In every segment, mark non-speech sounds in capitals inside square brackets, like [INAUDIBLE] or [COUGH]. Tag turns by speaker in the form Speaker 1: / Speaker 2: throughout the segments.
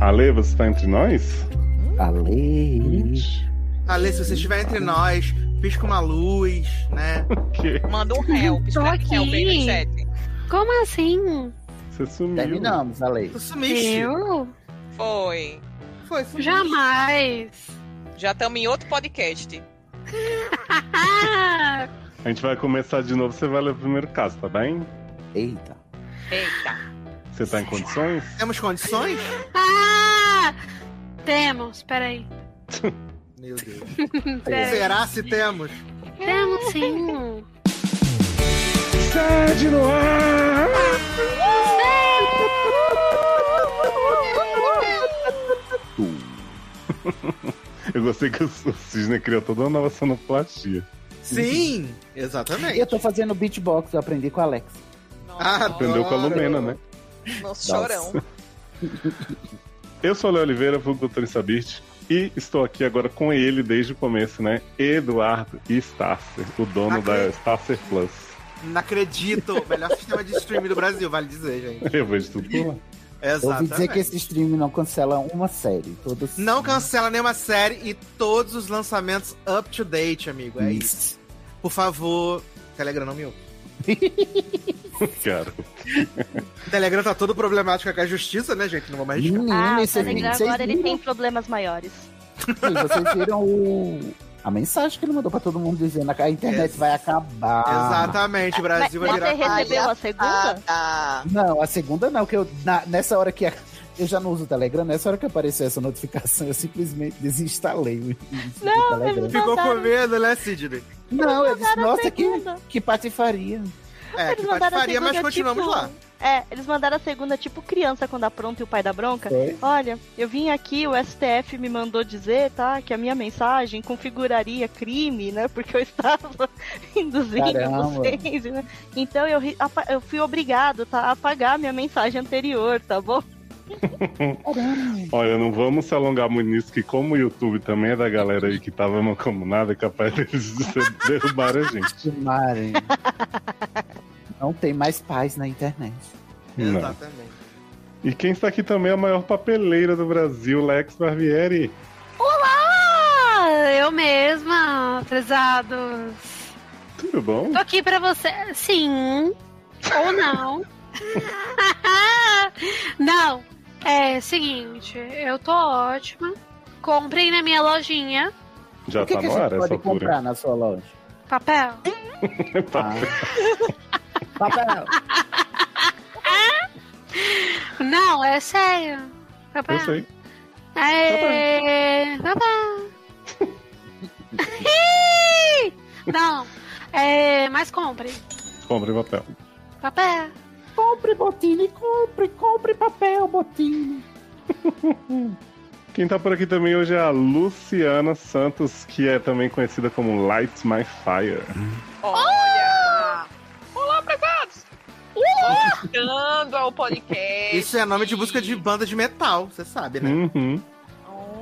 Speaker 1: Ale, você está entre nós?
Speaker 2: Ale.
Speaker 3: Ale, se você estiver entre nós, pisca uma luz, né?
Speaker 1: Que?
Speaker 4: Manda um help,
Speaker 5: Tô
Speaker 4: escreve
Speaker 5: aqui.
Speaker 4: help aí no chat.
Speaker 5: Como assim?
Speaker 1: Você
Speaker 2: Tá
Speaker 1: sumiu.
Speaker 2: Terminamos, Ale.
Speaker 3: Tu sumiste.
Speaker 5: Eu?
Speaker 4: Foi.
Speaker 3: Foi, sumiste.
Speaker 5: Jamais.
Speaker 4: Já estamos em outro podcast.
Speaker 5: Ah,
Speaker 1: A gente vai começar de novo, você vai ler o primeiro caso, tá bem?
Speaker 2: Eita.
Speaker 4: Eita.
Speaker 1: Você tá em condições?
Speaker 3: Temos condições?
Speaker 5: ah, temos, peraí.
Speaker 3: Meu
Speaker 6: [LAUGHS]
Speaker 3: Deus.
Speaker 5: peraí.
Speaker 3: É Será se temos?
Speaker 5: Temos sim.
Speaker 1: Sede no ar! [LAUGHS] Eu gostei que o Cisne criou toda uma nova sonoplastia.
Speaker 3: Sim,
Speaker 2: E Eu
Speaker 3: Uhum. exatamente.
Speaker 2: tô fazendo beatbox, eu aprendi com o Alex.
Speaker 3: Ah,
Speaker 1: Aprendeu com a
Speaker 3: Adoro.
Speaker 1: Lumena, né?
Speaker 4: Nosso chorão.
Speaker 1: Eu sou o Léo Oliveira, vulgo Dr. Sabirte, e estou aqui agora com ele desde o começo, né? Eduardo Stasser, o dono da Stasser Plus.
Speaker 3: Não acredito. O melhor sistema de streaming do Brasil, vale dizer, gente.
Speaker 1: Eu vejo tudo por lá.
Speaker 2: Eu ouvi
Speaker 3: Exatamente.
Speaker 2: dizer que esse stream não cancela uma série. Todos...
Speaker 3: Não cancela nenhuma série e todos os lançamentos up to date, amigo. É isso. Por favor, Telegram não me ouve.
Speaker 1: Cara,
Speaker 3: O Telegram tá todo problemático com a justiça, né, gente? Não vou mais arriscar.
Speaker 2: Menino,
Speaker 6: Ah, o
Speaker 2: esse
Speaker 6: Telegram
Speaker 2: vídeo,
Speaker 6: agora ele
Speaker 2: vocês
Speaker 6: tem problemas maiores.
Speaker 2: viram- vocês viram o- a mensagem que ele mandou pra todo mundo dizendo que a internet
Speaker 3: Ex-
Speaker 2: vai acabar.
Speaker 3: Ah. Exatamente, o Brasil vai
Speaker 6: Mas
Speaker 3: virar
Speaker 6: você recebeu a
Speaker 4: Ah,
Speaker 6: segunda?
Speaker 4: tá.
Speaker 2: Não, a segunda não, que eu na- nessa hora que a- eu já não uso o Telegram, nessa hora que apareceu essa notificação, eu simplesmente desinstalei o, o Telegram.
Speaker 6: eles
Speaker 3: Ficou com
Speaker 6: mandaram-
Speaker 3: medo, né, Sidney?
Speaker 2: Não, eu disse,
Speaker 6: mandaram a
Speaker 2: nossa, que,
Speaker 6: segunda.
Speaker 2: que patifaria.
Speaker 3: É, que
Speaker 6: Eles mandaram a
Speaker 3: patifaria, mas
Speaker 6: segunda,
Speaker 3: continuamos
Speaker 6: tipo-
Speaker 3: lá.
Speaker 6: É, eles mandaram a segunda, tipo criança quando apronta e o pai dá bronca.
Speaker 2: Foi.
Speaker 6: Olha, eu vim aqui, o STF me mandou dizer, tá, que a minha mensagem configuraria crime, né, porque eu [LAUGHS] estava induzindo
Speaker 2: Caramba.
Speaker 6: vocês, né. Então eu, ri- apa- eu fui obrigado, tá, a apagar a minha mensagem anterior, tá bom?
Speaker 1: olha, não vamos se alongar muito nisso, que como o YouTube também é da galera aí que tava mancomunada, é capaz deles [LAUGHS] de derrubar a gente.
Speaker 2: Marem. [LAUGHS] Não tem mais paz na internet.
Speaker 1: Não.
Speaker 3: Exatamente.
Speaker 1: E quem está aqui também é a maior papeleira do Brasil, Lex Barbieri.
Speaker 5: Ah, eu mesma, prezados.
Speaker 1: Tudo bom?
Speaker 5: Tô aqui pra você. Sim. Ou não. [LAUGHS] não. É seguinte, eu tô ótima. Comprem na minha lojinha
Speaker 1: Já
Speaker 2: o que,
Speaker 1: tá
Speaker 2: que
Speaker 1: no
Speaker 2: a
Speaker 1: ar
Speaker 2: gente
Speaker 1: essa
Speaker 2: pode
Speaker 1: altura.
Speaker 2: comprar na sua loja? Ah.
Speaker 5: papel.
Speaker 1: Tá.
Speaker 2: [LAUGHS] Papel.
Speaker 5: Não, é sério.
Speaker 1: Eu
Speaker 5: Papel.
Speaker 1: sei.
Speaker 5: É... Papel. Ih! [LAUGHS] não. É... Mas comprem.
Speaker 1: Compre papel.
Speaker 5: Papel.
Speaker 2: compre, Botini, compre, compre papel, Botini.
Speaker 1: Quem tá por aqui também hoje é a Luciana Santos, que é também conhecida como Light My Fire.
Speaker 4: Olha! Olá, prezados! Voltando ao podcast.
Speaker 3: Isso é nome de música de banda de metal, você sabe,
Speaker 2: É.
Speaker 3: né?
Speaker 1: Uhum.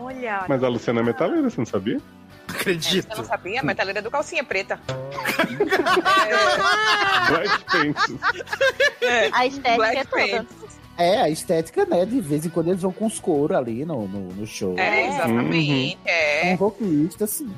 Speaker 4: Olha.
Speaker 1: Mas a Luciana é metaleira, você não
Speaker 2: [LAUGHS]
Speaker 1: sabia?
Speaker 3: Acredito.
Speaker 4: Eu não sabia, a metaleira é do calcinha preta.
Speaker 1: Black Pants.
Speaker 6: A estética é
Speaker 4: Black
Speaker 6: toda.
Speaker 4: Pants.
Speaker 2: É, a estética, né? De vez em quando eles vão com os couro ali no, no, no show.
Speaker 4: É, exatamente.
Speaker 2: Um assim.
Speaker 4: É.
Speaker 2: rockista, sim.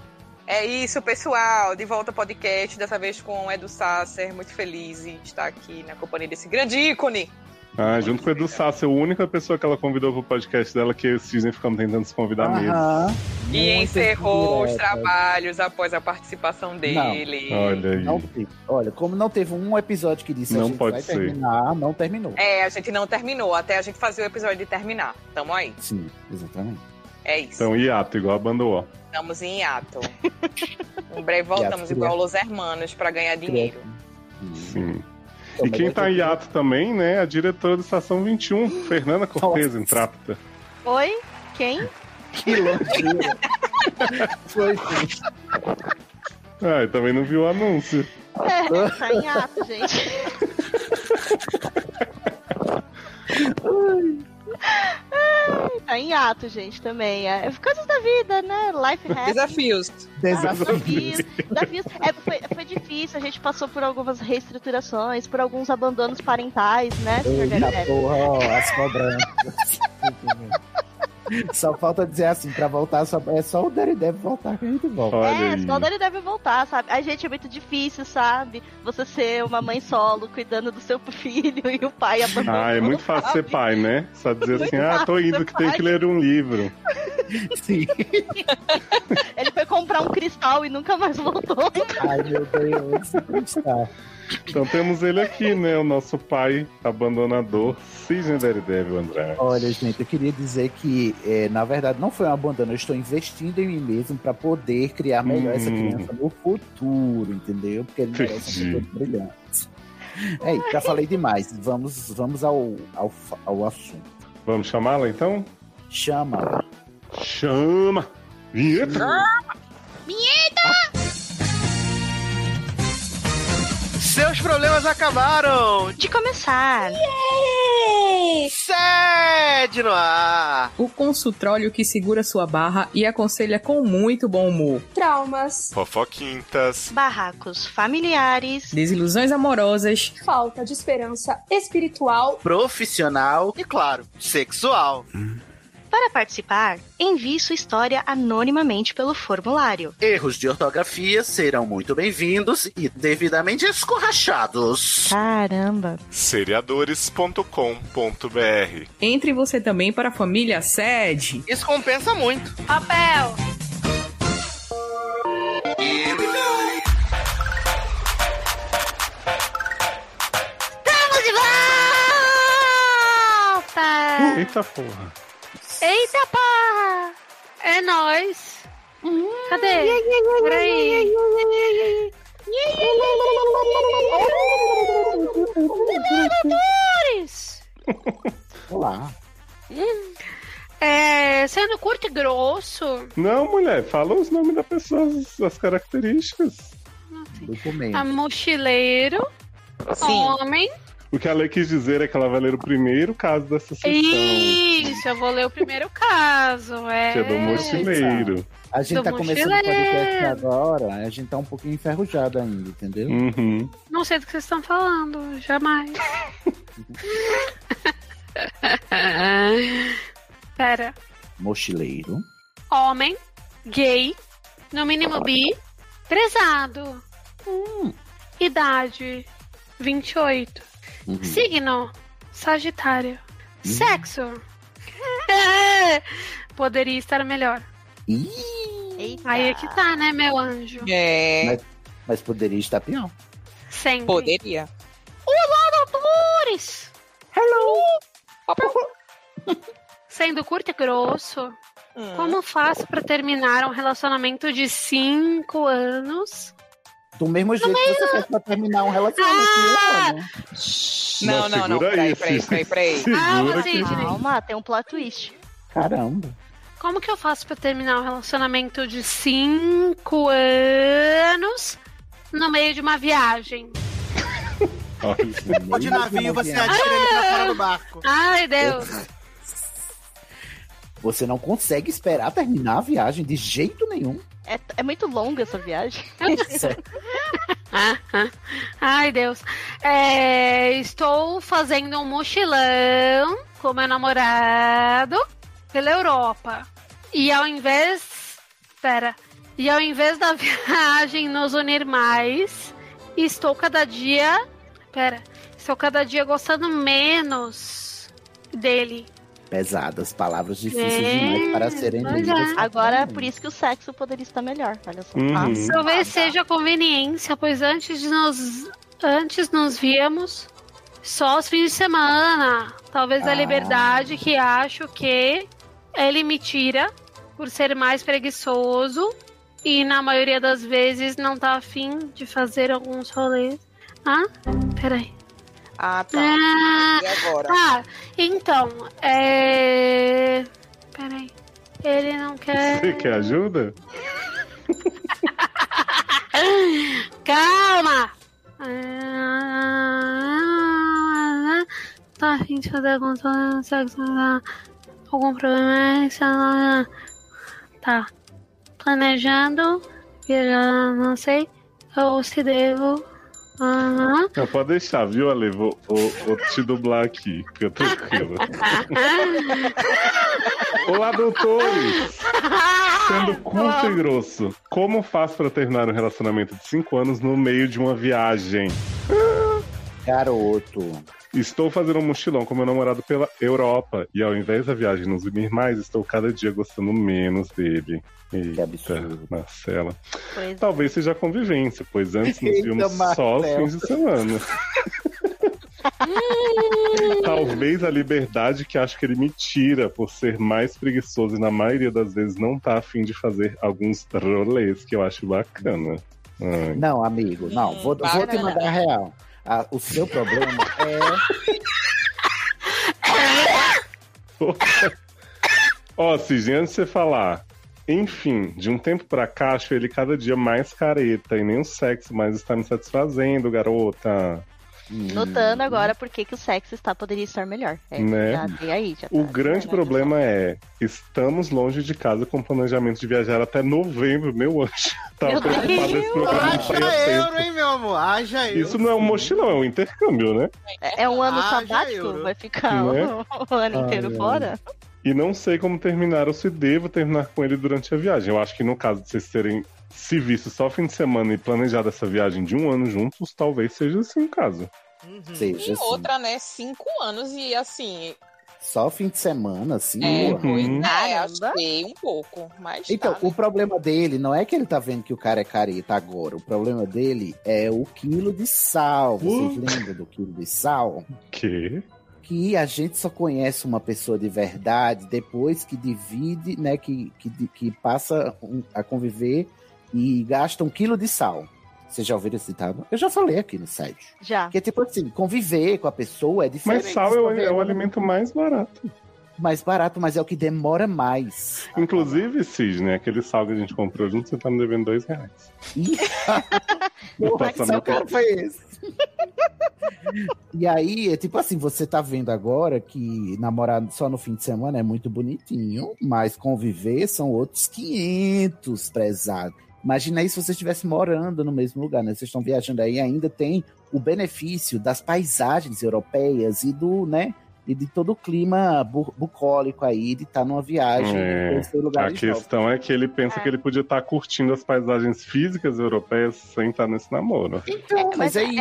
Speaker 4: é isso, pessoal. De volta ao podcast, dessa vez com o Edu Sasser. Muito feliz em estar aqui na companhia desse grande ícone.
Speaker 1: Ah, junto com o Edu Sassi, a única pessoa que ela convidou pro podcast dela, que eu e o Cisne ficamos tentando se convidar
Speaker 2: Ah,
Speaker 1: mesmo.
Speaker 2: Aham.
Speaker 4: E
Speaker 2: Muito né?
Speaker 4: encerrou os
Speaker 2: direta.
Speaker 4: trabalhos após a participação dele.
Speaker 1: Olha aí.
Speaker 2: Não teve. Olha, como não teve um episódio que disse
Speaker 1: Não
Speaker 2: a gente
Speaker 1: pode
Speaker 2: vai
Speaker 1: ser.
Speaker 2: terminar, não terminou.
Speaker 4: É, a gente não terminou, até a gente fazer o episódio de terminar. Tamo aí.
Speaker 2: Sim, exatamente.
Speaker 4: É isso.
Speaker 1: Então, hiato, igual a banda UO.
Speaker 4: Estamos
Speaker 1: [LAUGHS]
Speaker 4: em hiato. em breve voltamos
Speaker 2: Hiato,
Speaker 4: igual Los Hermanos para ganhar dinheiro.
Speaker 1: Sim. E
Speaker 2: é
Speaker 1: quem tá em hiato também, né? A diretora da Estação 21, Fernanda Cortez,
Speaker 2: Nossa.
Speaker 1: Entrapta.
Speaker 6: Oi? Quem?
Speaker 2: Que
Speaker 1: [LAUGHS]
Speaker 2: loucura. Foi sim.
Speaker 1: Ah, eu também não vi o anúncio.
Speaker 6: É, tá em ato, gente. Ai, tá em ato, gente, também. É coisas da vida, né? Life tá hack.
Speaker 4: Desafios.
Speaker 6: Desafios, desafios. É, foi, foi difícil, a gente passou por algumas reestruturações, por alguns abandonos parentais, né? senhor
Speaker 2: Eita
Speaker 6: Gabriel?
Speaker 2: porra, ó, as cobranças. Só falta dizer assim, pra voltar, só, é só o Daddy deve voltar que a gente volta.
Speaker 1: Olha
Speaker 6: é,
Speaker 1: aí.
Speaker 6: só ele deve voltar, sabe? A gente é muito difícil, sabe? Você ser uma mãe solo, cuidando do seu [LAUGHS] filho e o pai abandonou.
Speaker 1: Ah, é muito fácil ser
Speaker 6: sabe?
Speaker 1: pai, né? Só dizer
Speaker 6: Muito
Speaker 1: assim, ah, tô
Speaker 6: fácil
Speaker 1: indo
Speaker 6: ser
Speaker 1: que tem
Speaker 6: pai.
Speaker 1: que ler um livro.
Speaker 2: Sim.
Speaker 6: Ele foi comprar um cristal e nunca mais voltou.
Speaker 2: Ai, meu Deus, como está?
Speaker 1: Então temos ele aqui, né? O nosso pai abandonador, Sidney Daredevil Andrade.
Speaker 2: Olha, gente, eu queria dizer que, é, na verdade, não foi um abandono. Eu estou investindo em mim mesmo para poder criar melhor essa
Speaker 1: Hum.
Speaker 2: criança no futuro, entendeu? Porque ele merece
Speaker 1: Entendi.
Speaker 2: um futuro brilhante. É, isso, já falei demais. Vamos, vamos ao, ao, fa- ao assunto.
Speaker 1: Vamos chamá-la então?
Speaker 2: Chama ela.
Speaker 1: Chama! Vinheta!
Speaker 3: Seus problemas acabaram!
Speaker 6: De começar.
Speaker 3: Sede É, no ar!
Speaker 7: O consultório que segura sua barra e aconselha com muito bom humor.
Speaker 8: Traumas,
Speaker 9: Fofoquintas.
Speaker 6: Barracos familiares.
Speaker 7: Desilusões amorosas,
Speaker 8: falta de esperança espiritual.
Speaker 3: Profissional e, claro, sexual.
Speaker 6: Para participar, envie sua história anonimamente pelo formulário.
Speaker 3: Erros de ortografia serão muito bem-vindos e devidamente escorrachados.
Speaker 6: Caramba.
Speaker 9: Seriadores.com.br
Speaker 7: entre você também para a família sede.
Speaker 3: Isso compensa muito.
Speaker 5: Papel!
Speaker 6: Estamos de volta!
Speaker 1: Eita porra!
Speaker 5: Eita porra! É nóis! Cadê? Peraí. Seriadores!
Speaker 2: Olá.
Speaker 5: É, sendo curto e grosso,
Speaker 1: Não, mulher, fala os nomes da pessoa, as características.
Speaker 2: Documento.
Speaker 5: a mochileiro, homem.
Speaker 1: O que a lei quis dizer é que ela vai ler o primeiro caso dessa sessão,
Speaker 5: Isso, eu vou ler o primeiro caso. É,
Speaker 1: que é do mochileiro.
Speaker 2: A gente
Speaker 5: do
Speaker 2: tá começando o
Speaker 5: mochileiro.
Speaker 2: podcast agora, a gente tá um pouquinho enferrujado ainda, entendeu?
Speaker 3: Hum.
Speaker 1: Uhum.
Speaker 5: Não sei do que vocês estão falando,
Speaker 1: [LAUGHS]
Speaker 5: jamais. [LAUGHS] Pera.
Speaker 2: Mochileiro.
Speaker 5: Homem, gay, no mínimo bi, prezado.
Speaker 1: Hum.
Speaker 5: Idade, 28.
Speaker 2: Uhum.
Speaker 5: Signo, Sagitário.
Speaker 2: Hum.
Speaker 1: Uhum. [LAUGHS]
Speaker 5: Sexo. [LAUGHS] Poderia estar melhor.
Speaker 2: Ih,
Speaker 6: Eita.
Speaker 5: Aí é que tá, né, meu anjo?
Speaker 4: É,
Speaker 2: mas poderia estar pior.
Speaker 5: Sempre.
Speaker 4: poderia.
Speaker 5: Cores. Sendo curto e grosso,
Speaker 1: Ah.
Speaker 4: Hum.
Speaker 5: como faço pra terminar um relacionamento de 5 anos?
Speaker 2: Do mesmo jeito que você fez pra terminar um relacionamento.
Speaker 5: Ah!
Speaker 2: né?
Speaker 4: Não, não, não.
Speaker 1: segura
Speaker 4: Peraí,
Speaker 1: isso.
Speaker 4: peraí, peraí, peraí.
Speaker 5: Ah,
Speaker 1: Segura
Speaker 5: você-
Speaker 1: que...
Speaker 6: Calma, tem um plot twist.
Speaker 2: Caramba.
Speaker 5: Como que eu faço pra terminar um relacionamento de 5 anos no meio de uma viagem?
Speaker 1: Olha,
Speaker 3: Ou de navio, você
Speaker 2: Ah!
Speaker 3: atira ele pra fora do barco.
Speaker 5: Ai, Deus.
Speaker 2: Você não consegue esperar terminar a viagem de jeito nenhum.
Speaker 6: É, é muito longa essa viagem.
Speaker 5: Ah, ah. Ai, Deus. É, estou fazendo um mochilão com meu namorado pela Europa. E ao invés. Pera. E ao invés da [LAUGHS] viagem nos unir mais, estou cada dia. Pera. Estou cada dia gostando menos dele.
Speaker 2: Pesadas, palavras difíceis
Speaker 5: É,
Speaker 2: demais para serem
Speaker 5: pois
Speaker 2: lidas.
Speaker 5: é.
Speaker 6: Agora, por isso que o sexo poderia estar melhor. Olha só.
Speaker 1: Ah, tá.
Speaker 6: Ah,
Speaker 1: Uhum.
Speaker 6: Nossa.
Speaker 5: Talvez seja conveniência, pois antes de nos antes nos víamos só os fins de semana. Talvez
Speaker 2: Ah.
Speaker 5: a liberdade que acho que ele me tira por ser mais preguiçoso e na maioria das vezes não tá afim de fazer alguns rolês. Ah, peraí.
Speaker 4: Ah, tá.
Speaker 5: Ah,
Speaker 4: E agora?
Speaker 5: ah, então, é. Peraí. Ele não quer.
Speaker 1: Você quer ajuda?
Speaker 5: Calma! Ah, Tá afim de fazer algum sexo, ah, algum problema? é sei lá. Tá. Planejando, viajando, não sei. Eu se devo Aham.
Speaker 1: Não, pode deixar, viu, Ale? Vou, vou- vou te dublar aqui, fica tranquila. Olá, doutores! Sendo curto e grosso, como faço pra terminar um relacionamento de 5 anos no meio de uma viagem?
Speaker 2: Garoto.
Speaker 1: Estou fazendo um mochilão com meu namorado pela Europa e ao invés da viagem nos unir mais, estou cada dia gostando menos dele.
Speaker 2: Que
Speaker 1: Eita,
Speaker 2: absurdo.
Speaker 1: Marcela.
Speaker 6: Pois é.
Speaker 1: Talvez seja a convivência, pois antes nos
Speaker 2: Eita,
Speaker 1: víamos só os
Speaker 2: Marcela.
Speaker 1: fins de semana. Talvez a liberdade que acho que ele me tira por ser mais preguiçoso e na maioria das vezes não tá afim de fazer alguns rolês que eu acho bacana. Ai,
Speaker 2: Não, amigo, não.
Speaker 4: Hum,
Speaker 2: Vou,
Speaker 4: para.
Speaker 2: vou te mandar a real. Ah, o seu problema
Speaker 4: [LAUGHS]
Speaker 2: é.
Speaker 1: Ó, Cisne, antes de você falar. Enfim, de um tempo pra cá, acho ele cada dia mais careta e nem o sexo mais está me satisfazendo, garota.
Speaker 4: É,
Speaker 6: Notando agora por que que o sexo está poderia estar melhor. É,
Speaker 1: Né?
Speaker 6: Já tem aí, já
Speaker 1: O
Speaker 6: tá
Speaker 1: grande
Speaker 6: melhor.
Speaker 1: problema é, estamos longe de casa com planejamento de viajar até novembro, meu anjo. [LAUGHS] Tava
Speaker 6: Meu
Speaker 1: preocupado
Speaker 6: Deus!
Speaker 1: esse programa
Speaker 3: Haja
Speaker 1: não tenha
Speaker 3: euro,
Speaker 1: Ah, tempo.
Speaker 3: hein, meu amor? Haja euro.
Speaker 1: Isso não é um mochilão, é um intercâmbio, né?
Speaker 6: É é um ano
Speaker 3: Ah, já
Speaker 6: sabático?
Speaker 3: euro.
Speaker 6: Vai [LAUGHS] ficar
Speaker 1: Né?
Speaker 6: o, o ano inteiro
Speaker 2: Ai,
Speaker 6: fora?
Speaker 1: E não sei como terminar ou se devo terminar com ele durante a viagem. Eu acho que no caso de vocês terem se visto só fim de semana e planejado essa viagem de um ano juntos, talvez seja assim o caso.
Speaker 3: Uhum.
Speaker 2: Seja
Speaker 4: E
Speaker 2: assim,
Speaker 4: outra, né? Cinco anos e assim.
Speaker 2: hum, Só fim de semana, assim.
Speaker 4: É,
Speaker 2: ué.
Speaker 1: Uhum.
Speaker 4: é,
Speaker 6: Caramba.
Speaker 4: achei um pouco. Mas.
Speaker 2: Então,
Speaker 4: tá, né?
Speaker 2: o problema dele não é que ele tá vendo que o cara é careta agora. O problema dele é o quilo de sal.
Speaker 4: Uh.
Speaker 2: Vocês lembram do quilo de sal?
Speaker 1: Que?
Speaker 2: Que a gente só conhece uma pessoa de verdade depois que divide, né? Que, que, que passa um- a conviver e gasta um quilo de sal. Vocês já ouviram esse ditado? Eu já falei aqui no site.
Speaker 6: Já.
Speaker 2: Que é tipo assim, conviver com a pessoa é diferente.
Speaker 1: Mas sal é o,
Speaker 2: Conviver
Speaker 1: é o
Speaker 2: com a
Speaker 1: alimento mais barato.
Speaker 2: mais barato, mas é o que demora mais.
Speaker 1: Inclusive, Cisne, aquele sal que a gente comprou junto, você tá me devendo dois
Speaker 6: [LAUGHS]
Speaker 1: reais.
Speaker 2: Ih,
Speaker 1: Vou
Speaker 2: porra, é
Speaker 1: passar
Speaker 2: que
Speaker 1: meu
Speaker 2: cara foi esse? [LAUGHS] e aí, é tipo assim, você tá vendo agora que namorar só no fim de semana é muito bonitinho, mas conviver são outros 500, prezado. Imagina aí se você estivesse morando no mesmo lugar, né? Vocês estão viajando aí, ainda tem o benefício das paisagens europeias e do, né? E de todo o clima bu- bucólico aí, de estar numa viagem,
Speaker 1: É,
Speaker 2: de conhecer
Speaker 1: A
Speaker 2: lugares novos.
Speaker 1: questão é que ele pensa que ele podia estar curtindo as paisagens físicas europeias sem estar nesse namoro.
Speaker 2: Então, mas, é, isso.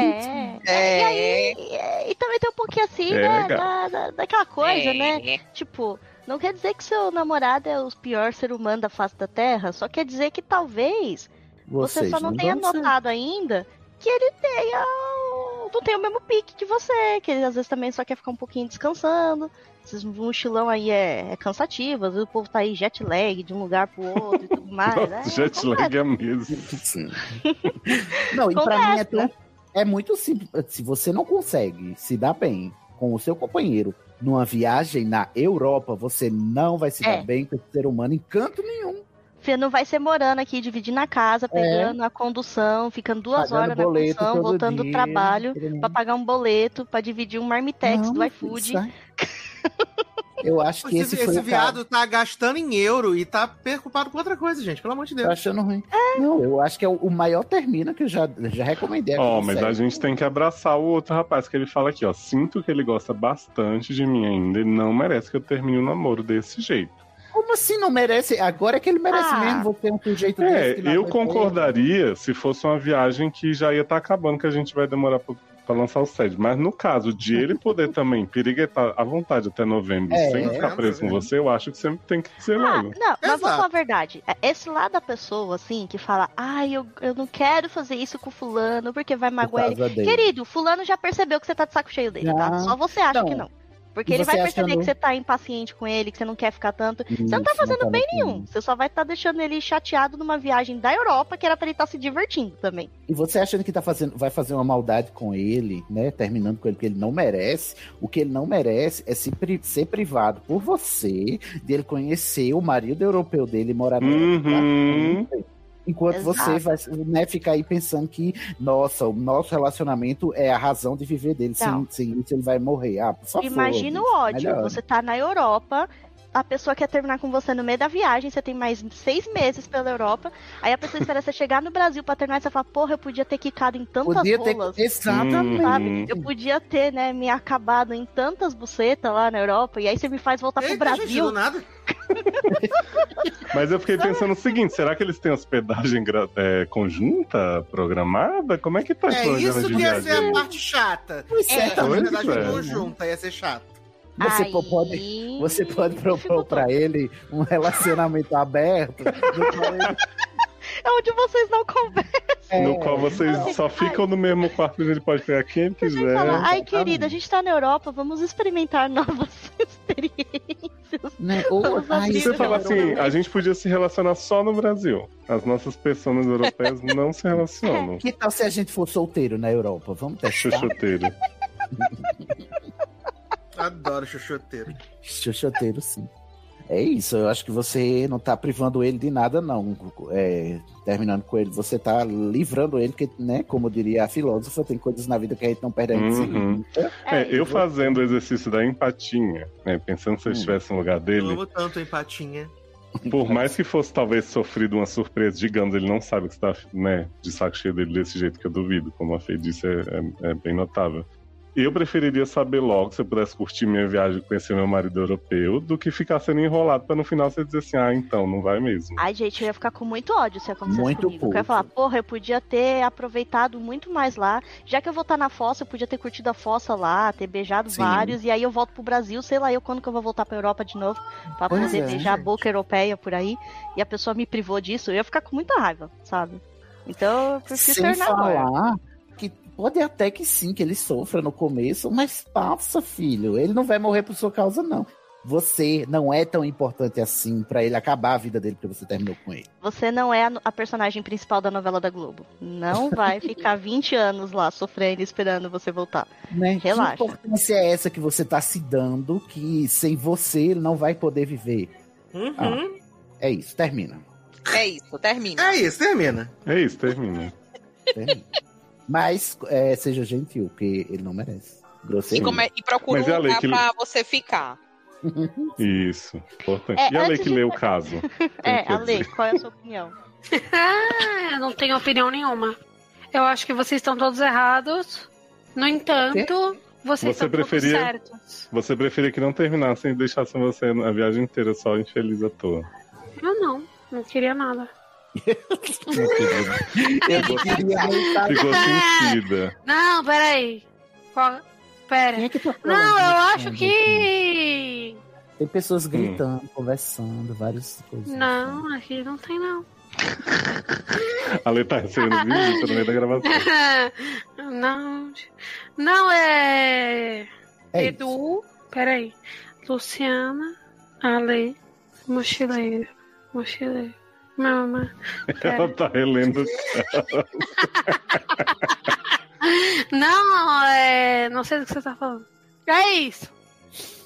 Speaker 4: É.
Speaker 6: E aí, e aí- e também tem um pouquinho assim,
Speaker 1: É,
Speaker 6: né,
Speaker 1: cara.
Speaker 6: da, da- daquela coisa,
Speaker 4: É.
Speaker 6: né? Tipo, não quer dizer que seu namorado é o pior ser humano da face da Terra, só quer dizer que talvez você
Speaker 2: Vocês
Speaker 6: só não tenha
Speaker 2: vão ser.
Speaker 6: notado ainda que ele tenha o- não tem o mesmo pique que você, que ele às vezes também só quer ficar um pouquinho descansando. Esses mochilão aí é, é cansativo, às vezes o povo tá aí jet lag de um lugar pro outro e
Speaker 2: [LAUGHS]
Speaker 6: tudo mais.
Speaker 1: [LAUGHS] Nossa,
Speaker 6: é,
Speaker 1: jet lag é mesmo.
Speaker 2: Sim. Não, e pra
Speaker 6: Acontece,
Speaker 2: mim é, tão- é muito simples. Se você não consegue se dar bem com o seu companheiro numa viagem na Europa, você não vai se
Speaker 6: É.
Speaker 2: dar bem com esse ser humano em canto nenhum.
Speaker 6: Você não vai ser morando aqui, dividindo a casa, pegando a condução, ficando duas
Speaker 2: É. pagando
Speaker 6: horas na
Speaker 2: boleto,
Speaker 6: condução,
Speaker 2: todo
Speaker 6: voltando do
Speaker 2: dia,
Speaker 6: trabalho,
Speaker 2: todo mundo.
Speaker 6: pra pagar um boleto, pra dividir um marmitex
Speaker 2: Não,
Speaker 6: do iFood.
Speaker 2: isso aí. [LAUGHS] Eu acho que
Speaker 3: Esse,
Speaker 2: esse, foi
Speaker 1: um
Speaker 3: esse
Speaker 2: o cara.
Speaker 3: viado tá gastando em euro e tá preocupado com outra coisa, gente. Pelo amor de
Speaker 2: Tô
Speaker 3: Deus.
Speaker 2: achando ruim. Não, eu acho que é o, o maior termina que eu já, já recomendei. aqui
Speaker 1: Ó,
Speaker 2: no
Speaker 1: Oh, mas
Speaker 2: site.
Speaker 1: a gente tem que abraçar o outro rapaz que ele fala aqui, ó. Sinto que ele gosta bastante de mim ainda e não merece que eu termine o namoro desse jeito.
Speaker 2: Como assim não merece? Agora é que ele merece
Speaker 6: Ah.
Speaker 2: mesmo. Você é um sujeito desse
Speaker 1: É,
Speaker 2: que não
Speaker 1: eu
Speaker 2: foi
Speaker 1: concordaria se fosse uma viagem que já ia estar acabando, que a gente vai demorar pra, pra lançar o sede. Mas no caso de ele poder
Speaker 6: [LAUGHS]
Speaker 1: também piriguetar à vontade até novembro
Speaker 2: É,
Speaker 1: sem
Speaker 2: é,
Speaker 1: ficar preso com você, eu acho que você tem que dizer
Speaker 6: Ah,
Speaker 1: logo.
Speaker 6: não, mas vamos
Speaker 3: Exato.
Speaker 6: falar a verdade. É, Esse lado da pessoa, assim, que fala, ai, eu, eu não quero fazer isso com fulano, porque vai
Speaker 2: por
Speaker 6: magoar ele.
Speaker 2: causa dele.
Speaker 6: Querido, fulano já percebeu que você tá de saco cheio dele, tá?
Speaker 2: Já.
Speaker 6: Só você acha
Speaker 2: Não.
Speaker 6: que não. Porque
Speaker 2: E
Speaker 6: ele vai
Speaker 2: você
Speaker 6: perceber
Speaker 2: achando-
Speaker 6: que você tá impaciente com ele, que você não quer ficar tanto. Você não tá
Speaker 2: Isso,
Speaker 6: fazendo
Speaker 2: tá
Speaker 6: bem
Speaker 2: muito
Speaker 6: nenhum. Você só vai estar deixando ele chateado numa viagem da Europa, que era pra ele estar se divertindo também.
Speaker 2: E você achando que tá fazendo, vai fazer uma maldade com ele, né? Terminando com ele, que ele não merece. O que ele não merece é se pri- ser privado por você de ele conhecer o marido europeu dele e morar na Europa.
Speaker 1: Uhum.
Speaker 2: Enquanto
Speaker 6: Exato.
Speaker 2: você vai né, ficar aí pensando que, nossa, o nosso relacionamento é a razão de viver dele. Sem,
Speaker 6: Não.
Speaker 2: sem isso, ele vai morrer. Ah, por favor.
Speaker 6: Imagina o
Speaker 2: bicho,
Speaker 6: ódio.
Speaker 2: melhor.
Speaker 6: Você tá na Europa, a pessoa quer terminar com você no meio da viagem, você tem mais seis meses pela Europa, aí a pessoa espera você chegar no Brasil pra terminar e você fala, porra, eu podia ter quicado em tantas
Speaker 2: Podia ter.
Speaker 6: rolas.
Speaker 2: Exatamente.
Speaker 6: Sabe? Eu podia ter, né, me acabado em tantas bucetas lá na Europa, e aí você me faz
Speaker 1: tá
Speaker 6: voltar pro
Speaker 3: Eita, gente,
Speaker 6: Brasil.
Speaker 3: do nada.
Speaker 1: Mas eu fiquei pensando o seguinte: será que eles têm hospedagem gra- é, conjunta, programada? Como é que tá
Speaker 3: É isso que ia ser a parte chata.
Speaker 2: Pois é,
Speaker 3: É,
Speaker 2: tá
Speaker 3: a
Speaker 1: vendo,
Speaker 3: verdade
Speaker 1: velho?
Speaker 3: conjunta ia ser chato.
Speaker 2: Você
Speaker 6: Aí-
Speaker 2: pô- pode,
Speaker 1: [LAUGHS]
Speaker 2: você pode propor
Speaker 6: Ficou
Speaker 2: pra ele um
Speaker 1: [LAUGHS]
Speaker 2: relacionamento aberto. no qual ele-
Speaker 6: É onde vocês não conversam.
Speaker 2: É,
Speaker 1: No qual vocês
Speaker 3: É.
Speaker 6: Ai,
Speaker 1: só
Speaker 6: ai.
Speaker 1: ficam no mesmo quarto, mas ele pode pegar quem
Speaker 6: Você
Speaker 1: quiser.
Speaker 6: fala, ai
Speaker 2: exatamente.
Speaker 6: querida, a gente tá na Europa, vamos experimentar novas experiências.
Speaker 2: né? Ou,
Speaker 6: Vamos
Speaker 2: ai,
Speaker 6: abrir
Speaker 1: Se você
Speaker 6: Isso,
Speaker 1: falar
Speaker 6: não,
Speaker 1: assim,
Speaker 6: não.
Speaker 1: a gente podia se relacionar só no Brasil. As nossas pessoas europeias não se
Speaker 3: [LAUGHS]
Speaker 1: relacionam.
Speaker 3: É.
Speaker 2: que tal se a gente for solteiro na Europa? Vamos testar.
Speaker 1: Chuchoteiro.
Speaker 3: Adoro chuchoteiro.
Speaker 2: Chuchoteiro, sim. É isso, eu acho que você não tá privando ele de nada, não. É, terminando com ele, você tá livrando ele, porque, né, como diria a filósofa, tem coisas na vida que a gente não perde a gente se
Speaker 1: Uhum.
Speaker 2: livra.
Speaker 1: É,
Speaker 6: É,
Speaker 1: eu fazendo o exercício da empatinha, né, pensando se eu
Speaker 2: Hum.
Speaker 1: estivesse no lugar
Speaker 3: Eu
Speaker 1: dele,
Speaker 3: amo tanto empatinha.
Speaker 2: [LAUGHS]
Speaker 1: por mais que fosse talvez sofrido uma surpresa, digamos, ele não sabe que você tá né, de saco cheio dele desse jeito que eu duvido, como a Fê disse, é, é- é bem notável. Eu preferiria saber logo se eu pudesse curtir minha viagem e conhecer meu marido europeu do que ficar sendo enrolado pra no final você dizer assim, ah, então, não vai mesmo.
Speaker 6: Ai, gente, eu ia ficar com muito ódio se acontecesse
Speaker 2: Muito
Speaker 6: comigo. Eu ia
Speaker 2: pouco.
Speaker 6: falar, porra, eu podia ter aproveitado muito mais lá. Já que eu vou estar na fossa, eu podia ter curtido a fossa lá, ter beijado
Speaker 2: Sim.
Speaker 6: vários. E aí eu volto pro Brasil, sei lá eu quando que eu vou voltar pra Europa de novo. Pra
Speaker 2: Pois
Speaker 6: poder
Speaker 2: é,
Speaker 6: beijar a
Speaker 3: gente.
Speaker 6: boca europeia por aí. E a pessoa me privou disso. Eu ia ficar com muita raiva, sabe? Então eu prefiro
Speaker 2: Sem
Speaker 6: terminar agora.
Speaker 2: falar que pode até que sim, que ele sofra no começo, mas passa, filho. Ele não vai morrer por sua causa, não. Você não é tão importante assim pra ele acabar a vida dele porque você terminou com ele.
Speaker 6: Você não é a, a personagem principal da novela da Globo. Não vai ficar 20 anos lá sofrendo e esperando você voltar.
Speaker 2: Né?
Speaker 6: Relaxa.
Speaker 2: Que importância é essa que você tá se dando que sem você ele não vai poder viver?
Speaker 3: Uhum.
Speaker 2: É isso, termina.
Speaker 4: É isso, termina.
Speaker 3: É isso, termina.
Speaker 1: É isso, termina.
Speaker 2: termina. mas é, seja gentil, porque ele não merece.
Speaker 4: E,
Speaker 2: Grosseiro.
Speaker 4: como é- e procura
Speaker 1: Mas é a
Speaker 4: um
Speaker 1: lei
Speaker 4: lugar
Speaker 1: que-
Speaker 4: pra você ficar.
Speaker 1: Isso, importante.
Speaker 6: É,
Speaker 1: e a lei
Speaker 6: antes
Speaker 1: que
Speaker 6: de-
Speaker 1: lê o caso?
Speaker 6: É,
Speaker 1: Quer dizer,
Speaker 6: Ale, qual é a sua opinião?
Speaker 5: Ah, eu não tenho opinião nenhuma. Eu acho que vocês estão todos errados. No entanto, vocês
Speaker 1: Você
Speaker 5: estão
Speaker 1: preferia-
Speaker 5: todos certos.
Speaker 1: Você preferia que não terminassem e deixassem você a viagem inteira só infeliz à toa.
Speaker 5: Eu não, não queria nada.
Speaker 2: Eu queria
Speaker 1: [LAUGHS]
Speaker 2: arrancar-
Speaker 1: Ficou sentida.
Speaker 5: Não, peraí. Qual...
Speaker 2: Quem
Speaker 5: Pera.
Speaker 2: é que tá falando?
Speaker 5: Não, eu acho que.
Speaker 2: Tem
Speaker 1: Hum.
Speaker 2: pessoas gritando, conversando, várias coisas.
Speaker 5: Não, aqui não tem, não. [LAUGHS]
Speaker 1: A Lê tá recebendo visita no meio da gravação.
Speaker 6: É.
Speaker 5: não. Não, é.
Speaker 2: É isso.
Speaker 5: Edu. Peraí. Luciana. Ale. Mochileiro. Mochileiro. Mama.
Speaker 1: Ela
Speaker 2: [LAUGHS]
Speaker 1: tá relendo.
Speaker 5: Não, é. Não sei do que você tá falando. É isso.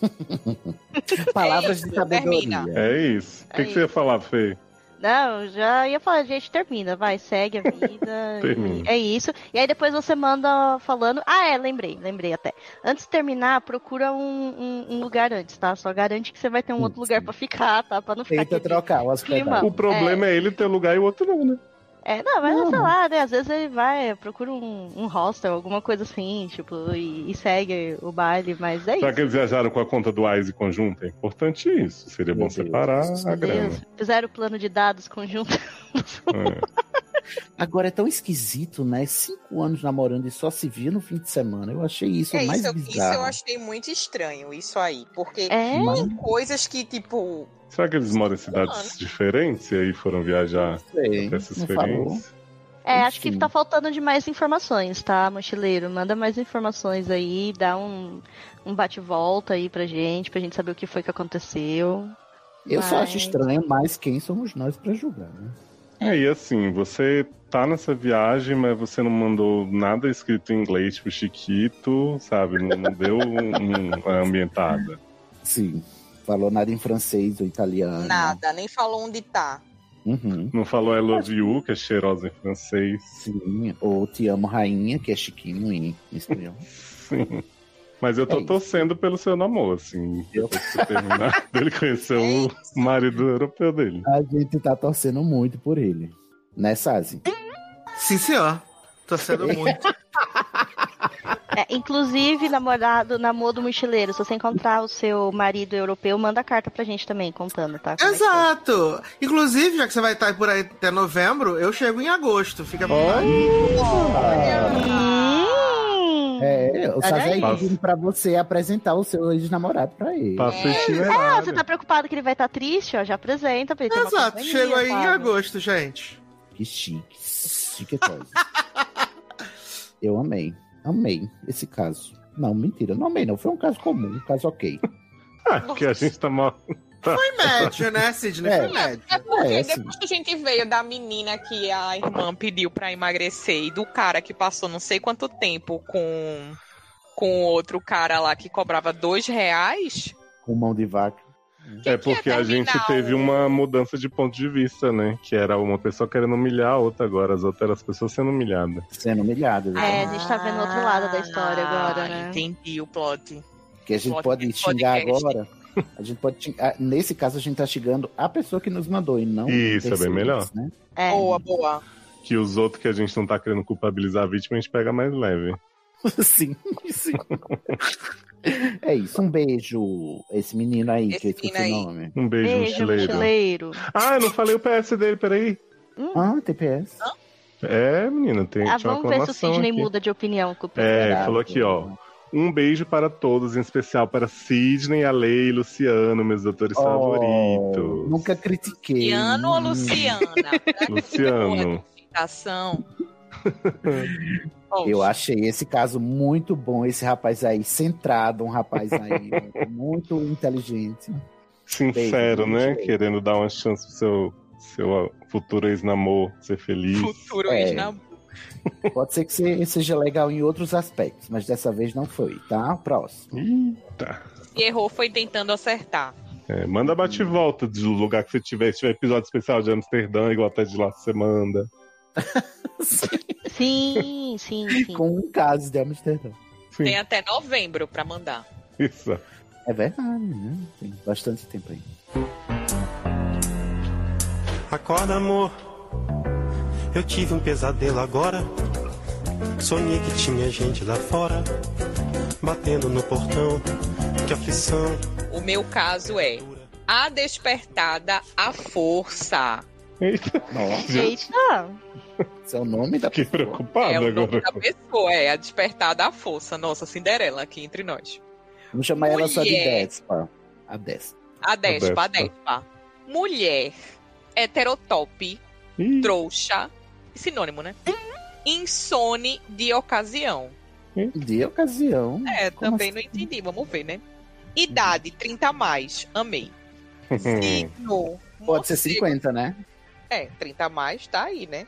Speaker 2: [LAUGHS] Palavras de
Speaker 4: isso,
Speaker 2: sabedoria.
Speaker 4: termina. Tá
Speaker 1: É isso. O que,
Speaker 6: É
Speaker 1: que você ia
Speaker 6: isso.
Speaker 1: falar, Fê?
Speaker 6: Não, eu já ia falar, gente, termina, vai, segue
Speaker 1: [LAUGHS]
Speaker 6: a vida.
Speaker 1: Termina.
Speaker 6: e é isso. E aí depois você manda falando. Ah, é, lembrei, lembrei até. Antes de terminar, procura um, um- um lugar antes, tá? Só garante que você vai ter um outro
Speaker 2: Sim.
Speaker 6: lugar pra ficar, tá? Pra não ficar.
Speaker 2: Tenta
Speaker 6: aquele-
Speaker 2: trocar o
Speaker 1: O
Speaker 2: hospedagem.
Speaker 1: problema é. ele ter lugar e o outro não, né?
Speaker 6: É, não, mas
Speaker 2: Não.
Speaker 6: sei lá, né? Às vezes ele vai, procura um, um hostel, alguma coisa assim, tipo, e, e segue o baile, mas é
Speaker 1: Já
Speaker 6: isso.
Speaker 1: que eles viajaram com a conta do Ice conjunta, é importante isso. Seria bom
Speaker 2: Meu Deus.
Speaker 1: separar a
Speaker 6: Meu Deus,
Speaker 1: é grana.
Speaker 6: Fizeram o plano de dados conjunto.
Speaker 1: É.
Speaker 2: Agora é tão esquisito, né? Cinco anos namorando e só se via no fim de semana. Eu achei isso
Speaker 4: É
Speaker 2: mais
Speaker 4: isso, isso
Speaker 2: bizarro.
Speaker 4: eu achei muito estranho, isso aí. Porque
Speaker 6: É,
Speaker 2: Mas-
Speaker 4: tem coisas que, tipo,
Speaker 1: Será que eles moram em cidades diferentes e aí foram viajar
Speaker 2: Sei,
Speaker 1: pra essa
Speaker 2: não falou.
Speaker 1: experiência?
Speaker 6: É, acho que
Speaker 2: Enfim.
Speaker 6: tá faltando de mais informações, tá, mochileiro? Manda mais informações aí, dá um, um bate-volta aí pra gente, pra gente saber o que foi que aconteceu.
Speaker 2: Eu só
Speaker 6: Mas-
Speaker 2: acho estranho, mas quem somos nós pra julgar, né?
Speaker 1: É, e assim, você tá nessa viagem, mas você não mandou nada escrito em inglês, tipo Chiquito, sabe? Não, não deu um, um- uma ambientada.
Speaker 2: Sim. Falou nada em francês ou italiano.
Speaker 4: nada, nem falou onde tá.
Speaker 2: Uhum.
Speaker 1: Não falou I love you, que é cheirosa em francês. [LAUGHS]
Speaker 2: Sim. Ou te amo rainha, que é chiquinho em espanhol.
Speaker 1: Sim. Mas eu
Speaker 2: É
Speaker 1: tô
Speaker 2: isso.
Speaker 1: torcendo pelo seu namoro, assim. Depois que você terminar, [LAUGHS] dele conhecer o marido europeu dele.
Speaker 2: A gente tá torcendo muito por ele. Né, Sazi?
Speaker 3: Sim, senhor. Torcendo muito.
Speaker 6: É, inclusive, namorado, namoro do mochileiro, se você encontrar o seu marido europeu, manda carta pra gente também, contando, tá? Como é que foi.
Speaker 3: Exato. Inclusive, já que você vai estar por aí até novembro, eu chego em agosto. Fica à vontade.
Speaker 6: Hum,
Speaker 2: É, o Sazi aí
Speaker 1: aí.
Speaker 2: pedindo pra você apresentar o seu ex-namorado pra ele.
Speaker 1: Passa o
Speaker 6: Ah,
Speaker 1: itinerário.
Speaker 6: você tá preocupado que ele vai estar triste? Ó, já apresenta pra ele ter uma
Speaker 3: Exato.
Speaker 6: companhia,
Speaker 3: Chego aí em
Speaker 6: sabe?
Speaker 3: agosto, gente.
Speaker 2: Que chique. Chique coisa. [LAUGHS] Eu amei. Amei esse caso. Não, mentira. Não amei, não. Foi um caso comum, um caso ok.
Speaker 1: Ah, Porque a gente tá mal.
Speaker 3: Foi médio, né, Sidney?
Speaker 2: É.
Speaker 3: Foi médio.
Speaker 4: É porque
Speaker 2: É,
Speaker 4: depois
Speaker 2: assim.
Speaker 4: que a gente veio da menina que a irmã pediu pra emagrecer e do cara que passou não sei quanto tempo com com outro cara lá que cobrava dois reais.
Speaker 2: Com mão de vaca.
Speaker 4: que
Speaker 1: É
Speaker 4: ia
Speaker 1: porque a gente
Speaker 4: terminar
Speaker 1: teve
Speaker 4: o-
Speaker 1: uma mudança de ponto de vista, né? Que era uma pessoa querendo humilhar a outra agora, as outras eram as pessoas sendo humilhadas.
Speaker 2: Sendo humilhado. né? viu?
Speaker 6: É, a gente tá vendo outro lado da história agora, né?
Speaker 4: Ah, Entendi o plot.
Speaker 2: Que a gente
Speaker 4: Pode-
Speaker 2: pode
Speaker 4: pode
Speaker 2: xingar
Speaker 4: cast.
Speaker 2: agora. A gente pode xingar- ah, Nesse caso, a gente tá xingando a pessoa que nos mandou e não.
Speaker 1: Isso, é bem
Speaker 2: terceiros,
Speaker 1: melhor.
Speaker 2: Né? [LAUGHS]
Speaker 6: É.
Speaker 4: Boa, boa.
Speaker 1: Que os outros que a gente não tá querendo culpabilizar a vítima, a gente pega mais leve.
Speaker 2: Sim, sim. É isso. Um beijo. Esse menino aí,
Speaker 4: Esse
Speaker 2: que eu esqueci
Speaker 4: menino
Speaker 2: o
Speaker 4: aí.
Speaker 2: nome.
Speaker 1: Um beijo,
Speaker 6: Beijo,
Speaker 1: mochileiro.
Speaker 6: mochileiro. Hum,
Speaker 1: Ah, eu não falei o PS dele, peraí.
Speaker 2: Ah, TPS.
Speaker 1: É, menina, tem,
Speaker 6: Ah,
Speaker 1: tinha uma
Speaker 6: vamos ver se o
Speaker 1: aclamação
Speaker 6: Sidney
Speaker 1: aqui.
Speaker 6: muda de opinião com o
Speaker 1: É,
Speaker 2: Caraca.
Speaker 1: falou aqui, ó. Um beijo para todos, em especial para Sidney, Ale e Luciano, meus
Speaker 2: Oh,
Speaker 1: doutores favoritos.
Speaker 2: Nunca critiquei.
Speaker 4: Luciano
Speaker 2: [LAUGHS]
Speaker 4: ou Luciana?
Speaker 1: Luciano.
Speaker 4: Ação.
Speaker 2: Eu achei esse caso muito bom, esse rapaz aí, centrado, um
Speaker 1: [LAUGHS]
Speaker 2: rapaz aí muito inteligente.
Speaker 1: Sincero,
Speaker 2: Beijo,
Speaker 1: né?
Speaker 2: beijo.
Speaker 1: Seu. Querendo dar uma chance pro seu, seu futuro ex-namor ser feliz.
Speaker 4: Futuro
Speaker 2: É.
Speaker 4: é. ex-namoro.
Speaker 2: Pode ser que se- seja legal em outros aspectos, mas dessa vez não foi, tá?
Speaker 4: [LAUGHS]
Speaker 2: Próximo.
Speaker 1: Ih,
Speaker 4: E errou foi tentando acertar.
Speaker 1: é, manda bate e volta do lugar que você tiver. Se tiver episódio especial de Amsterdã, igual até de lá você manda.
Speaker 6: Sim,
Speaker 4: [LAUGHS]
Speaker 6: sim, sim.
Speaker 2: Com um caso de Amsterdã.
Speaker 1: Sim,
Speaker 4: Tem até novembro pra mandar.
Speaker 1: isso.
Speaker 2: É verdade, né? Tem bastante tempo aí.
Speaker 10: Acorda, amor. Eu tive um pesadelo agora. Sonhei que tinha gente lá fora, batendo no portão. Que aflição.
Speaker 4: O meu caso é a despertada à força.
Speaker 1: Eita,
Speaker 2: Nossa,
Speaker 6: Eita!
Speaker 2: esse é o nome da
Speaker 1: fiquei
Speaker 2: pessoa.
Speaker 1: preocupado
Speaker 4: é o nome
Speaker 1: agora.
Speaker 4: da pessoa, é a despertada à força. Nossa, Cinderela aqui entre nós.
Speaker 2: Vamos chamar ela só de
Speaker 4: Mulher.
Speaker 2: Despa. A Despa.
Speaker 4: A despa,
Speaker 1: despa.
Speaker 4: a despa. Mulher, heterotop,
Speaker 1: Ih,
Speaker 4: trouxa, sinônimo, né? Insone de ocasião.
Speaker 2: De ocasião.
Speaker 4: É,
Speaker 2: Como
Speaker 4: também
Speaker 2: assim?
Speaker 4: não entendi, vamos ver, né? Idade, 30 a mais, amei.
Speaker 1: Hum.
Speaker 4: Signo,
Speaker 2: Pode ser
Speaker 4: morcego
Speaker 2: 50, né?
Speaker 4: É, 30 a mais, tá aí, né?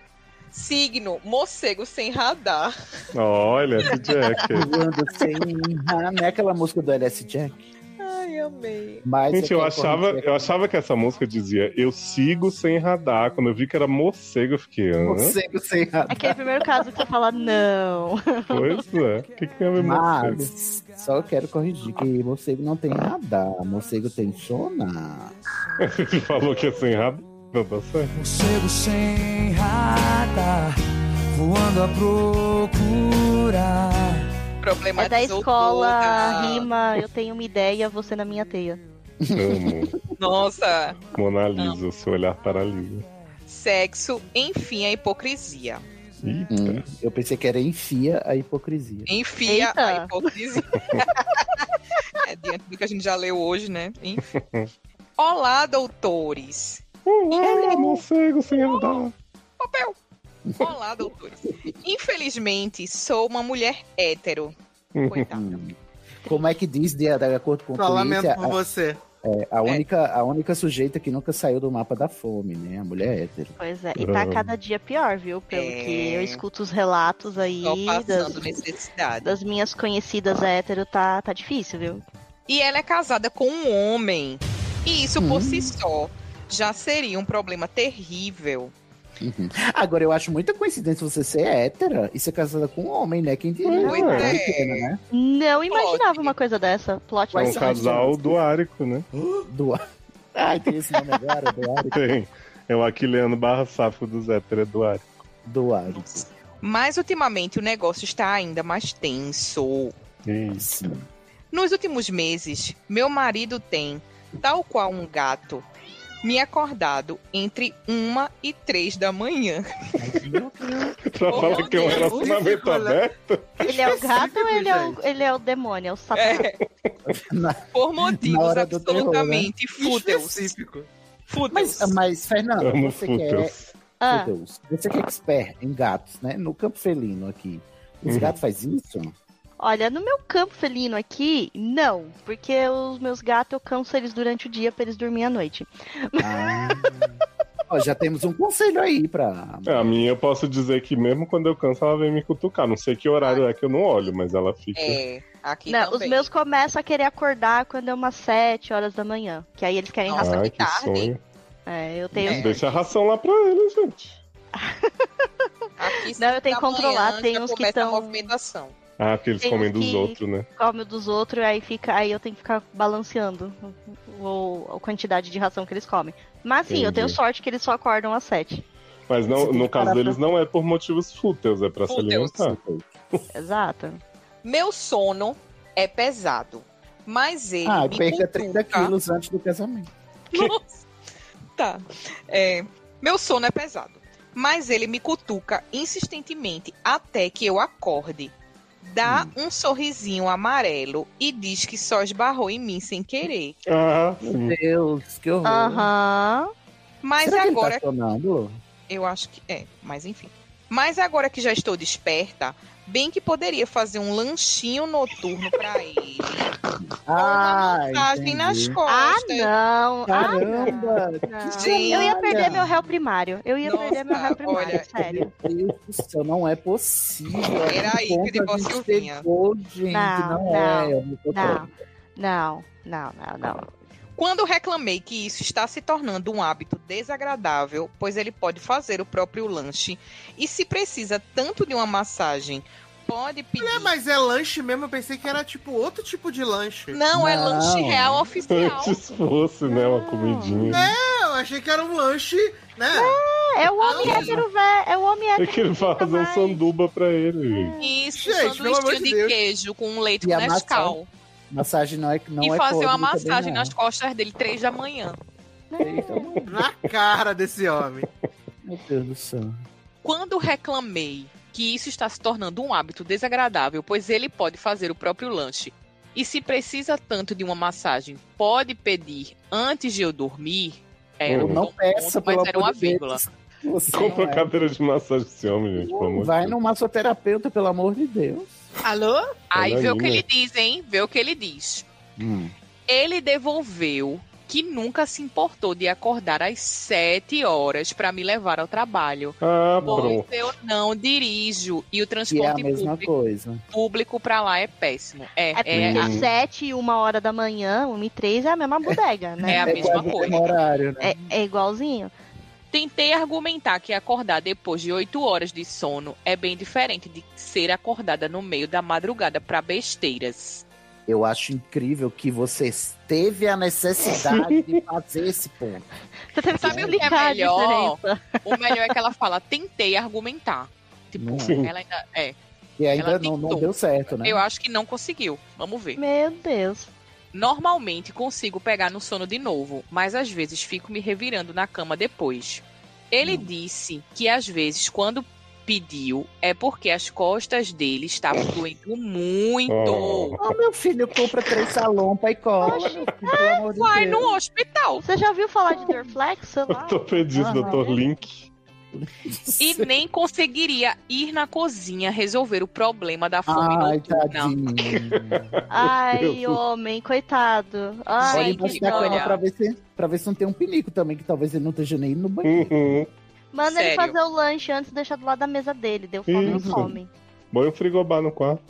Speaker 4: Signo, morcego sem radar.
Speaker 1: [LAUGHS] Olha, esse Jack.
Speaker 2: Voando sem... Ah, não é aquela música do LS Jack?
Speaker 4: Ai, amei.
Speaker 2: Mas
Speaker 1: Gente, eu
Speaker 2: quero
Speaker 1: achava,
Speaker 2: corrigir
Speaker 1: eu achava que essa música dizia Eu sigo sem radar. Quando eu vi que era morcego, eu fiquei. Hã?
Speaker 2: Morcego sem radar.
Speaker 6: Aquele primeiro caso que você
Speaker 4: [LAUGHS]
Speaker 6: fala, não.
Speaker 1: Pois é. O que, que tem a ver morcego? [LAUGHS]
Speaker 2: Mas só quero corrigir que morcego não tem radar, morcego tem sonar.
Speaker 1: Ele falou que é sem radar. Não tá certo.
Speaker 10: Morcego sem radar, voando à procura.
Speaker 6: É da
Speaker 4: Problematizou
Speaker 6: escola,
Speaker 4: toda.
Speaker 6: rima, eu tenho uma ideia, você na minha teia.
Speaker 1: Amo.
Speaker 4: Nossa,
Speaker 1: Mona Lisa, o seu olhar paralisa.
Speaker 4: sexo, enfim, a hipocrisia.
Speaker 1: Eita.
Speaker 2: Hum, eu pensei que era enfia a hipocrisia.
Speaker 4: Enfia
Speaker 6: Eita.
Speaker 4: a hipocrisia. [LAUGHS] é, diante do que a gente já leu hoje, né? Enfim. Olá, doutores.
Speaker 1: Olá, morcego sem radar.
Speaker 4: Papel. Olá, doutores. Infelizmente, sou uma mulher hétero. Coitada.
Speaker 2: Hum. Como é que diz, de, de acordo com é. o
Speaker 3: Só lamento
Speaker 2: Twitter,
Speaker 3: por você.
Speaker 2: a, a única, a única sujeita que nunca saiu do mapa da fome, né? A mulher hétero.
Speaker 6: Pois é, e tá
Speaker 1: Ah.
Speaker 6: cada dia pior, viu? Pelo
Speaker 4: É.
Speaker 6: que eu escuto os relatos aí
Speaker 4: Só
Speaker 6: das,
Speaker 4: passando necessidade.
Speaker 6: das minhas conhecidas hétero, tá, tá difícil, viu?
Speaker 4: e ela é casada com um
Speaker 6: Hum.
Speaker 4: homem. E isso por si só já seria um problema terrível.
Speaker 2: Uhum. Agora, eu acho muita coincidência você ser hétera e ser casada com um homem, né? Quem diria?
Speaker 4: Pois
Speaker 2: Não,
Speaker 4: é.
Speaker 2: pequena, né?
Speaker 6: Não imaginava uma coisa dessa. Plot
Speaker 1: É um
Speaker 2: Quais são as
Speaker 1: casal
Speaker 2: chances?
Speaker 1: do Árico, né?
Speaker 2: Do... [LAUGHS] Ai, tem esse nome agora, do Ari.
Speaker 1: Tem. É o Aquiliano barra Safo do Zéter, é do Árico. [LAUGHS]
Speaker 2: Do Ari.
Speaker 4: Mas ultimamente o negócio está ainda mais tenso.
Speaker 1: Isso.
Speaker 4: Nos últimos meses, meu marido tem, tal qual um gato, me acordado entre uma e três da manhã. [LAUGHS]
Speaker 1: Pra
Speaker 4: Oh,
Speaker 1: falar que é um
Speaker 4: Deus.
Speaker 1: relacionamento
Speaker 3: Olha.
Speaker 1: aberto,
Speaker 6: Ele é o gato ou ele é o, ele é o demônio? É o satanás?
Speaker 4: É, por motivos
Speaker 2: hora do terror,
Speaker 3: [LAUGHS]
Speaker 4: absolutamente fúteis.
Speaker 3: Específico.
Speaker 4: Fúteis.
Speaker 2: Mas, mas Fernanda,
Speaker 1: amo
Speaker 2: você quer...
Speaker 1: fúteis.
Speaker 6: Ah,
Speaker 2: Meu Deus. Você que é expert em gatos, né? No campo felino aqui. Os
Speaker 1: Uhum.
Speaker 2: gatos fazem isso?
Speaker 6: olha, no meu campo felino aqui, não. Porque os meus gatos, eu canso eles durante o dia pra eles dormirem à noite.
Speaker 2: Ah. Ó, já temos um conselho aí pra.
Speaker 1: A minha, eu posso dizer que mesmo quando eu canso, ela vem me cutucar. Não sei que horário é que eu não olho, mas ela fica.
Speaker 4: É, aqui
Speaker 6: Não, os
Speaker 4: também.
Speaker 6: meus começam a querer acordar quando é umas 7 horas da manhã. Que aí eles querem
Speaker 4: Nossa,
Speaker 6: ração.
Speaker 1: Ai,
Speaker 4: que
Speaker 1: "Ah, que
Speaker 4: tarde,
Speaker 1: sonho.
Speaker 6: É, eu tenho.
Speaker 4: É.
Speaker 1: Deixa a ração lá pra ele, gente.
Speaker 4: Aqui,
Speaker 6: Não, eu tenho que
Speaker 4: da
Speaker 6: controlar,
Speaker 4: manhã,
Speaker 6: tem
Speaker 4: já
Speaker 6: uns que
Speaker 4: começa
Speaker 6: tão-
Speaker 4: a movimentação.
Speaker 1: Ah, porque eles
Speaker 6: Tem
Speaker 1: comem
Speaker 6: uns
Speaker 1: dos
Speaker 6: que-
Speaker 1: outros, né?
Speaker 6: come o dos outros, aí fica, aí eu tenho que ficar balanceando o, a quantidade de ração que eles comem. Mas sim, eu
Speaker 1: Entendi.
Speaker 6: tenho sorte que eles só acordam às sete.
Speaker 1: Mas
Speaker 2: Você
Speaker 1: não,
Speaker 2: tem que
Speaker 1: no caso
Speaker 2: parar pra-
Speaker 1: deles, não é por motivos fúteis, é pra se
Speaker 4: Fúteis.
Speaker 1: alimentar.
Speaker 6: Exato.
Speaker 4: Meu sono é pesado, mas ele
Speaker 2: Ah,
Speaker 4: me
Speaker 2: perca 30
Speaker 4: cutuca.
Speaker 2: quilos antes do casamento.
Speaker 4: Nossa. Tá. É, meu sono é pesado, mas ele me cutuca insistentemente até que eu acorde. Dá
Speaker 2: Hum.
Speaker 4: um sorrisinho amarelo e diz que só esbarrou em mim sem querer.
Speaker 1: Ah, [LAUGHS] sim.
Speaker 2: Meu Deus, que horror.
Speaker 6: Aham.
Speaker 4: Mas
Speaker 2: Será que
Speaker 4: agora
Speaker 2: Ele tá sonâmbulo?
Speaker 4: Eu acho que é, mas enfim. Mas agora que já estou desperta, bem que poderia fazer um lanchinho noturno pra ele.
Speaker 2: Ah,
Speaker 4: Massagem
Speaker 2: entendi.
Speaker 4: nas
Speaker 6: Ah,
Speaker 4: costas.
Speaker 6: não. Ah,
Speaker 2: Caramba!
Speaker 6: não.
Speaker 4: Gente.
Speaker 6: Eu ia perder meu réu primário. Eu ia perder meu réu
Speaker 4: Nossa,
Speaker 6: primário,
Speaker 4: olha.
Speaker 6: sério.
Speaker 2: Meu Deus do céu, não é possível.
Speaker 4: Peraí,
Speaker 2: Que ponto
Speaker 4: que negócio
Speaker 2: a gente
Speaker 4: eu vinha.
Speaker 2: chegou, gente. Não,
Speaker 6: Não,
Speaker 2: é. eu não tô
Speaker 6: Não,
Speaker 2: crendo.
Speaker 6: não, não, não, não.
Speaker 4: Quando reclamei que isso está se tornando um hábito desagradável, pois ele pode fazer o próprio lanche e se precisa tanto de uma massagem, pode pedir.
Speaker 3: É, mas é lanche mesmo. Eu pensei que era tipo outro tipo de lanche.
Speaker 4: Não, é
Speaker 2: Não.
Speaker 4: lanche real oficial.
Speaker 1: Antes fosse, né? Uma comidinha.
Speaker 3: Não, eu achei que era um lanche, né?
Speaker 6: É o homem
Speaker 3: Ah.
Speaker 6: hétero, velho. É o homem
Speaker 1: É
Speaker 6: hétero.
Speaker 1: que ele vai fazer um
Speaker 6: mais.
Speaker 1: sanduba pra ele,
Speaker 2: É.
Speaker 1: gente.
Speaker 4: Isso,
Speaker 3: Gente, pelo amor
Speaker 4: sanduíche
Speaker 3: de
Speaker 4: de
Speaker 3: Deus.
Speaker 4: queijo com leite
Speaker 2: E
Speaker 4: com
Speaker 2: a maçã.
Speaker 4: Nescau.
Speaker 2: Massagem não é não
Speaker 4: e
Speaker 2: é
Speaker 4: fazer uma
Speaker 2: código também, né?
Speaker 4: massagem
Speaker 2: não.
Speaker 4: nas costas dele três da manhã.
Speaker 2: Então,
Speaker 3: Na cara desse homem.
Speaker 2: Meu Deus do céu.
Speaker 4: Quando reclamei que isso está se tornando um hábito desagradável, pois ele pode fazer o próprio lanche. E se precisa tanto de uma massagem, pode pedir antes de eu dormir. Era
Speaker 1: Ou
Speaker 4: um
Speaker 1: Eu
Speaker 2: Não
Speaker 4: bom
Speaker 2: peça,
Speaker 4: ponto,
Speaker 2: pelo
Speaker 4: mas era uma
Speaker 2: amor de Deus.
Speaker 4: vírgula.
Speaker 2: Você
Speaker 1: Compra
Speaker 2: não é.
Speaker 1: cadeira de massagem desse homem, gente. pelo amor de
Speaker 2: Vai
Speaker 1: Deus.
Speaker 2: num massoterapeuta, pelo amor de Deus.
Speaker 7: Alô?
Speaker 4: Aí
Speaker 1: Olha
Speaker 4: vê o que
Speaker 1: aí,
Speaker 4: ele diz, hein? Vê o que ele diz.
Speaker 2: Hum.
Speaker 4: Ele devolveu que nunca se importou de acordar às sete horas para me levar ao trabalho.
Speaker 1: Ah,
Speaker 4: Pois
Speaker 1: pronto.
Speaker 4: eu não dirijo
Speaker 2: Que
Speaker 4: e o
Speaker 2: é a
Speaker 4: transporte
Speaker 2: mesma
Speaker 4: público,
Speaker 2: coisa.
Speaker 4: público para lá é péssimo. É,
Speaker 6: É
Speaker 4: é,
Speaker 6: porque
Speaker 4: a-
Speaker 6: sete e uma hora da manhã, uma e três é a mesma bodega, né?
Speaker 4: É a
Speaker 2: é
Speaker 4: mesma
Speaker 2: quase o
Speaker 4: coisa.
Speaker 2: mesmo horário, né?
Speaker 6: É, é igualzinho.
Speaker 4: Tentei argumentar que acordar depois de 8 horas de sono é bem diferente de ser acordada no meio da madrugada pra besteiras.
Speaker 2: Eu acho incrível que você teve a necessidade
Speaker 4: [LAUGHS]
Speaker 2: de fazer esse ponto.
Speaker 6: Você teve que
Speaker 4: Sabe o que é
Speaker 6: explicar a
Speaker 4: melhor?
Speaker 6: diferença.
Speaker 4: O melhor é que ela fala, tentei argumentar. Tipo,
Speaker 1: Sim.
Speaker 4: ela ainda. É,
Speaker 2: E ainda
Speaker 4: Ela
Speaker 2: não, não
Speaker 4: tentou.
Speaker 2: deu certo, né?
Speaker 4: eu acho que não conseguiu. Vamos ver.
Speaker 6: Meu Deus.
Speaker 4: Normalmente consigo pegar no sono de novo, mas às vezes fico me revirando na cama depois. Ele disse que às vezes quando pediu é porque as costas dele estavam doendo muito.
Speaker 1: Oh.
Speaker 2: Ó, meu filho compra três salompa e cola, meu filho, pelo amor de
Speaker 4: Vai
Speaker 2: Deus.
Speaker 4: no hospital.
Speaker 6: Você já ouviu falar de Dorflex, sei lá?
Speaker 1: Ortopedista,
Speaker 2: Aham.
Speaker 1: Ah, doutor Link.
Speaker 4: e nem conseguiria ir na cozinha resolver o problema da fome
Speaker 2: Ai,
Speaker 4: noturna.
Speaker 2: tadinho.
Speaker 6: Ai,
Speaker 1: Deus.
Speaker 6: homem, coitado. Ai,
Speaker 2: Olha
Speaker 4: Gente,
Speaker 2: embaixo
Speaker 6: que
Speaker 2: da
Speaker 4: olha.
Speaker 2: cama
Speaker 6: dó.
Speaker 2: pra ver, se, pra ver se não tem um pinico também, que talvez ele não esteja nem no
Speaker 1: [LAUGHS]
Speaker 2: banheiro.
Speaker 1: Uhum.
Speaker 6: Manda
Speaker 4: Sério.
Speaker 6: ele fazer o lanche antes de deixar do lado da mesa dele. Deu fome, ele
Speaker 1: Isso.
Speaker 6: come.
Speaker 1: Põe um frigobar no quarto,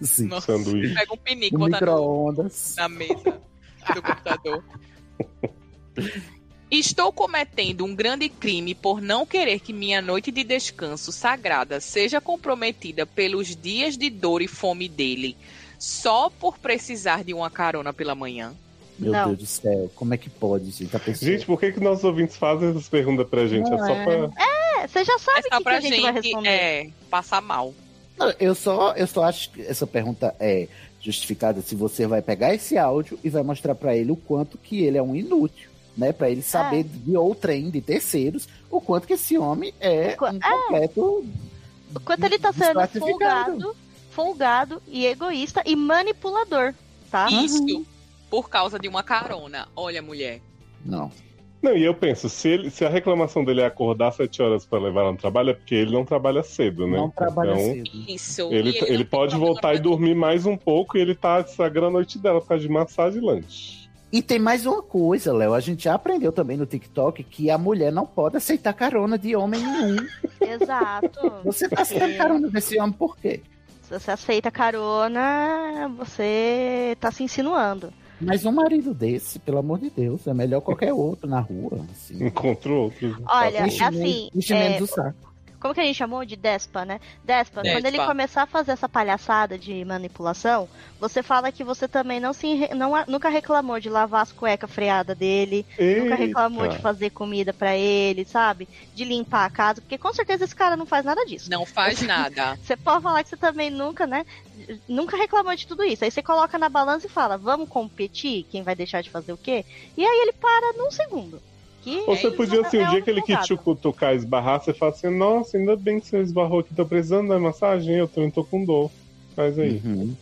Speaker 2: Sim.
Speaker 4: Nossa,
Speaker 1: sanduíche.
Speaker 4: pega um pinico
Speaker 2: Um
Speaker 4: botar no-
Speaker 2: micro-ondas. [LAUGHS]
Speaker 4: na mesa do computador. Estou cometendo um grande crime por não querer que minha noite de descanso sagrada seja comprometida pelos dias de dor e fome dele, só por precisar de uma carona pela manhã.
Speaker 2: Meu
Speaker 6: Não.
Speaker 2: Deus do céu, como é que pode, gente? A pessoa...
Speaker 1: Gente, por que, que nossos ouvintes fazem essas perguntas pra gente? É só pra.
Speaker 6: É, você já sabe
Speaker 4: É
Speaker 6: o que,
Speaker 4: só
Speaker 6: que
Speaker 4: pra
Speaker 6: a gente, vai
Speaker 4: gente
Speaker 6: responder.
Speaker 4: é, passar mal.
Speaker 2: Não, eu, só, eu só acho que essa pergunta é justificada se você vai pegar esse áudio e vai mostrar pra ele o quanto que ele é um inútil, né? Pra ele saber
Speaker 6: É.
Speaker 2: de outrem, de terceiros, o quanto que esse homem é
Speaker 6: O qua-
Speaker 2: um completo...
Speaker 6: O quanto ele tá sendo
Speaker 2: desclassificado.
Speaker 6: folgado, folgado e egoísta e manipulador, tá?
Speaker 4: Isso por causa de uma carona. Olha, mulher.
Speaker 2: Não.
Speaker 1: Não, e eu penso, se, ele- se a reclamação dele é acordar sete horas pra levar ela no trabalho, é porque ele não trabalha cedo, né?
Speaker 2: Não trabalha
Speaker 1: Então,
Speaker 2: cedo.
Speaker 4: Isso.
Speaker 1: Ele,
Speaker 4: E
Speaker 1: ele
Speaker 4: não tem
Speaker 1: pode
Speaker 4: problema
Speaker 1: voltar e
Speaker 4: pra-
Speaker 1: dormir mais um pouco e ele tá sagrando a noite dela por causa de massagem e lanche.
Speaker 2: E tem mais uma coisa, Léo. A gente já aprendeu também no TikTok que a mulher não pode aceitar carona de homem nenhum.
Speaker 6: [LAUGHS] Exato.
Speaker 2: Você tá aceitando
Speaker 6: É.
Speaker 2: carona desse homem por quê?
Speaker 6: Se você aceita carona, você tá se insinuando.
Speaker 2: Mas um marido desse, pelo amor de Deus, é melhor qualquer outro na rua. Assim.
Speaker 1: Encontro outro. né? Tá
Speaker 6: Olha,
Speaker 2: Enche
Speaker 6: é
Speaker 2: menos-
Speaker 6: assim,
Speaker 2: enche
Speaker 6: é,
Speaker 2: menos o saco.
Speaker 6: Como que a gente chamou de Despa, né? Despa,
Speaker 4: Despa.
Speaker 6: quando ele começar a fazer essa palhaçada de manipulação, você fala que você também não se enre- não, nunca reclamou de lavar as cuecas freadas dele, nunca reclamou de
Speaker 1: Eita.
Speaker 6: fazer comida pra ele, sabe? De limpar a casa, porque com certeza esse cara não faz nada disso.
Speaker 4: Não faz
Speaker 1: [LAUGHS]
Speaker 4: nada.
Speaker 6: Você pode falar que você também nunca, né? Nunca reclamou de tudo isso. Aí você coloca na balança e fala, vamos competir, quem vai deixar de fazer o quê? E aí ele para num segundo. Que
Speaker 1: Ou você
Speaker 6: isso
Speaker 1: podia, assim,
Speaker 6: é
Speaker 1: o
Speaker 6: um
Speaker 1: dia que ele quis te
Speaker 6: folgado.
Speaker 1: cutucar, esbarrar, você fala assim, nossa, ainda bem que você esbarrou aqui, tô precisando da massagem, eu também tô com dor. Faz aí.
Speaker 2: Uhum.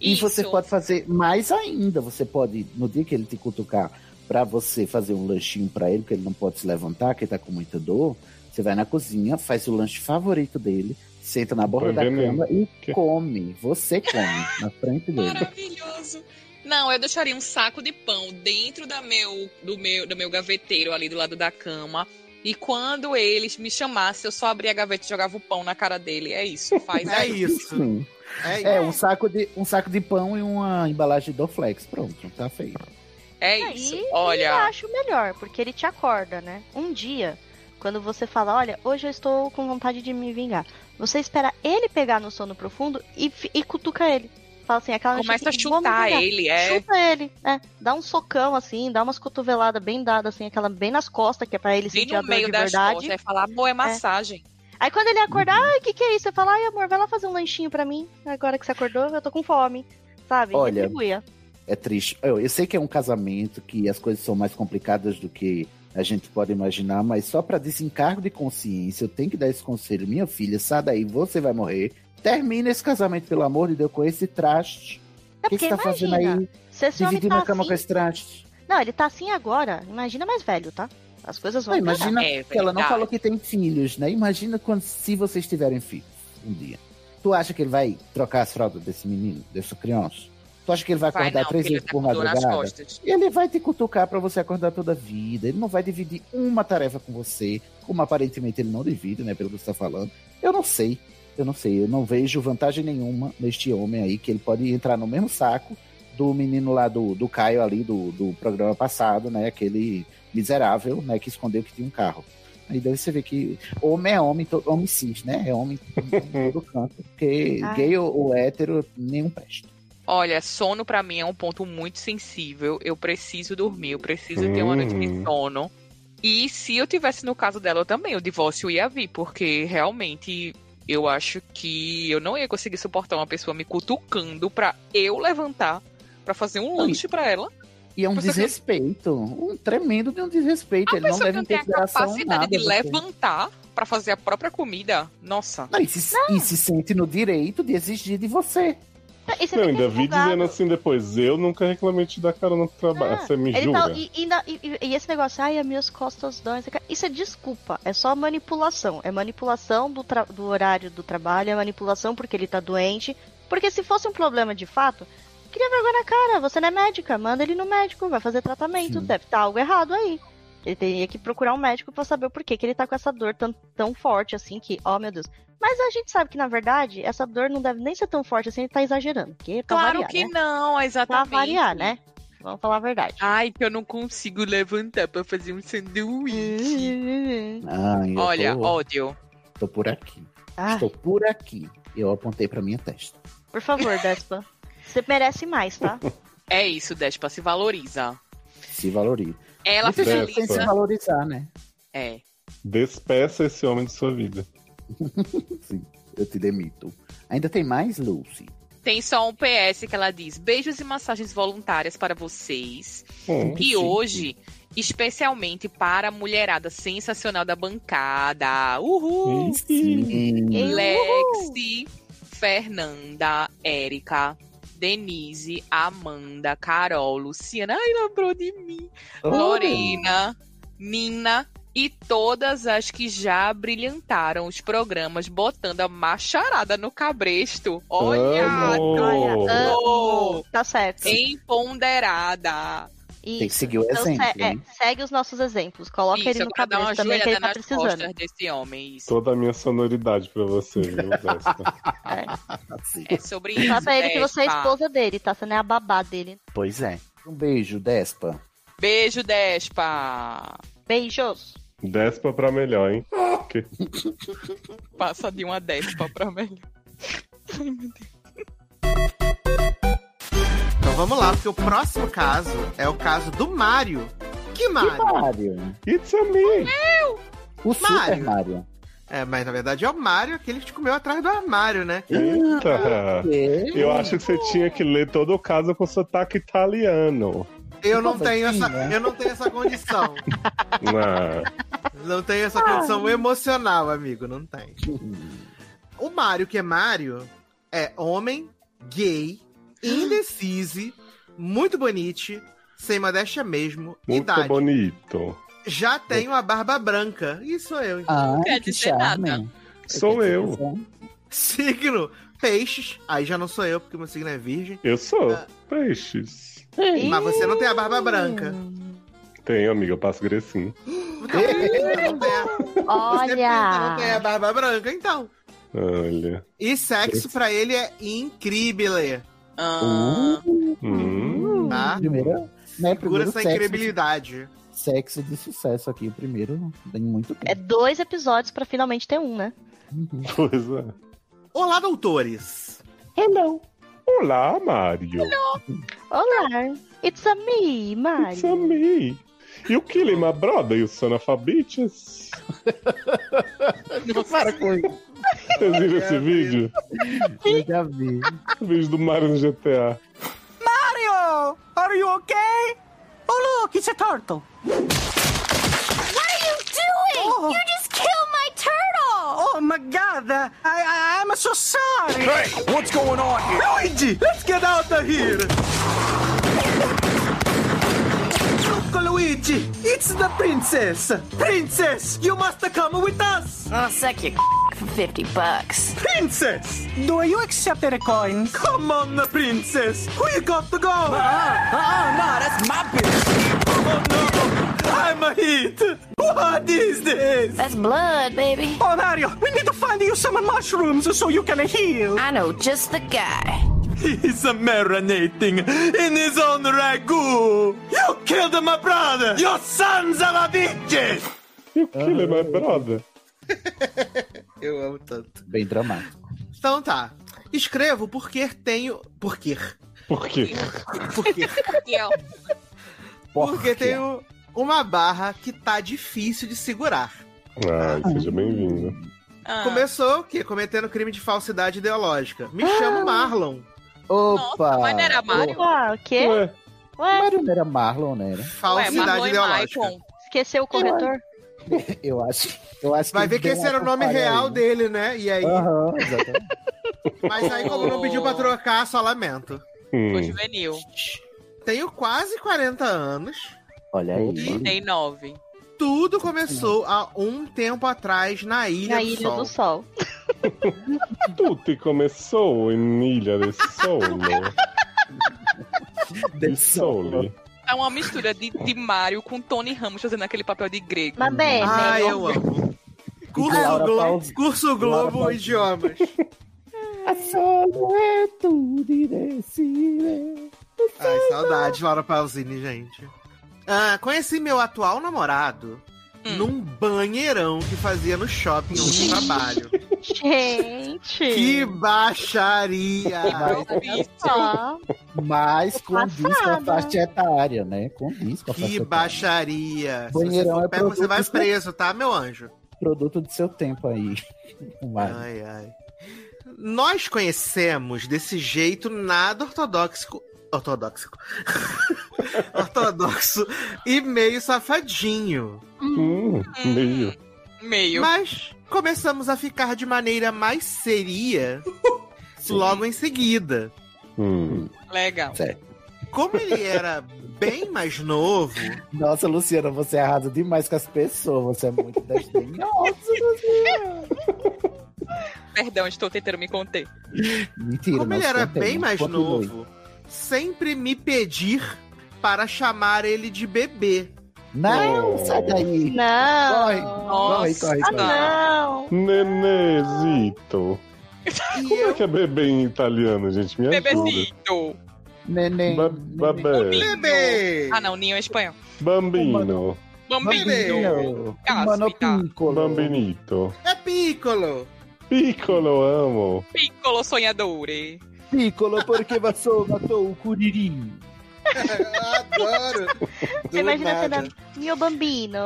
Speaker 2: E você
Speaker 4: Isso.
Speaker 2: pode fazer mais ainda. Você pode, no dia que ele te cutucar, pra você fazer um lanchinho pra ele, porque ele não pode se levantar, que ele tá com muita dor, você vai na cozinha, faz o lanche favorito dele, senta na borda
Speaker 1: Vai ver
Speaker 2: da
Speaker 1: mesmo.
Speaker 2: cama e
Speaker 1: Que-
Speaker 2: come. Você come na frente dele.
Speaker 4: Maravilhoso. Não, eu deixaria um saco de pão dentro da meu, do, meu, do meu gaveteiro ali do lado da cama. E quando eles me chamassem, eu só abria a gaveta e jogava o pão na cara dele. É isso, faz
Speaker 3: É
Speaker 4: aí.
Speaker 3: isso.
Speaker 2: Sim.
Speaker 3: É isso.
Speaker 2: É, um saco, de, um saco de pão e uma embalagem do Flex. Pronto, tá feio.
Speaker 4: É
Speaker 6: Aí,
Speaker 4: isso.
Speaker 6: Eu
Speaker 4: Olha,
Speaker 6: acho melhor, porque ele te acorda, né? Um dia, quando você fala, olha, hoje eu estou com vontade de me vingar. Você espera ele pegar no sono profundo e, fi- e cutuca ele. Fala assim, aquela
Speaker 4: começa a
Speaker 6: notícia, "Vou me
Speaker 4: chutar
Speaker 6: vingar."
Speaker 4: ele. É,
Speaker 6: Chuta ele, é. Dá um socão assim, dá umas cotoveladas bem dadas, assim, aquela bem nas costas, que é pra ele
Speaker 4: bem
Speaker 6: sentir a
Speaker 4: no
Speaker 6: dor de
Speaker 4: meio das
Speaker 6: verdade.
Speaker 4: costas. É falar, amor, é massagem.
Speaker 6: Aí quando ele acordar, ai, o que, que é isso? Você fala, ai amor, vai lá fazer um lanchinho pra mim. Agora que você acordou, eu tô com fome. Sabe?
Speaker 2: Olha,
Speaker 6: Retribua.
Speaker 2: É triste. Eu, eu sei que é um casamento, que as coisas são mais complicadas do que a gente pode imaginar, mas só para desencargo de consciência, eu tenho que dar esse conselho. Minha filha, sai daí, você vai morrer. Termina esse casamento, pelo amor de Deus, com esse traste.
Speaker 6: É
Speaker 2: O que
Speaker 6: porque
Speaker 2: você tá fazendo
Speaker 6: imagina,
Speaker 2: aí?
Speaker 6: Se esse homem
Speaker 2: Dividindo
Speaker 6: tá
Speaker 2: a cama
Speaker 6: assim,
Speaker 2: com esse traste?
Speaker 6: Não, ele tá assim agora. Imagina mais velho, tá? As coisas vão
Speaker 2: Não,
Speaker 6: piorar.
Speaker 2: imagina
Speaker 4: É
Speaker 2: que ela não
Speaker 4: verdade.
Speaker 2: falou que tem filhos, né? Imagina quando se vocês tiverem filhos um dia. Tu acha que ele vai trocar as fraldas desse menino, dessa criança? Tu acha que ele vai
Speaker 4: Vai
Speaker 2: acordar
Speaker 4: não,
Speaker 2: três
Speaker 4: porque ele
Speaker 2: vezes
Speaker 4: tá
Speaker 2: por
Speaker 4: com dor nas
Speaker 2: madrugada?
Speaker 4: costas.
Speaker 2: Ele vai te cutucar pra você acordar toda a vida. Ele não vai dividir uma tarefa com você, como aparentemente ele não divide, né? Pelo que você tá falando. Eu não sei. Eu não sei. Eu não vejo vantagem nenhuma neste homem aí, que ele pode entrar no mesmo saco do menino lá do, do Caio ali, do, do programa passado, né? Aquele miserável, né? Que escondeu que tinha um carro. Aí deve você ver que homem é homem, to- homem cis, né? É homem em todo canto. Porque
Speaker 6: Ai.
Speaker 2: gay ou, ou hétero, nenhum presta.
Speaker 4: Olha, sono pra mim é um ponto muito sensível. Eu preciso dormir, eu preciso ter uma noite de
Speaker 1: Uhum.
Speaker 4: sono. E se eu tivesse no caso dela também, o divórcio ia vir, porque realmente eu acho que eu não ia conseguir suportar uma pessoa me cutucando pra eu levantar pra fazer um
Speaker 2: Não, e-
Speaker 4: lanche pra ela.
Speaker 2: E é um
Speaker 4: Pessoa que-
Speaker 2: desrespeito, um tremendo de um desrespeito.
Speaker 4: A
Speaker 2: Ele não
Speaker 4: pessoa que
Speaker 2: leva
Speaker 4: não
Speaker 2: em
Speaker 4: tem a
Speaker 2: consideração
Speaker 4: capacidade
Speaker 2: nada.
Speaker 4: de um
Speaker 2: você-
Speaker 4: levantar pra fazer a própria comida. Nossa.
Speaker 2: Não, e, se, e se sente no direito de exigir de você.
Speaker 6: E você
Speaker 1: Não,
Speaker 6: tem
Speaker 1: ainda
Speaker 6: que ser
Speaker 1: vi
Speaker 6: folgado.
Speaker 1: dizendo assim depois, eu nunca reclamei de te dar carona pro trabalho.
Speaker 6: Ah,
Speaker 1: Você me
Speaker 6: Ele
Speaker 1: jura?
Speaker 6: tá, e, e ainda- e- e- e esse negócio, ai, as minhas costas dão. isso aqui- Isso é desculpa, é só manipulação. É manipulação do, tra- do horário do trabalho, é manipulação porque ele tá doente. Porque se fosse um problema de fato, queria vergonha na cara, você não é médica, manda ele no médico, vai fazer tratamento,
Speaker 2: Sim.
Speaker 6: deve estar algo errado aí. Ele teria que procurar um médico pra saber o porquê que ele tá com essa dor tão, tão forte assim que, oh meu Deus. Mas a gente sabe que, na verdade, essa dor não deve nem ser tão forte assim, ele tá exagerando. Porque pra
Speaker 4: Claro
Speaker 6: variar,
Speaker 4: que
Speaker 6: né?
Speaker 4: não,
Speaker 6: Pra
Speaker 4: exatamente.
Speaker 6: variar, né? Vamos falar a verdade.
Speaker 4: Ai, que eu não consigo levantar pra fazer um sanduíche.
Speaker 2: Ai, eu
Speaker 4: Olha,
Speaker 2: tô-
Speaker 4: ódio.
Speaker 2: Tô por aqui.
Speaker 6: Ah.
Speaker 2: Estou por aqui. Eu apontei pra minha testa.
Speaker 6: Por favor, Despa. Você merece
Speaker 2: [LAUGHS]
Speaker 6: mais, tá?
Speaker 4: É isso, Despa, se valoriza.
Speaker 2: Se valoriza.
Speaker 4: Ela
Speaker 2: é
Speaker 1: Despa.
Speaker 4: finaliza.
Speaker 1: Tem que se
Speaker 2: valorizar, né?
Speaker 4: É.
Speaker 1: Despeça esse homem de sua vida.
Speaker 2: Sim, eu te demito. Ainda tem mais, Lucy?
Speaker 4: Tem só um PS que ela diz: beijos e massagens voluntárias para vocês.
Speaker 2: Hum,
Speaker 4: e
Speaker 2: sim.
Speaker 4: hoje, especialmente para a mulherada sensacional da bancada. Uhul!
Speaker 2: Sim.
Speaker 4: Lexi, Fernanda, Érica, Denise, Amanda, Carol, Luciana. Ai, lembrou de mim.
Speaker 2: Oh.
Speaker 4: Lorena, Nina e todas as que já brilhantaram os programas botando a macharada no cabresto. Olha!
Speaker 1: Amo!
Speaker 4: Oh.
Speaker 6: Tá certo.
Speaker 4: Empoderada.
Speaker 2: Tem que seguir o
Speaker 6: Então,
Speaker 2: exemplo,
Speaker 6: se- é,
Speaker 2: né?
Speaker 6: segue os nossos exemplos. Coloca
Speaker 4: Isso,
Speaker 6: ele no
Speaker 4: agora dá uma
Speaker 6: cabelo também, que ele
Speaker 4: joelhada
Speaker 6: tá
Speaker 4: nas
Speaker 6: precisando.
Speaker 4: costas desse homem. Isso.
Speaker 1: Toda a minha sonoridade pra você, viu, Despa?
Speaker 2: Assim.
Speaker 4: É sobre isso.
Speaker 6: Fala pra ele que você é a
Speaker 4: Despa.
Speaker 6: esposa dele, tá? Você não é a babá dele.
Speaker 2: Pois é. Um beijo, Despa.
Speaker 4: Beijo, Despa.
Speaker 6: Beijos.
Speaker 1: Despa pra melhor, hein? Que-
Speaker 4: Passa de uma Despa pra melhor. Ai, meu Deus.
Speaker 3: Então vamos lá, porque o próximo caso é o caso do Mário. Que Mário?
Speaker 2: Mário.
Speaker 1: It's a me.
Speaker 2: O Super
Speaker 3: Mário.
Speaker 2: Mario.
Speaker 3: É, mas na verdade é o Mário, aquele que te comeu atrás do armário, né?
Speaker 1: Eita!
Speaker 2: Ok.
Speaker 1: Eu acho que você tinha que ler todo o caso com sotaque italiano.
Speaker 3: Eu não
Speaker 2: Como
Speaker 3: tenho
Speaker 2: assim,
Speaker 3: essa,
Speaker 2: né?
Speaker 3: eu não tenho essa condição.
Speaker 1: Ah,
Speaker 3: Não tem essa condição emocional, amigo. Não tem. O Mário, que é Mário, é homem, gay, indecise, muito bonite, sem modéstia mesmo,
Speaker 1: muito
Speaker 3: idade.
Speaker 1: bonito.
Speaker 3: Já tem uma barba branca. Isso sou eu.
Speaker 2: Ai,
Speaker 4: quer
Speaker 2: que
Speaker 4: dizer
Speaker 2: charme.
Speaker 4: nada.
Speaker 1: Sou
Speaker 2: quero
Speaker 1: eu.
Speaker 2: dizer-
Speaker 3: Signo, peixes. Aí já não sou eu, porque meu signo é virgem.
Speaker 1: Eu sou.
Speaker 3: Ah.
Speaker 1: Peixes.
Speaker 3: Mas você não tem a barba branca.
Speaker 1: Tenho, amiga, eu passo grecinho.
Speaker 3: Então, você não tem a- você não tem a
Speaker 6: Olha!
Speaker 3: barba branca, então.
Speaker 1: Olha.
Speaker 3: E sexo pra ele é incrível.
Speaker 4: Ah,
Speaker 1: Uh. Hum.
Speaker 3: Tá?
Speaker 2: Primeiro, né,
Speaker 3: Segura
Speaker 2: primeiro
Speaker 3: essa
Speaker 2: sexo,
Speaker 3: incredibilidade.
Speaker 2: sexo de sucesso aqui. O primeiro tem muito
Speaker 6: É
Speaker 2: tempo.
Speaker 6: dois episódios pra finalmente ter um, né?
Speaker 2: Uhum.
Speaker 1: Pois é.
Speaker 3: Olá, doutores!
Speaker 1: Hello. Olá, Mário.
Speaker 6: Olá! It's a me,
Speaker 1: It's a
Speaker 6: Mário.
Speaker 1: me. You killing my brother, you son of a
Speaker 2: [LAUGHS]
Speaker 1: bitches.
Speaker 2: Para com isso.
Speaker 1: Vocês viram esse
Speaker 3: Meu
Speaker 1: vídeo?
Speaker 2: Eu já vi.
Speaker 1: O vídeo do Mario no GTA.
Speaker 11: Mario! Are you okay? Oh, look, it's a turtle.
Speaker 5: What are you doing?
Speaker 11: Oh.
Speaker 5: You just killed my turtle!
Speaker 11: Oh my god, uh, I, I, I'm so sorry.
Speaker 12: Hey, what's going on here?
Speaker 3: Luigi, let's get out of here!
Speaker 11: Look, Luigi, it's the princess. Princess, you must come with us.
Speaker 5: I'll suck your for 50 bucks.
Speaker 11: Princess! Do you accept the coin? Come on, the princess. We got to go. Ah,
Speaker 5: Oh no, that's my business.
Speaker 11: oh no, I'm a hit. What is this?
Speaker 5: That's blood, baby.
Speaker 11: Oh, Mario, we need to find you some mushrooms so you can heal.
Speaker 5: I know just the guy.
Speaker 11: He's marinating in his own ragu. You killed my brother. Your sons of a bitches.
Speaker 1: You killing my brother.
Speaker 3: Eu amo tanto.
Speaker 2: Bem dramático.
Speaker 3: Então tá. Escrevo porque tenho. Por quê?
Speaker 1: Por quê?
Speaker 3: Por quê? Porque tenho uma barra que tá difícil de segurar.
Speaker 1: Ai, seja bem-vindo.
Speaker 4: ah.
Speaker 3: Começou o quê? Cometendo crime de falsidade ideológica. Me
Speaker 11: Ah.
Speaker 3: chamo Marlon.
Speaker 2: Opa!
Speaker 4: Nossa, mas não era Mário?
Speaker 6: Ué, o quê?
Speaker 1: Ué,
Speaker 6: Ué,
Speaker 2: Mário não era Marlon, né? era?
Speaker 4: Ué,
Speaker 3: Falsidade
Speaker 4: Marlon e
Speaker 3: ideológica.
Speaker 4: Maicon.
Speaker 6: esqueceu o corretor?
Speaker 2: Eu acho, eu acho
Speaker 3: Vai ver que
Speaker 2: deu
Speaker 3: esse
Speaker 2: uma
Speaker 3: era o nome
Speaker 2: atrapalhada
Speaker 3: real
Speaker 2: aí.
Speaker 3: dele, né? E aí.
Speaker 2: Aham, exatamente.
Speaker 3: Mas aí, como não pediu pra trocar, só lamento.
Speaker 4: Foi
Speaker 1: hum.
Speaker 4: juvenil.
Speaker 3: Tenho quase 40 anos.
Speaker 2: Olha aí.
Speaker 4: Tem nove.
Speaker 3: Tudo começou há um tempo atrás na Ilha,
Speaker 6: Na
Speaker 3: do,
Speaker 6: Ilha
Speaker 3: Sol.
Speaker 6: do Sol.
Speaker 1: Tutti começou em Ilha de Solo. De Sole.
Speaker 4: É uma mistura de, de Mário com Tony Ramos fazendo aquele papel de grego.
Speaker 6: Mas bem,
Speaker 3: Ah,
Speaker 6: né?
Speaker 3: eu amo. Curso
Speaker 2: Laura
Speaker 3: Globo,
Speaker 2: Paus-
Speaker 3: curso
Speaker 2: Laura
Speaker 3: Globo
Speaker 2: Paus-
Speaker 3: Idiomas.
Speaker 2: A solo é tudo e decide.
Speaker 3: Ai, saudade, Laura Pausini, gente. Ah, conheci meu atual namorado num banheirão que fazia no shopping onde trabalho.
Speaker 6: Gente.
Speaker 3: Que baixaria!
Speaker 6: Ó,
Speaker 2: Mas condiz com a
Speaker 6: Passada.
Speaker 2: faixa etária, né? Condiz com a faixa
Speaker 3: Que
Speaker 2: etária.
Speaker 3: baixaria!
Speaker 2: Banheirão
Speaker 3: Se você for
Speaker 2: é
Speaker 3: pego, você
Speaker 2: produto
Speaker 3: vai
Speaker 2: de-
Speaker 3: preso, tá, meu anjo?
Speaker 2: Produto do seu tempo aí. [LAUGHS] Vai.
Speaker 3: Ai, ai. Nós conhecemos desse jeito nada ortodoxo. Ortodoxo. [LAUGHS] ortodoxo e meio safadinho.
Speaker 1: Hum, meio.
Speaker 4: Meio.
Speaker 3: Mas começamos a ficar de maneira mais seria logo em seguida.
Speaker 1: Hum.
Speaker 4: Legal.
Speaker 3: Como ele era bem mais novo,
Speaker 2: Nossa, Luciana, você arrasa demais com as pessoas. Você é muito
Speaker 3: [LAUGHS]
Speaker 2: desdenhosa.
Speaker 4: Perdão, estou tentando me conter.
Speaker 2: Mentira,
Speaker 3: como
Speaker 2: não
Speaker 3: ele
Speaker 2: se
Speaker 3: era
Speaker 2: contém,
Speaker 3: bem mais
Speaker 2: continue.
Speaker 3: novo, sempre me pedir para chamar ele de bebê.
Speaker 2: Não, sai daí.
Speaker 6: Não.
Speaker 2: Corre, corre, corre,
Speaker 6: Ah,
Speaker 2: corre.
Speaker 6: não.
Speaker 1: Nenezito.
Speaker 3: E
Speaker 1: Como é
Speaker 3: eu,
Speaker 1: que é bebê em italiano, gente? Me ajuda.
Speaker 4: Bebezinho.
Speaker 2: Neném.
Speaker 1: Ba-
Speaker 4: Ninho.
Speaker 1: Babé.
Speaker 3: bebê!
Speaker 4: assim? Ah, não, ninho é espanhol.
Speaker 1: Bambino.
Speaker 4: Bambino.
Speaker 2: Bambino.
Speaker 4: Cáspita.
Speaker 2: Manopíncolo.
Speaker 1: Bambinito.
Speaker 3: É piccolo!
Speaker 1: Piccolo, amo.
Speaker 4: Piccolo sonhadore.
Speaker 2: Piccolo, porque você [LAUGHS] matou o Curiri.
Speaker 3: Adoro!
Speaker 6: Você imagina a cena. Mio bambino.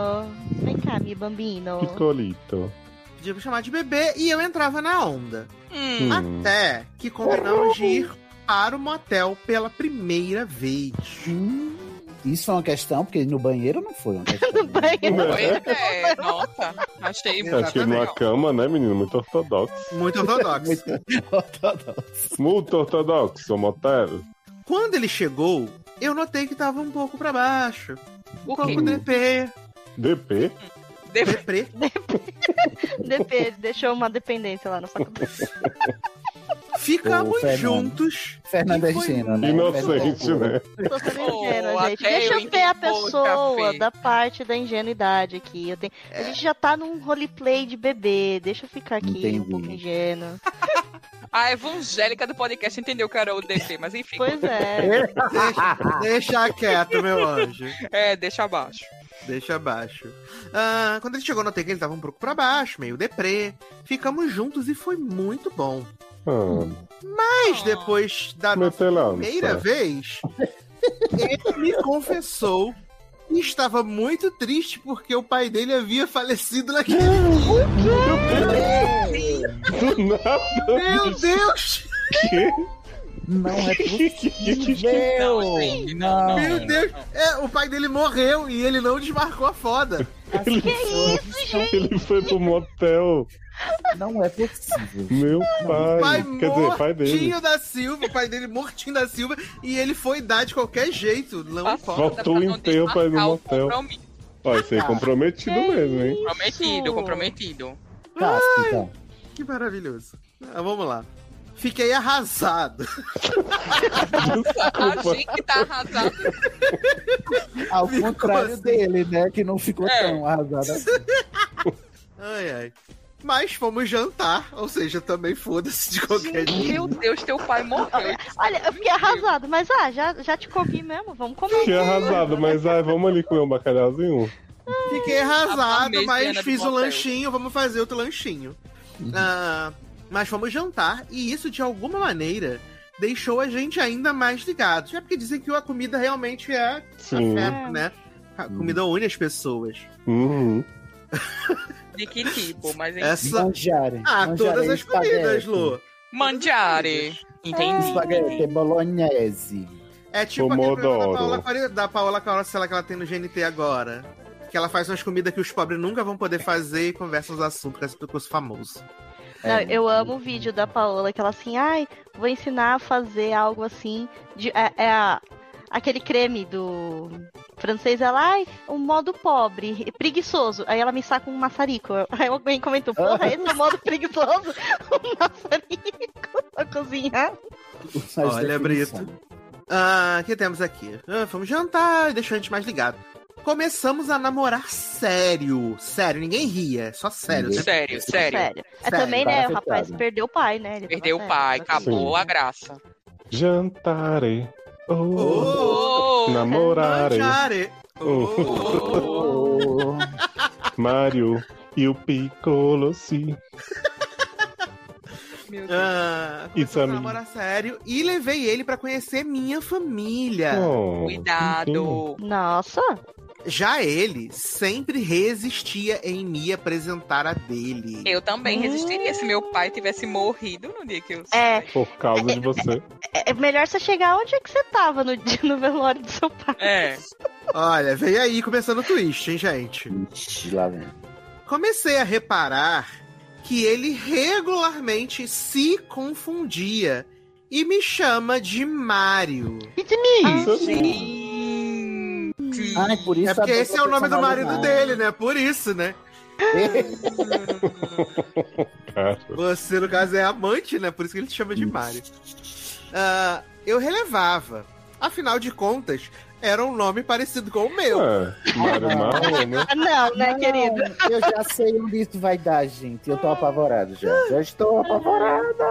Speaker 6: Vem cá, meu bambino.
Speaker 1: Piccolito.
Speaker 3: Podia me chamar de bebê e eu entrava na onda.
Speaker 4: Hum.
Speaker 1: Hum.
Speaker 3: Até que combinamos de ir para o motel pela primeira vez.
Speaker 2: Hum, Isso é uma questão, porque no banheiro não foi uma questão. né?
Speaker 6: No [LAUGHS] banheiro.
Speaker 4: Pois é, nossa, achei muito
Speaker 1: Acho que numa
Speaker 4: legal.
Speaker 1: cama, né, menino? Muito ortodoxo.
Speaker 2: [LAUGHS]
Speaker 3: Muito [LAUGHS] ortodoxo.
Speaker 1: Muito ortodoxo, motel.
Speaker 3: Quando ele chegou, eu notei que tava um pouco pra baixo. Um
Speaker 4: O
Speaker 3: pouco
Speaker 1: quê?
Speaker 3: deprê.
Speaker 1: DP.
Speaker 4: De-
Speaker 3: Deprê.
Speaker 6: DP, deixou uma dependência lá no saco dele.
Speaker 3: Ficamos
Speaker 2: Ô, Fernando.
Speaker 3: juntos.
Speaker 2: Fernanda
Speaker 3: E foi
Speaker 2: Gina, né?
Speaker 1: Inocente, né?
Speaker 6: Tô
Speaker 4: [LAUGHS]
Speaker 6: sendo
Speaker 4: Oh,
Speaker 6: ingênua,
Speaker 4: até
Speaker 6: gente. Deixa
Speaker 4: eu
Speaker 6: eu ver a
Speaker 4: entendi, pô,
Speaker 6: pessoa
Speaker 4: café.
Speaker 6: da parte da ingenuidade aqui. Eu tenho... A gente já tá num roleplay de bebê. Deixa eu ficar aqui um
Speaker 2: Entendi.
Speaker 6: pouco ingênua.
Speaker 4: A evangélica do podcast entendeu que era o DP, mas enfim.
Speaker 6: Pois é.
Speaker 3: Deixa, deixa quieto, meu anjo.
Speaker 4: É, deixa abaixo.
Speaker 3: Deixa abaixo. Ah, quando ele chegou, eu notei que ele tava um pouco pra baixo, meio deprê. Ficamos juntos e foi muito bom.
Speaker 1: Ah,
Speaker 3: Mas depois da nossa
Speaker 1: metelança.
Speaker 3: primeira vez, ele me confessou que estava muito triste porque o pai dele havia falecido naquele
Speaker 1: Do [LAUGHS] nada.
Speaker 3: Meu Deus!
Speaker 2: Não
Speaker 1: [LAUGHS]
Speaker 2: é possível.
Speaker 4: Não, gente, não, não.
Speaker 3: Meu Deus! É, o pai dele morreu e ele não desmarcou a foda.
Speaker 2: Assim,
Speaker 6: Que isso, gente?
Speaker 1: Ele foi pro motel.
Speaker 2: Não é possível.
Speaker 1: Meu pai.
Speaker 3: Pai
Speaker 1: Quer dizer, pai dele.
Speaker 3: Mortinho da Silva, o pai dele Mortinho da Silva, e ele foi dar de qualquer jeito. Não
Speaker 4: Passou,
Speaker 3: importa.
Speaker 1: Faltou
Speaker 4: pra
Speaker 1: o
Speaker 4: não
Speaker 1: enterro pra ir no
Speaker 4: desmarcar o
Speaker 1: motel.
Speaker 4: compromisso.
Speaker 1: Ó, isso aí é comprometido mesmo, hein?
Speaker 4: Comprometido, comprometido.
Speaker 2: Cáspita.
Speaker 3: Que maravilhoso. Ah, vamos lá. Fiquei arrasado.
Speaker 4: A gente tá arrasado.
Speaker 2: Ao
Speaker 3: Ficou
Speaker 2: contrário
Speaker 3: assim.
Speaker 2: dele, né? Que não ficou
Speaker 4: É.
Speaker 2: tão arrasada. assim.
Speaker 3: Ai, ai. Mas fomos jantar, ou seja, também foda-se de qualquer jeito.
Speaker 4: Meu Deus, teu pai morreu.
Speaker 6: Olha, eu fiquei arrasado, mas ah, já, já te comi mesmo. Vamos comer.
Speaker 1: Tinha arrasado, mas ai, vamos ali comer um bacalhauzinho.
Speaker 3: Fiquei
Speaker 4: Tava
Speaker 3: arrasado,
Speaker 4: mesmo,
Speaker 3: mas
Speaker 4: Ana, do
Speaker 3: fiz o
Speaker 4: motel.
Speaker 3: lanchinho, vamos fazer outro lanchinho.
Speaker 1: Uhum.
Speaker 3: Ah, mas fomos jantar, e isso, de alguma maneira, deixou a gente ainda mais ligados. É porque dizem que a comida realmente é a
Speaker 1: Sim.
Speaker 3: fé, né? A comida une as pessoas.
Speaker 1: Uhum.
Speaker 4: De que tipo? Mas enfim.
Speaker 3: Essa...
Speaker 2: Mangiare.
Speaker 3: Ah,
Speaker 2: mangiare
Speaker 3: todas as
Speaker 1: tá
Speaker 2: espaguete,
Speaker 3: comidas, Lu.
Speaker 4: Mangiare. Entendi.
Speaker 2: Espaguete bolognese.
Speaker 3: É tipo aquele
Speaker 1: Pomodoro.
Speaker 3: programa da Paola, Quare- da Paola Carosella que ela tem no GNT agora. Que ela faz umas comidas que os pobres nunca vão poder fazer e conversa os assuntos com os famosos. É
Speaker 6: Não,
Speaker 2: É,
Speaker 6: eu amo o vídeo da Paola, que ela assim, ai, vou ensinar a fazer algo assim. de- é, é a- aquele creme do francês, ela, ai, um modo pobre, preguiçoso. Aí ela me saca um maçarico. Aí alguém comentou, porra, esse é o modo preguiçoso, [LAUGHS] um maçarico pra cozinhar.
Speaker 2: [LAUGHS] As
Speaker 3: Olha,
Speaker 2: definições.
Speaker 3: Ah, o que temos aqui? Ah, fomos jantar e deixou a gente mais ligado. Começamos a namorar sério. Sério, ninguém ria, é só sério. né?
Speaker 2: Ninguém.
Speaker 4: Sério, sério.
Speaker 6: É
Speaker 3: Sério,
Speaker 6: também, né, o
Speaker 2: tá
Speaker 6: rapaz
Speaker 2: afetado.
Speaker 6: perdeu o pai, né? ele tava
Speaker 4: Perdeu o
Speaker 6: sério,
Speaker 4: pai,
Speaker 6: tava
Speaker 4: acabou
Speaker 1: Sim.
Speaker 4: a graça.
Speaker 1: Jantare. Oh,
Speaker 3: Oh.
Speaker 1: namorare.
Speaker 3: Mangiare. Oh.
Speaker 4: [LAUGHS]
Speaker 1: Oh. Mario e o Piccolo sim.
Speaker 3: Ah,
Speaker 1: Isso, é
Speaker 3: começou a
Speaker 1: amigo.
Speaker 3: namorar sério e levei ele pra conhecer minha família.
Speaker 1: Oh, Cuidado.
Speaker 3: Nossa. Já ele sempre resistia em me apresentar a dele.
Speaker 4: Eu também resistiria se meu pai tivesse morrido no dia que eu
Speaker 6: É,
Speaker 1: Por causa de você.
Speaker 6: é é melhor você chegar onde é que você tava no, dia- no velório do seu pai.
Speaker 4: É.
Speaker 3: Olha, veio aí começando o twist, hein, gente?
Speaker 2: lá vem.
Speaker 3: Comecei a reparar que ele regularmente se confundia e me chama de Mario.
Speaker 6: It's me!
Speaker 2: Ai, Ah, por isso
Speaker 3: é porque
Speaker 2: a
Speaker 3: esse é o nome do
Speaker 2: personalidade. [LAUGHS]
Speaker 3: marido dele, né? Por isso, né?
Speaker 1: É.
Speaker 3: Você, no caso, é amante, né? Por isso que ele te chama de Mario. Ah, eu relevava. Afinal de contas, era um nome parecido com o
Speaker 1: É.
Speaker 3: meu.
Speaker 1: Mario Marlon, né?
Speaker 6: Ah, Não,
Speaker 2: né, querido? Eu já sei onde isso vai dar, gente. Eu tô apavorado já. Já estou apavorada.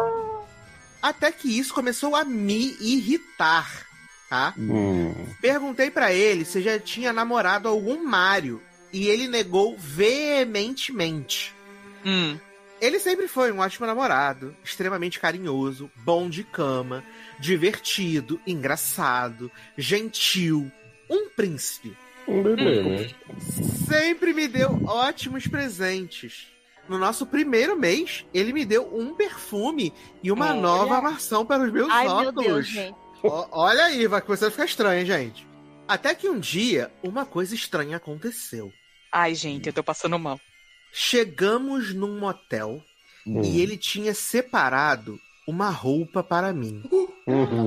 Speaker 3: Até que isso começou a me irritar, tá?
Speaker 1: Hum.
Speaker 3: Perguntei pra ele se já tinha namorado algum Mario e ele negou veementemente.
Speaker 4: Hum.
Speaker 3: Ele sempre foi um ótimo namorado, extremamente carinhoso, bom de cama, divertido, engraçado, gentil, um príncipe.
Speaker 1: Um bebê, né?
Speaker 3: Sempre me deu ótimos presentes. No nosso primeiro mês, ele me deu um perfume e uma
Speaker 6: Olha.
Speaker 3: nova armação para os meus
Speaker 6: Ai, meu
Speaker 3: óculos.
Speaker 6: Deus, gente.
Speaker 3: Ó- olha aí, vai começar a ficar estranho, hein, gente. Até que um dia, uma coisa estranha aconteceu.
Speaker 4: Ai, gente, eu tô passando mal.
Speaker 3: Chegamos num motel
Speaker 4: Hum.
Speaker 3: e ele tinha separado uma roupa para mim.
Speaker 1: Uhum.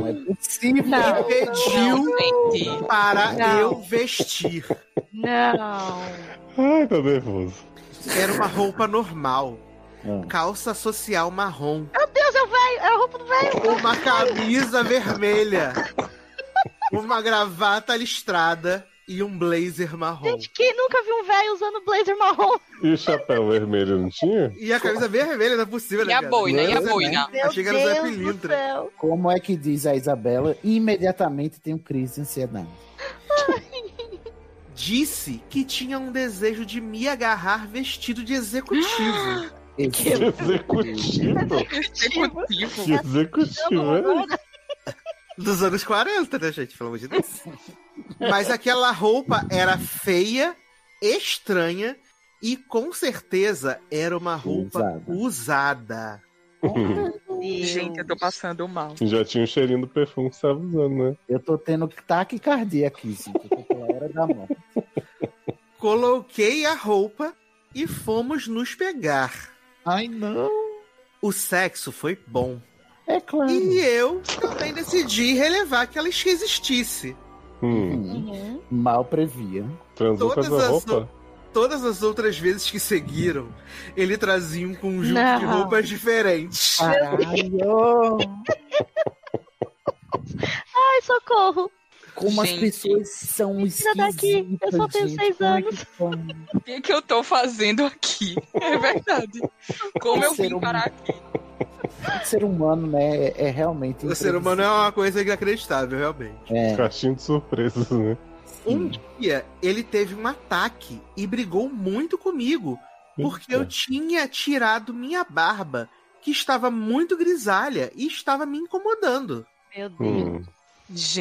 Speaker 2: Não é possível.
Speaker 3: E pediu
Speaker 4: gente.
Speaker 3: para
Speaker 2: Não.
Speaker 3: eu vestir.
Speaker 6: Não.
Speaker 1: Ai, tô nervoso.
Speaker 3: Era uma roupa normal. Calça social marrom.
Speaker 6: Meu Deus, eu velho! É a roupa do velho!
Speaker 3: Uma camisa vermelha. Uma gravata listrada e um blazer marrom.
Speaker 6: Quem nunca viu um velho usando blazer marrom?
Speaker 1: E o chapéu vermelho não tinha?
Speaker 3: E a camisa vermelha, não é possível,
Speaker 6: E
Speaker 3: né?
Speaker 6: a
Speaker 3: cara?
Speaker 6: boina, e a
Speaker 3: Zé-
Speaker 6: boina? Meu
Speaker 3: Achei que era o Zé
Speaker 6: Deus do
Speaker 3: Pilintra.
Speaker 2: Como é que diz a Isabela? Imediatamente tenho crise de ansiedade.
Speaker 3: Disse que tinha um desejo de me agarrar vestido de executivo.
Speaker 6: [LAUGHS]
Speaker 1: Executivo? Que executivo é isso?
Speaker 3: [GASPS] Dos anos 40, né, gente? Pelo amor de Deus. [LAUGHS] Mas aquela roupa era feia, estranha e com certeza era uma roupa usada.
Speaker 4: Gente, eu tô passando mal.
Speaker 1: Hum. Já tinha o cheirinho do perfume que você tava usando, né?
Speaker 2: Eu tô tendo taquicardia aqui, gente. Eu tô pela hora da morte.
Speaker 3: Coloquei a roupa e fomos nos pegar.
Speaker 2: Ai, não.
Speaker 3: O sexo foi bom.
Speaker 2: É claro.
Speaker 3: E eu também decidi relevar que ela existisse.
Speaker 6: Uhum.
Speaker 2: Hum. Mal previa.
Speaker 1: Transou
Speaker 3: Todas com essa as- roupa? Todas as outras vezes que seguiram, ele trazia um conjunto
Speaker 2: Não.
Speaker 3: de roupas diferentes.
Speaker 2: Caralho!
Speaker 6: Ai, socorro!
Speaker 2: Como
Speaker 4: Gente.
Speaker 2: as pessoas são
Speaker 6: Tira daqui, tá eu só tenho
Speaker 2: gente.
Speaker 6: seis
Speaker 2: Como é que
Speaker 6: anos.
Speaker 2: pode?
Speaker 4: O
Speaker 13: é
Speaker 4: que, que eu tô fazendo
Speaker 13: [LAUGHS]
Speaker 4: aqui? É verdade. Como eu
Speaker 2: um
Speaker 4: vim parar aqui?
Speaker 2: O ser humano, né, é é realmente... É.
Speaker 3: O ser humano é uma coisa inacreditável, realmente.
Speaker 1: Caixinha de surpresas, né?
Speaker 3: Um dia, ele teve um ataque e brigou muito comigo, porque eu tinha tirado minha barba, que estava muito grisalha e estava me incomodando.
Speaker 6: Meu Deus.
Speaker 1: Hum.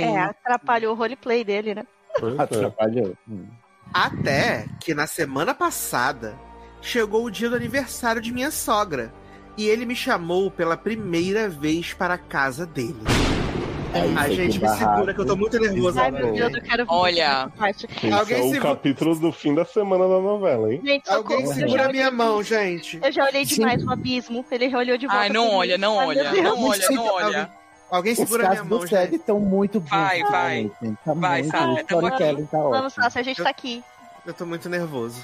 Speaker 6: É, atrapalhou o roleplay dele, né?
Speaker 2: [LAUGHS] Ah,
Speaker 1: é.
Speaker 2: Atrapalhou.
Speaker 3: Até que na semana passada chegou o dia do aniversário de minha sogra. E ele me chamou pela primeira vez para a casa dele.
Speaker 2: Aí
Speaker 3: Ai,
Speaker 2: foi
Speaker 3: gente,
Speaker 2: pro
Speaker 3: me segura
Speaker 2: barraco.
Speaker 3: que eu tô muito nervoso
Speaker 1: Ai,
Speaker 3: agora.
Speaker 1: meu Deus,
Speaker 3: gente.
Speaker 6: Eu quero ver
Speaker 4: Olha.
Speaker 6: essa parte.
Speaker 1: Esse
Speaker 3: Alguém
Speaker 1: é o
Speaker 3: se-
Speaker 1: capítulo do fim da semana da novela, hein?
Speaker 6: Gente, socorro.
Speaker 3: Alguém
Speaker 6: eu já
Speaker 3: segura a
Speaker 6: olhei-
Speaker 3: minha mão, gente.
Speaker 6: Eu já olhei demais o abismo. Ele olhou de volta.
Speaker 4: Ai, não
Speaker 6: pra mim.
Speaker 4: olha, não
Speaker 6: Ai,
Speaker 4: olha,
Speaker 6: meu Deus.
Speaker 4: não olha, não olha.
Speaker 3: Alguém
Speaker 2: Os
Speaker 3: segura a minha
Speaker 2: casos
Speaker 3: mão,
Speaker 2: do
Speaker 3: gente.
Speaker 2: Sally estão muito bons.
Speaker 4: Vai,
Speaker 2: né,
Speaker 4: vai.
Speaker 2: gente? Tá
Speaker 4: Vai,
Speaker 2: muito,
Speaker 4: Sally,
Speaker 2: o storytelling tá ótimo.
Speaker 6: Vamos lá, se a gente tá aqui.
Speaker 3: Eu tô muito nervoso.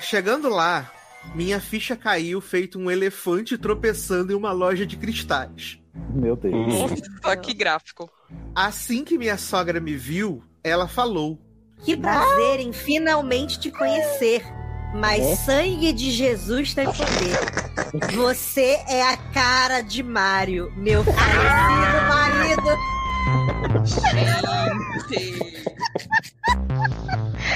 Speaker 3: Chegando lá, minha ficha caiu feito um elefante tropeçando em uma loja de cristais.
Speaker 2: Meu
Speaker 1: Hum,
Speaker 2: Deus.
Speaker 4: Nossa, que gráfico.
Speaker 3: Assim que minha sogra me viu, ela falou.
Speaker 14: Que prazer em finalmente te conhecer. Mas
Speaker 3: É?
Speaker 14: sangue de Jesus tem [LAUGHS] poder. Você é a cara de Mário, meu falecido marido.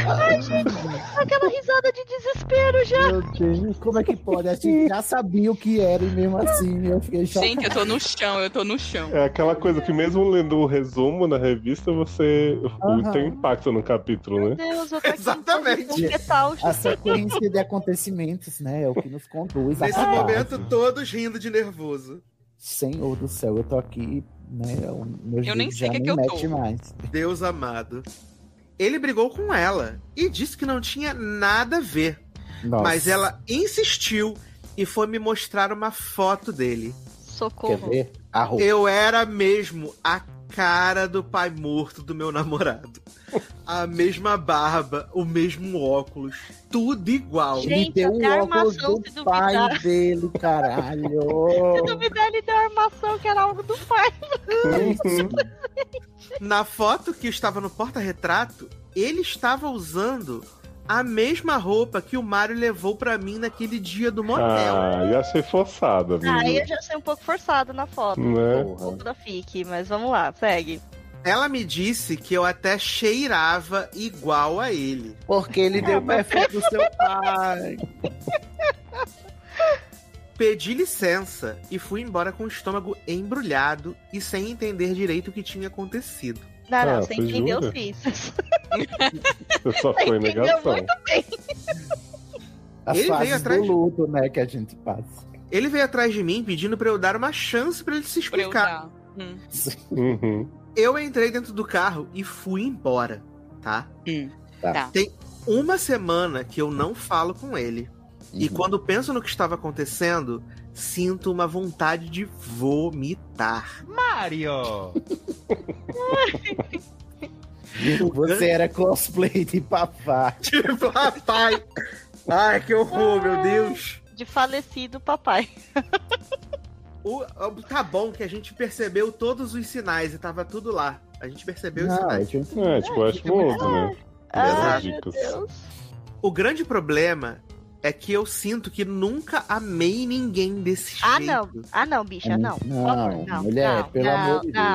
Speaker 6: Ai, gente, aquela risada de desespero já.
Speaker 2: Meu Deus, como é que pode? A gente já sabia o que era e mesmo assim eu fiquei chocado.
Speaker 13: Gente, eu tô no chão, eu tô no chão.
Speaker 1: É aquela coisa que mesmo lendo o resumo na revista, você
Speaker 2: Aham.
Speaker 1: tem impacto no capítulo, né?
Speaker 6: Deus, eu tô aqui
Speaker 3: Exatamente.
Speaker 6: em fetal.
Speaker 2: A sequência de acontecimentos, né? É o que nos conduz. a
Speaker 3: Nesse
Speaker 2: falar.
Speaker 3: momento, todos rindo de nervoso.
Speaker 2: Senhor do céu, eu tô aqui, né? o- Meus
Speaker 3: Eu nem
Speaker 2: dedos já
Speaker 3: sei que é
Speaker 2: nem
Speaker 3: que eu
Speaker 2: mete
Speaker 3: tô.
Speaker 2: mais.
Speaker 3: Deus amado. Ele brigou com ela e disse que não tinha nada a ver.
Speaker 2: Nossa.
Speaker 3: Mas é- ela insistiu e foi me mostrar uma foto dele.
Speaker 6: Assim,
Speaker 2: Quer
Speaker 6: Socorro.
Speaker 2: ver? A roupa.
Speaker 3: Eu era mesmo a cara do pai morto do meu namorado. A mesma barba, o mesmo óculos, tudo igual.
Speaker 2: Ele deu o óculos do pai dele,
Speaker 3: [LAUGHS]
Speaker 6: Se
Speaker 2: caralho.
Speaker 6: duvidar, ele deu a armação que era algo do pai.
Speaker 3: Na foto que estava no porta-retrato, ele estava usando a mesma roupa que o Mário levou pra mim naquele dia do motel.
Speaker 1: Ah, ia ser forçado,
Speaker 6: Aí
Speaker 1: amigo.
Speaker 6: eu já sei um pouco forçado na foto.
Speaker 1: Né?
Speaker 6: Um pouco da fique, mas vamos lá, segue.
Speaker 3: Ela me disse que eu até cheirava igual a ele.
Speaker 2: Porque ele deu o perfume do seu pai.
Speaker 3: Pedi licença e fui embora com o estômago embrulhado e sem entender direito o que tinha acontecido.
Speaker 6: Não, não,
Speaker 3: Ah, você
Speaker 6: você entendeu
Speaker 3: jura?
Speaker 6: os vícios. [LAUGHS]
Speaker 1: Eu só
Speaker 6: Você
Speaker 1: foi
Speaker 6: entendeu
Speaker 1: negação.
Speaker 6: muito bem.
Speaker 2: As
Speaker 3: Ele
Speaker 2: fases
Speaker 3: veio atrás
Speaker 2: do
Speaker 3: de-
Speaker 2: luto, né, que a gente passa.
Speaker 3: Ele veio atrás de mim pedindo pra eu dar uma chance pra ele se explicar.
Speaker 1: Uhum.
Speaker 3: Eu entrei dentro do carro e fui embora, tá?
Speaker 13: tá.
Speaker 3: Tem uma semana que eu não falo com ele.
Speaker 2: Uhum.
Speaker 3: E quando penso no que estava acontecendo, sinto uma vontade de vomitar.
Speaker 11: Mario!
Speaker 2: Você era cosplay de papai.
Speaker 3: Tipo, papai. Ai, que horror, meu Deus.
Speaker 6: De falecido papai.
Speaker 3: O- o- tá bom que a gente percebeu todos os sinais e tava tudo lá. A gente percebeu os
Speaker 2: Não,
Speaker 3: sinais.
Speaker 2: eu tinha entendido.
Speaker 1: É, tipo, acho outro, né?
Speaker 3: Ah,
Speaker 1: Dessas dicas.
Speaker 3: O grande problema é que eu sinto que nunca amei ninguém desse
Speaker 6: Ah,
Speaker 3: jeito.
Speaker 6: não. Ah, não, bicha, não. Por favor,
Speaker 2: não,
Speaker 6: não,
Speaker 2: mulher,
Speaker 6: não,
Speaker 2: pelo
Speaker 6: não,
Speaker 2: amor de
Speaker 6: não,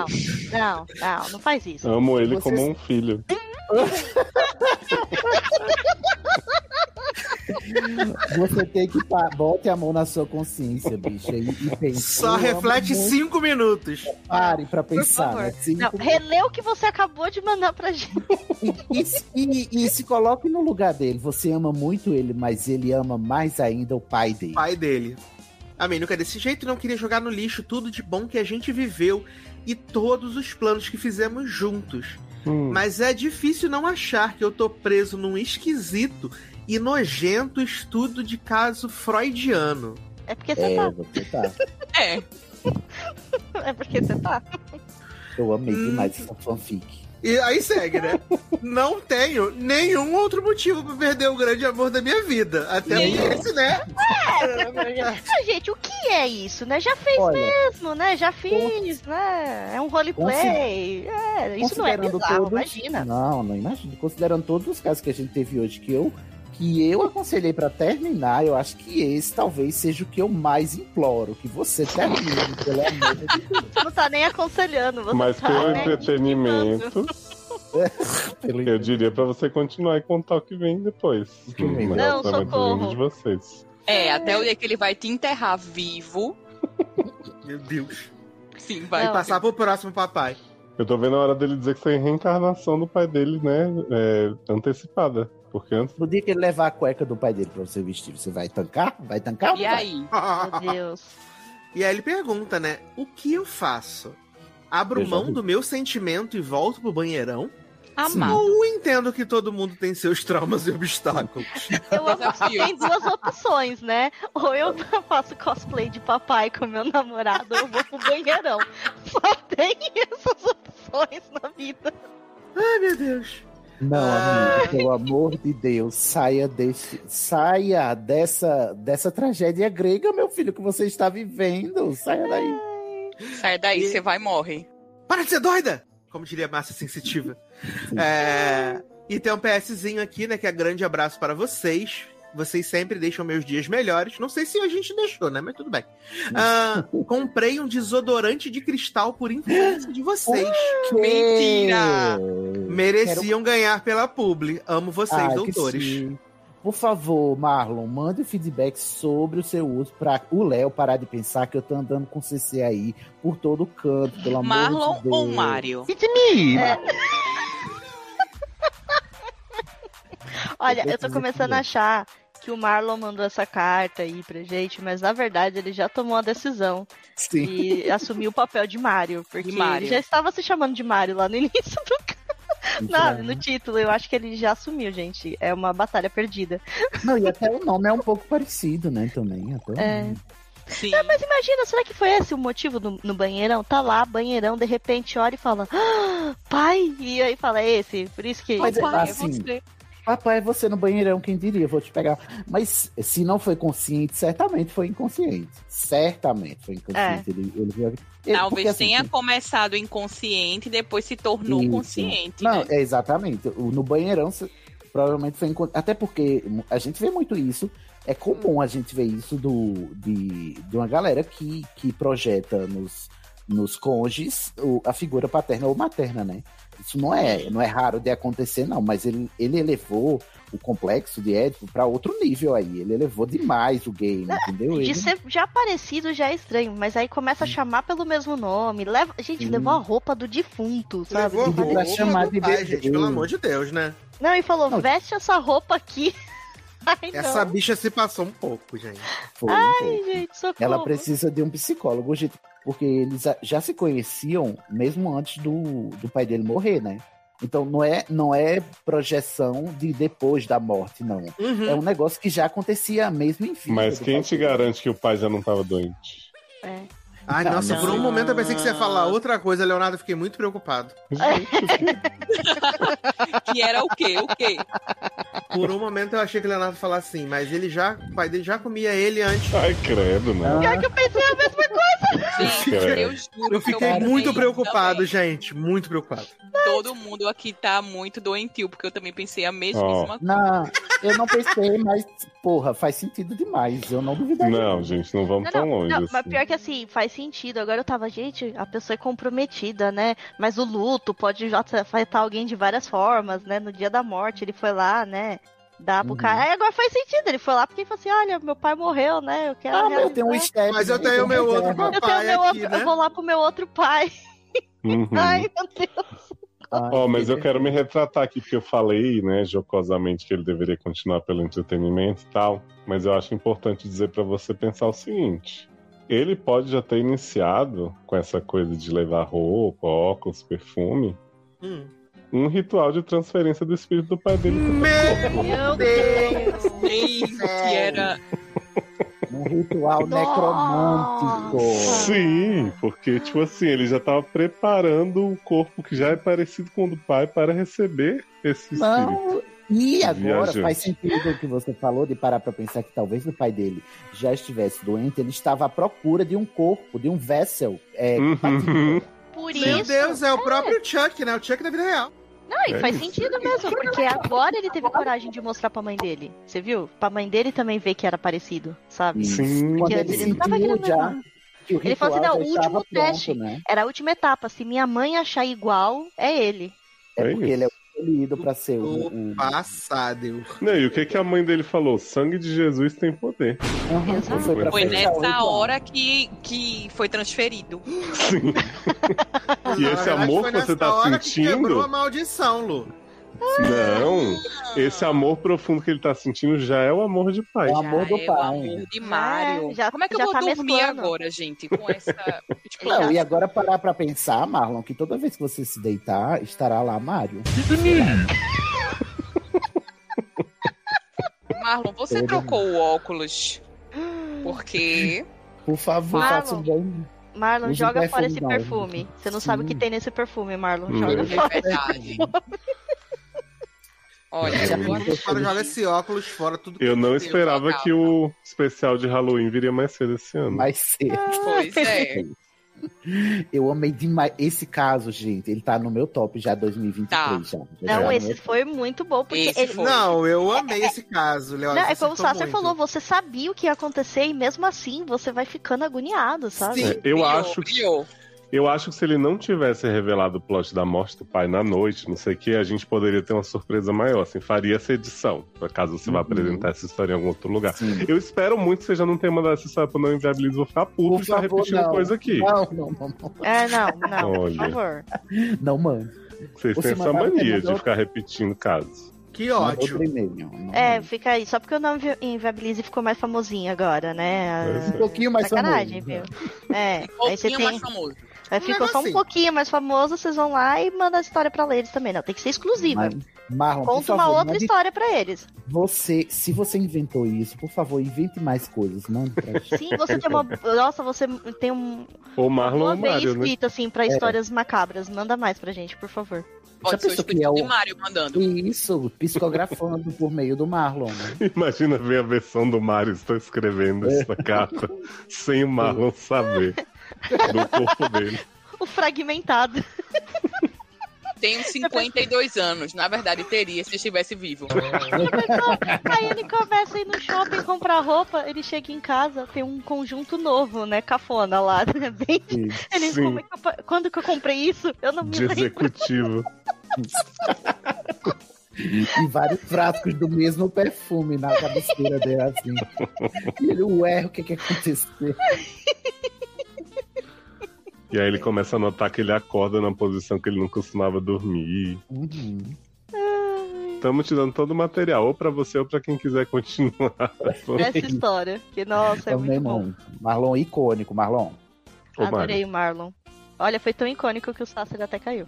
Speaker 6: Não, não, não faz isso.
Speaker 1: Amo ele
Speaker 6: Vocês-
Speaker 1: como um filho.
Speaker 2: Você tem que. Pa... Bote a mão na sua consciência, bicha. E, e pense.
Speaker 3: Só
Speaker 2: Eu amo
Speaker 3: reflete
Speaker 2: muito.
Speaker 3: cinco minutos.
Speaker 2: Pare pra
Speaker 6: Por
Speaker 2: pensar,
Speaker 6: favor.
Speaker 2: né? Cinco
Speaker 6: Não, relê o que você acabou de mandar pra gente.
Speaker 2: E, e- e se coloque no lugar dele. Você ama muito ele, mas ele ama mais ainda o pai dele.
Speaker 3: Pai dele. Amei, nunca é desse jeito, não queria jogar no lixo tudo de bom que a gente viveu e todos os planos que fizemos juntos.
Speaker 1: Hum.
Speaker 3: Mas é difícil não achar que eu tô preso num esquisito e nojento estudo de caso freudiano.
Speaker 6: É porque você
Speaker 2: É,
Speaker 6: tá.
Speaker 2: você tá.
Speaker 13: É.
Speaker 6: É porque você tá.
Speaker 2: Eu amei demais essa fanfic.
Speaker 3: E aí segue, [LAUGHS] né? não tenho nenhum outro motivo pra perder o grande amor da minha vida. Até
Speaker 6: Nenhum.
Speaker 3: esse, né?
Speaker 6: Ah, gente, o que é isso, né? Já fez
Speaker 2: Olha,
Speaker 6: mesmo, né? Já fiz, né? É um roleplay. É, isso não é
Speaker 2: Considerando
Speaker 6: bizarro,
Speaker 2: todos-
Speaker 6: imagina.
Speaker 2: Não, não imagina. Considerando todos os casos que a gente teve hoje que eu que eu aconselhei pra terminar, eu acho que esse talvez seja o que eu mais imploro, que você termine, pelo amor de
Speaker 6: Você não tá nem aconselhando, você
Speaker 1: Mas
Speaker 6: tá,
Speaker 1: pelo
Speaker 6: né?
Speaker 1: entretenimento, eu diria pra você continuar e contar o que vem depois. Hum,
Speaker 13: vem.
Speaker 1: Mas
Speaker 13: Não,
Speaker 1: tava
Speaker 13: socorro.
Speaker 1: dizendo de vocês.
Speaker 13: É, até o dia que ele vai te enterrar vivo.
Speaker 3: [LAUGHS] Meu Deus.
Speaker 13: Sim, vai.
Speaker 3: Vai passar pro próximo papai.
Speaker 1: Eu tô vendo a hora dele dizer que isso é reencarnação do pai dele, né? É, antecipada. Porque antes.
Speaker 2: No dia que ele levar a cueca do pai dele pra você vestir, você vai tancar? Vai tancar? ou não vai?
Speaker 6: Meu Deus.
Speaker 3: E aí ele pergunta, né? O que eu faço? Abro
Speaker 2: Eu já
Speaker 3: mão
Speaker 2: vi.
Speaker 3: do meu sentimento e volto pro banheirão?
Speaker 13: Amado.
Speaker 3: Ou entendo que todo mundo tem seus traumas e obstáculos? [LAUGHS]
Speaker 6: Eu
Speaker 4: é
Speaker 6: amo que tem duas opções, né? Ou eu faço cosplay de papai com meu namorado, ou eu vou pro banheirão. Só tem essas opções na vida.
Speaker 3: Ai, meu Deus.
Speaker 2: Não, amigo, pelo amor de Deus, saia desse, saia dessa, dessa tragédia grega, meu filho, que você está vivendo. Saia daí.
Speaker 13: Sai daí, você vai e morre.
Speaker 3: Para de ser doida! Como diria a massa sensitiva. É, E tem um PSzinho aqui, né? Que é grande abraço para vocês. Vocês sempre deixam meus dias melhores. Não sei se a gente deixou, né? Mas tudo bem. Ah, comprei um desodorante de cristal por influência de vocês.
Speaker 2: Ah,
Speaker 3: Mentira! Mereciam ganhar pela publi. Amo vocês,
Speaker 2: É. Ai, que
Speaker 3: doutores.
Speaker 2: sim. Por favor, Marlon, mande o feedback sobre o seu uso para o Léo parar de pensar que eu tô andando com CC aí por todo canto, pelo amor
Speaker 4: Marlon
Speaker 2: de Deus.
Speaker 4: ou Mário?
Speaker 2: It's me!
Speaker 6: Olha, eu tô começando a achar que o Marlon mandou essa carta aí pra gente, mas na verdade ele já tomou a decisão
Speaker 2: Sim.
Speaker 1: [LAUGHS]
Speaker 6: e assumiu o papel de Mario, porque
Speaker 4: De Mario.
Speaker 6: ele já estava se chamando de Mario lá no início do
Speaker 2: Então,
Speaker 6: Não, no título, eu acho que ele já assumiu, gente. É uma batalha perdida.
Speaker 2: Não, e até o nome é um pouco parecido, né, também. Até o
Speaker 6: É.
Speaker 2: nome.
Speaker 6: Ah, mas imagina, será que foi esse o motivo do- no banheirão? Tá lá, banheirão, de repente olha e fala, "Ah, pai! E aí fala, é esse, por isso que.
Speaker 2: Mas,
Speaker 6: Pai, é
Speaker 2: assim,
Speaker 6: você.
Speaker 2: Papai, é você no banheirão, quem diria? Vou te pegar. Mas se não foi consciente, certamente foi inconsciente. Certamente foi inconsciente. Ele, ele veio aqui. Ele-
Speaker 13: É. Talvez
Speaker 2: porque, assim,
Speaker 13: tenha
Speaker 2: tem-
Speaker 13: começado inconsciente e depois se tornou
Speaker 2: Isso.
Speaker 13: consciente.
Speaker 4: né?
Speaker 13: né?
Speaker 2: Não, é exatamente. O- No banheirão, cê- provavelmente foi encontrado. Até porque a gente vê muito isso. É comum a gente ver isso do, de, de uma galera que, que projeta nos, nos cônjuges o- a figura paterna ou materna, né? Isso não é, não é raro de acontecer, não, mas ele, ele elevou o complexo de Édipo para outro nível aí. Ele elevou demais o game, entendeu?
Speaker 6: De
Speaker 2: Ele-
Speaker 6: ser já parecido já é estranho, mas aí começa a chamar pelo mesmo nome. Leva... Gente,
Speaker 2: Hum.
Speaker 6: levou a roupa do defunto, sabe?
Speaker 3: Levou a
Speaker 2: Pra
Speaker 3: roupa
Speaker 2: chamar
Speaker 3: do
Speaker 2: de
Speaker 3: pai,
Speaker 2: bebê.
Speaker 3: gente, pelo amor de Deus, né?
Speaker 6: Não, e falou, veste essa roupa aqui. [LAUGHS] Ai,
Speaker 3: Essa
Speaker 6: não.
Speaker 3: bicha se passou um pouco, gente.
Speaker 2: Foi, foi.
Speaker 6: Ai, gente, socorro.
Speaker 3: Uhum.
Speaker 2: Ela precisa de um psicólogo, gente, porque eles a- já se conheciam mesmo antes do, do pai dele morrer, né? Então não é, não é projeção de depois da morte, não.
Speaker 3: Uhum.
Speaker 2: É um negócio que já acontecia mesmo em né, vida.
Speaker 1: Mas quem te garante que o pai já não tava doente?
Speaker 6: É.
Speaker 3: Ai,
Speaker 2: Não,
Speaker 3: nossa,
Speaker 2: tá, não.
Speaker 3: por um momento eu pensei que você ia falar outra coisa, Leonardo, eu fiquei muito preocupado.
Speaker 13: Que era o quê? O quê?
Speaker 3: Por um momento eu achei que o Leonardo falar assim, mas ele já, o pai dele já comia ele antes.
Speaker 1: Ai, credo, né?
Speaker 6: Pior É que eu pensei a mesma coisa.
Speaker 13: Gente, eu juro. que
Speaker 3: Eu fiquei
Speaker 13: também-
Speaker 3: muito preocupado, gente, muito preocupado.
Speaker 13: Todo mundo aqui tá muito doentio, porque eu também pensei a mesma coisa.
Speaker 2: Não, eu não pensei, mas, porra, faz sentido demais. Eu não duvidaria.
Speaker 1: Não, gente, não vamos tão longe.
Speaker 6: Não,
Speaker 1: assim.
Speaker 6: mas pior que assim, faz sentido. Agora eu tava, gente, a pessoa é comprometida, né? Mas o luto pode afetar alguém de várias formas, né? No dia da morte, ele foi lá, né? Dá pro
Speaker 2: Uhum.
Speaker 6: cara. Aí agora faz sentido. Ele foi lá porque ele falou assim: olha, meu pai morreu, né? Eu quero.
Speaker 2: Ah, mas eu
Speaker 6: realizar.
Speaker 2: tenho um step.
Speaker 3: Mas eu tenho o meu outro
Speaker 6: Eu tenho
Speaker 3: papai
Speaker 6: meu
Speaker 3: aqui,
Speaker 6: outro-
Speaker 3: né?
Speaker 6: Eu vou lá pro meu outro pai.
Speaker 1: Uhum.
Speaker 6: Ai, meu Deus.
Speaker 1: Ó, mas eu quero me retratar aqui, porque eu falei, né, jocosamente, que ele deveria continuar pelo entretenimento e tal. Mas eu acho importante dizer pra você pensar o seguinte: ele pode já ter iniciado com essa coisa de levar roupa, óculos, perfume,
Speaker 3: Hum.
Speaker 1: um ritual de transferência do espírito do pai dele. pro
Speaker 2: é
Speaker 1: corpo.
Speaker 6: Meu Deus.
Speaker 13: Gente, era.
Speaker 2: Um ritual necromântico.
Speaker 1: Sim, porque, tipo assim, ele já tava preparando um corpo que já é parecido com o do pai para receber esse espírito.
Speaker 2: Não. E agora
Speaker 1: Viajante.
Speaker 2: faz sentido o que você falou de parar pra pensar que talvez o pai dele já estivesse doente, ele estava à procura de um corpo, de um vessel. É,
Speaker 1: Uhum.
Speaker 6: Por
Speaker 3: Meu
Speaker 6: isso.
Speaker 3: Deus, é o próprio Chuck, né? O Chuck da vida real.
Speaker 6: Não, e
Speaker 1: É
Speaker 6: faz
Speaker 1: isso.
Speaker 6: sentido mesmo, porque agora ele teve coragem de mostrar pra mãe dele. Você viu? Pra mãe dele também ver que era parecido, sabe?
Speaker 1: Sim.
Speaker 2: Quando
Speaker 6: Que
Speaker 2: ele
Speaker 6: antes ele não tava
Speaker 2: sentiu
Speaker 6: querendo
Speaker 2: já que o
Speaker 6: Ele falou assim,
Speaker 2: ritual
Speaker 6: não, o
Speaker 2: já estava
Speaker 6: último
Speaker 2: pronto,
Speaker 6: teste.
Speaker 2: né?
Speaker 6: Era a última etapa. Se minha mãe achar igual, é ele.
Speaker 2: É
Speaker 1: É
Speaker 2: porque
Speaker 1: isso.
Speaker 2: ele é o escolhido pra ser um, o... o...
Speaker 3: Passado.
Speaker 1: Não, Né, e o que, que a mãe dele falou? Sangue de Jesus tem poder.
Speaker 2: Aham,
Speaker 6: Exato.
Speaker 2: foi pra
Speaker 13: Foi
Speaker 2: fechar o
Speaker 13: nessa
Speaker 2: ritual.
Speaker 13: hora que, que foi transferido.
Speaker 1: Sim. E esse amor que você tá
Speaker 3: Que quebrou a
Speaker 1: sentindo.
Speaker 3: maldição, Lu.
Speaker 1: Não. Esse amor profundo que ele tá sentindo já é o amor de pai.
Speaker 2: É o amor do
Speaker 13: é o
Speaker 2: pai.
Speaker 13: amor de Mário.
Speaker 6: É, já-
Speaker 13: Como é que
Speaker 6: já
Speaker 13: eu vou
Speaker 6: tá
Speaker 13: dormir
Speaker 6: mesclando.
Speaker 13: agora, gente, com
Speaker 2: [LAUGHS]
Speaker 13: essa tipo,
Speaker 2: Não,
Speaker 13: explicação?
Speaker 2: e agora parar pra pensar, Marlon, que toda vez que você se deitar, estará lá Mário.
Speaker 13: Marlon, você
Speaker 2: Todo
Speaker 13: trocou o óculos
Speaker 2: [LAUGHS]
Speaker 13: porque
Speaker 2: Por favor,
Speaker 6: Marlon.
Speaker 2: faça um bom...
Speaker 6: Marlon,
Speaker 2: Use
Speaker 6: joga fora
Speaker 2: perfume,
Speaker 6: esse
Speaker 2: não.
Speaker 6: perfume. Você não sabe o que
Speaker 2: Sim.
Speaker 6: tem nesse perfume, Marlon.
Speaker 1: Hum.
Speaker 6: Joga
Speaker 13: é
Speaker 6: fora.
Speaker 2: [LAUGHS]
Speaker 13: verdade. Olha,
Speaker 2: é
Speaker 1: Já
Speaker 13: eu
Speaker 1: me
Speaker 13: acho-
Speaker 3: Cara, joga esse óculos fora, tudo que
Speaker 1: Eu não
Speaker 3: tem.
Speaker 1: esperava que o especial de Halloween viria mais cedo esse ano.
Speaker 2: Mais cedo.
Speaker 13: pois é.
Speaker 2: Eu amei demais. Esse caso, gente, ele tá no meu top já 2023. Já, já tá
Speaker 6: Não,
Speaker 2: no
Speaker 6: esse
Speaker 2: meu-
Speaker 6: foi muito bom, porque
Speaker 3: Esse
Speaker 6: ele.
Speaker 3: foi. Não, eu amei esse caso, Léo.
Speaker 6: Não, é como o Sasser
Speaker 3: muito.
Speaker 6: falou, você sabia o que ia acontecer e mesmo assim você vai ficando agoniado, sabe?
Speaker 1: É, eu acho que. Eu acho que se ele não tivesse revelado o plot da morte do pai na noite, não sei o que, a gente poderia ter uma surpresa maior, assim, faria essa edição, pra caso você
Speaker 2: Uhum.
Speaker 1: vá apresentar essa história em algum outro lugar. Eu espero muito que você já não tenha mandado essa história pro Não Inviabilize, vou ficar puto de estar
Speaker 2: favor,
Speaker 1: repetindo
Speaker 2: não.
Speaker 1: coisa aqui.
Speaker 2: Não, não, não, não.
Speaker 6: É, não, não,
Speaker 1: Olha.
Speaker 6: por favor.
Speaker 2: Não, mano.
Speaker 1: Vocês
Speaker 2: Você
Speaker 1: têm essa
Speaker 2: mandaram-
Speaker 1: mania
Speaker 2: mandou-
Speaker 1: de ficar repetindo casos.
Speaker 3: Que
Speaker 2: ódio. Outro e-mail.
Speaker 6: É, fica aí. Só porque o nome Inviabilize ficou mais famosinho agora, né?
Speaker 2: Um pouquinho mais
Speaker 6: Sacanagem,
Speaker 2: famoso. né?
Speaker 6: viu?
Speaker 3: Um
Speaker 6: É, aí você tem.
Speaker 13: Um famoso.
Speaker 6: Aí ficou só
Speaker 3: assim.
Speaker 6: um pouquinho mais famoso, vocês vão lá e mandam a história pra eles também. Não, tem que ser exclusiva.
Speaker 2: Mas, Marlon, por
Speaker 6: Conta uma
Speaker 2: favor,
Speaker 6: outra
Speaker 2: mande-
Speaker 6: história pra eles.
Speaker 2: Você, se você inventou isso, por favor, invente mais coisas. Mande [LAUGHS] pra gente.
Speaker 6: Sim, você tem uma. Nossa, você tem um,
Speaker 1: Ou
Speaker 6: uma
Speaker 1: Marlon ou
Speaker 6: bem
Speaker 1: Mário, né?
Speaker 6: escrita, assim, pra
Speaker 1: É.
Speaker 6: histórias macabras. Manda mais pra gente, por favor.
Speaker 2: Já pensou que é o...
Speaker 13: Mário mandando.
Speaker 2: Isso, psicografando por meio do [LAUGHS] Marlon. né?
Speaker 1: Imagina ver a versão do Mário, estou escrevendo essa carta sem o Marlon saber do corpo dele.
Speaker 6: O fragmentado. [LAUGHS]
Speaker 13: Tenho 52 anos. Na verdade, teria se estivesse vivo.
Speaker 6: Aí ele começa a ir no shopping comprar roupa, ele chega em casa, tem um conjunto novo, né? Cafona lá. [LAUGHS] né? Bem... Ele,
Speaker 1: Sim.
Speaker 6: como é que eu pa- Quando que eu comprei isso? Eu não me
Speaker 1: De
Speaker 6: lembro.
Speaker 1: executivo.
Speaker 2: E vários frascos do mesmo perfume na cabeceira dela, assim. E ele, ué, o que que aconteceu?
Speaker 1: E aí ele começa a notar que ele acorda na posição que ele não costumava dormir.
Speaker 2: Uhum.
Speaker 1: Estamos te dando todo o material, ou pra você ou pra quem quiser continuar.
Speaker 6: Essa história. Que, nossa, é
Speaker 2: Também
Speaker 6: muito bom.
Speaker 2: não. Então, Marlon, é icônico, Marlon.
Speaker 1: Ô, Mário.
Speaker 6: Adorei o Marlon. Olha, foi tão icônico que o Sasser até caiu.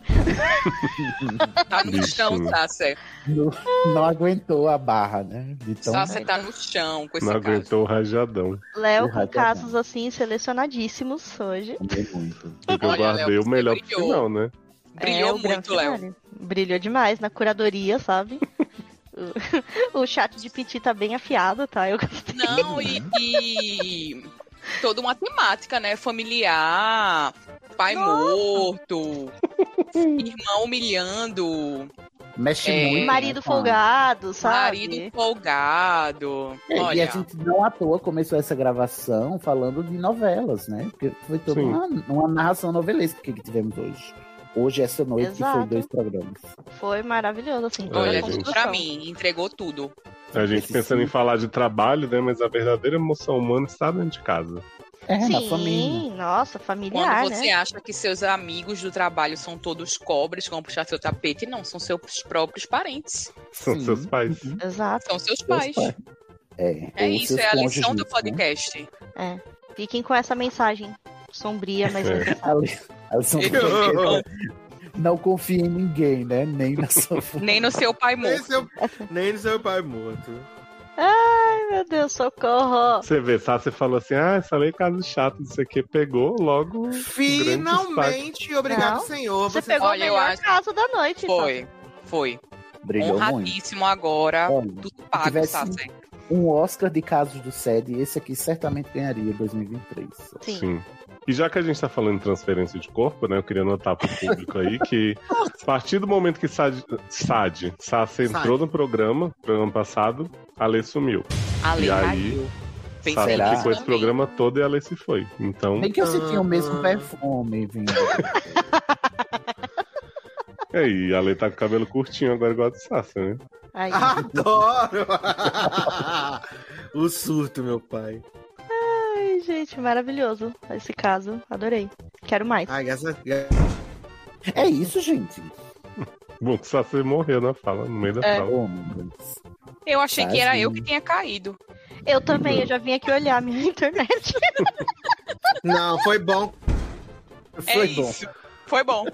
Speaker 13: Tá no chão,
Speaker 1: Bichinho.
Speaker 13: Sasser.
Speaker 2: Não, não aguentou a barra, né? De tão-
Speaker 13: Sasser tá no chão com esse
Speaker 1: Não
Speaker 13: cara.
Speaker 1: aguentou o rajadão.
Speaker 6: Léo
Speaker 1: Porra, tá
Speaker 6: com casos assim selecionadíssimos hoje.
Speaker 1: E que eu
Speaker 13: Olha,
Speaker 1: guardei
Speaker 13: Léo,
Speaker 1: o melhor pro
Speaker 13: brilhou.
Speaker 1: final, né?
Speaker 13: Brilhou
Speaker 6: É, o grande
Speaker 13: muito, Léo.
Speaker 6: cenário. Brilhou demais na curadoria, sabe? [LAUGHS] O- o chat de Piti tá bem afiado, tá? Eu gostei.
Speaker 13: Não, e, e toda uma temática, né? Familiar, pai morto, irmão humilhando,
Speaker 2: Mexe
Speaker 13: É,
Speaker 2: muito.
Speaker 6: Marido
Speaker 2: né, cara?
Speaker 6: folgado, sabe?
Speaker 13: marido folgado.
Speaker 2: É, e
Speaker 13: Olha,
Speaker 2: a gente não à toa começou essa gravação falando de novelas, né? Porque foi toda
Speaker 1: Sim.
Speaker 2: uma, uma narração novelesca que tivemos hoje. Hoje, essa noite,
Speaker 6: Exato.
Speaker 2: foi dois programas.
Speaker 6: Foi maravilhoso, assim. toda
Speaker 13: olha
Speaker 6: a
Speaker 13: gente,
Speaker 6: construção.
Speaker 13: pra mim, entregou tudo.
Speaker 1: A gente pensando em falar de trabalho, né? Mas a verdadeira emoção humana está dentro de casa.
Speaker 2: É, na
Speaker 6: Sim,
Speaker 2: família.
Speaker 6: nossa,
Speaker 13: Quando
Speaker 6: familiar,
Speaker 13: você
Speaker 6: né?
Speaker 13: acha que seus amigos do trabalho são todos cobres, que vão puxar seu tapete, não, são seus próprios parentes.
Speaker 1: São seus pais.
Speaker 2: Uhum.
Speaker 13: é
Speaker 6: Exato.
Speaker 13: São seus
Speaker 2: Seus
Speaker 13: pais.
Speaker 2: pais. É,
Speaker 13: É
Speaker 2: ou
Speaker 13: isso,
Speaker 2: seus
Speaker 13: é a lição do
Speaker 2: cônjuges, né?
Speaker 13: podcast.
Speaker 6: É. Fiquem com essa mensagem sombria, mas
Speaker 1: É.
Speaker 2: A
Speaker 6: necessária.
Speaker 2: li- a lição
Speaker 3: [LAUGHS]
Speaker 2: do podcast. Não confie em ninguém, né? Nem na sua [LAUGHS] família.
Speaker 13: Nem no seu pai
Speaker 3: Nem
Speaker 13: morto.
Speaker 3: seu, nem seu pai morto.
Speaker 6: Ai, meu Deus, socorro!
Speaker 1: Você vê, tá? Você falou assim, ah, essa lei é caso chato, isso aqui pegou logo. um grande destaque.
Speaker 3: Finalmente, obrigado,
Speaker 6: Não.
Speaker 3: senhor.
Speaker 6: Você
Speaker 3: Você,
Speaker 6: pegou
Speaker 13: Olha,
Speaker 6: o
Speaker 13: eu
Speaker 6: melhor
Speaker 13: acho-
Speaker 6: caso da noite, então.
Speaker 13: Foi, foi.
Speaker 2: Brilhou muito.
Speaker 13: Honradíssimo agora.
Speaker 2: Olha,
Speaker 13: Tudo pago,
Speaker 2: tivesse-
Speaker 13: Sassi.
Speaker 2: Um Oscar de casos do SED, esse aqui certamente ganharia em 2023.
Speaker 6: Sim.
Speaker 1: Sim. E já que a gente tá falando em transferência de corpo, né? Eu queria anotar pro público aí
Speaker 6: [LAUGHS]
Speaker 1: que a partir do momento que Sad, Sad Sassi entrou no programa, programa passado, a Lei sumiu.
Speaker 13: Ale
Speaker 1: e aí,
Speaker 13: caiu. Pensei
Speaker 1: Sassi
Speaker 2: nisso
Speaker 1: ficou esse
Speaker 13: também.
Speaker 1: programa todo e a Lei se foi. Então,
Speaker 2: Nem que eu sentia o
Speaker 3: Ah.
Speaker 2: mesmo perfume, vindo.
Speaker 1: e aí, a Lei tá com o cabelo curtinho agora igual a do Sassi, né?
Speaker 6: Aí.
Speaker 3: Adoro! [LAUGHS] o surto, meu pai.
Speaker 6: Ai, gente, maravilhoso esse caso. Adorei. Quero mais.
Speaker 3: Ai, graças gra-
Speaker 2: É isso, gente.
Speaker 1: Bom, que o Sassi morreu na fala, no meio da
Speaker 6: É.
Speaker 1: fala.
Speaker 2: Oh, meu Deus.
Speaker 13: Eu achei que era eu que
Speaker 2: Sassi.
Speaker 13: tinha caído.
Speaker 6: Eu também, eu já vim aqui olhar a minha [LAUGHS] internet.
Speaker 3: Não, foi bom.
Speaker 13: é
Speaker 2: Foi bom.
Speaker 13: isso. Foi
Speaker 2: [LAUGHS]
Speaker 13: bom.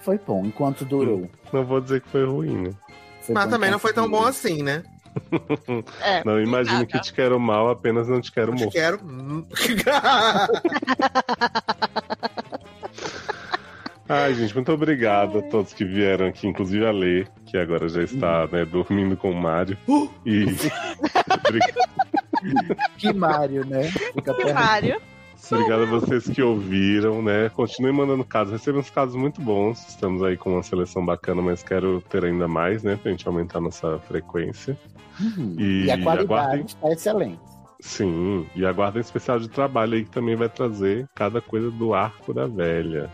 Speaker 2: Foi bom, enquanto durou.
Speaker 1: Não vou dizer que foi ruim, né?
Speaker 2: Foi
Speaker 3: Hum. Mas
Speaker 2: bom
Speaker 3: também não
Speaker 2: enquanto
Speaker 3: foi tão
Speaker 2: durou.
Speaker 3: bom assim, né?
Speaker 6: É.
Speaker 1: Não, imagino
Speaker 13: nada.
Speaker 1: que te quero mal, apenas não te quero
Speaker 3: Eu te
Speaker 1: morto.
Speaker 3: quero.
Speaker 1: Ai, gente, muito obrigado a todos que vieram aqui, inclusive a Lê, que agora já está né, dormindo com o Mário. E. Obri-
Speaker 3: assim.
Speaker 2: Que Mário, né? Fica
Speaker 6: E o
Speaker 2: perto.
Speaker 6: Mário.
Speaker 1: Obrigado a vocês que ouviram, né? Continuem mandando casos. Recebemos casos muito bons. Estamos aí com uma seleção bacana, mas quero ter ainda mais, né? Pra gente aumentar nossa frequência.
Speaker 2: Uhum. E, a qualidade
Speaker 1: aguardem-
Speaker 2: está excelente.
Speaker 1: Sim, e aguardem um especial de trabalho aí que também vai trazer cada coisa do arco da velha.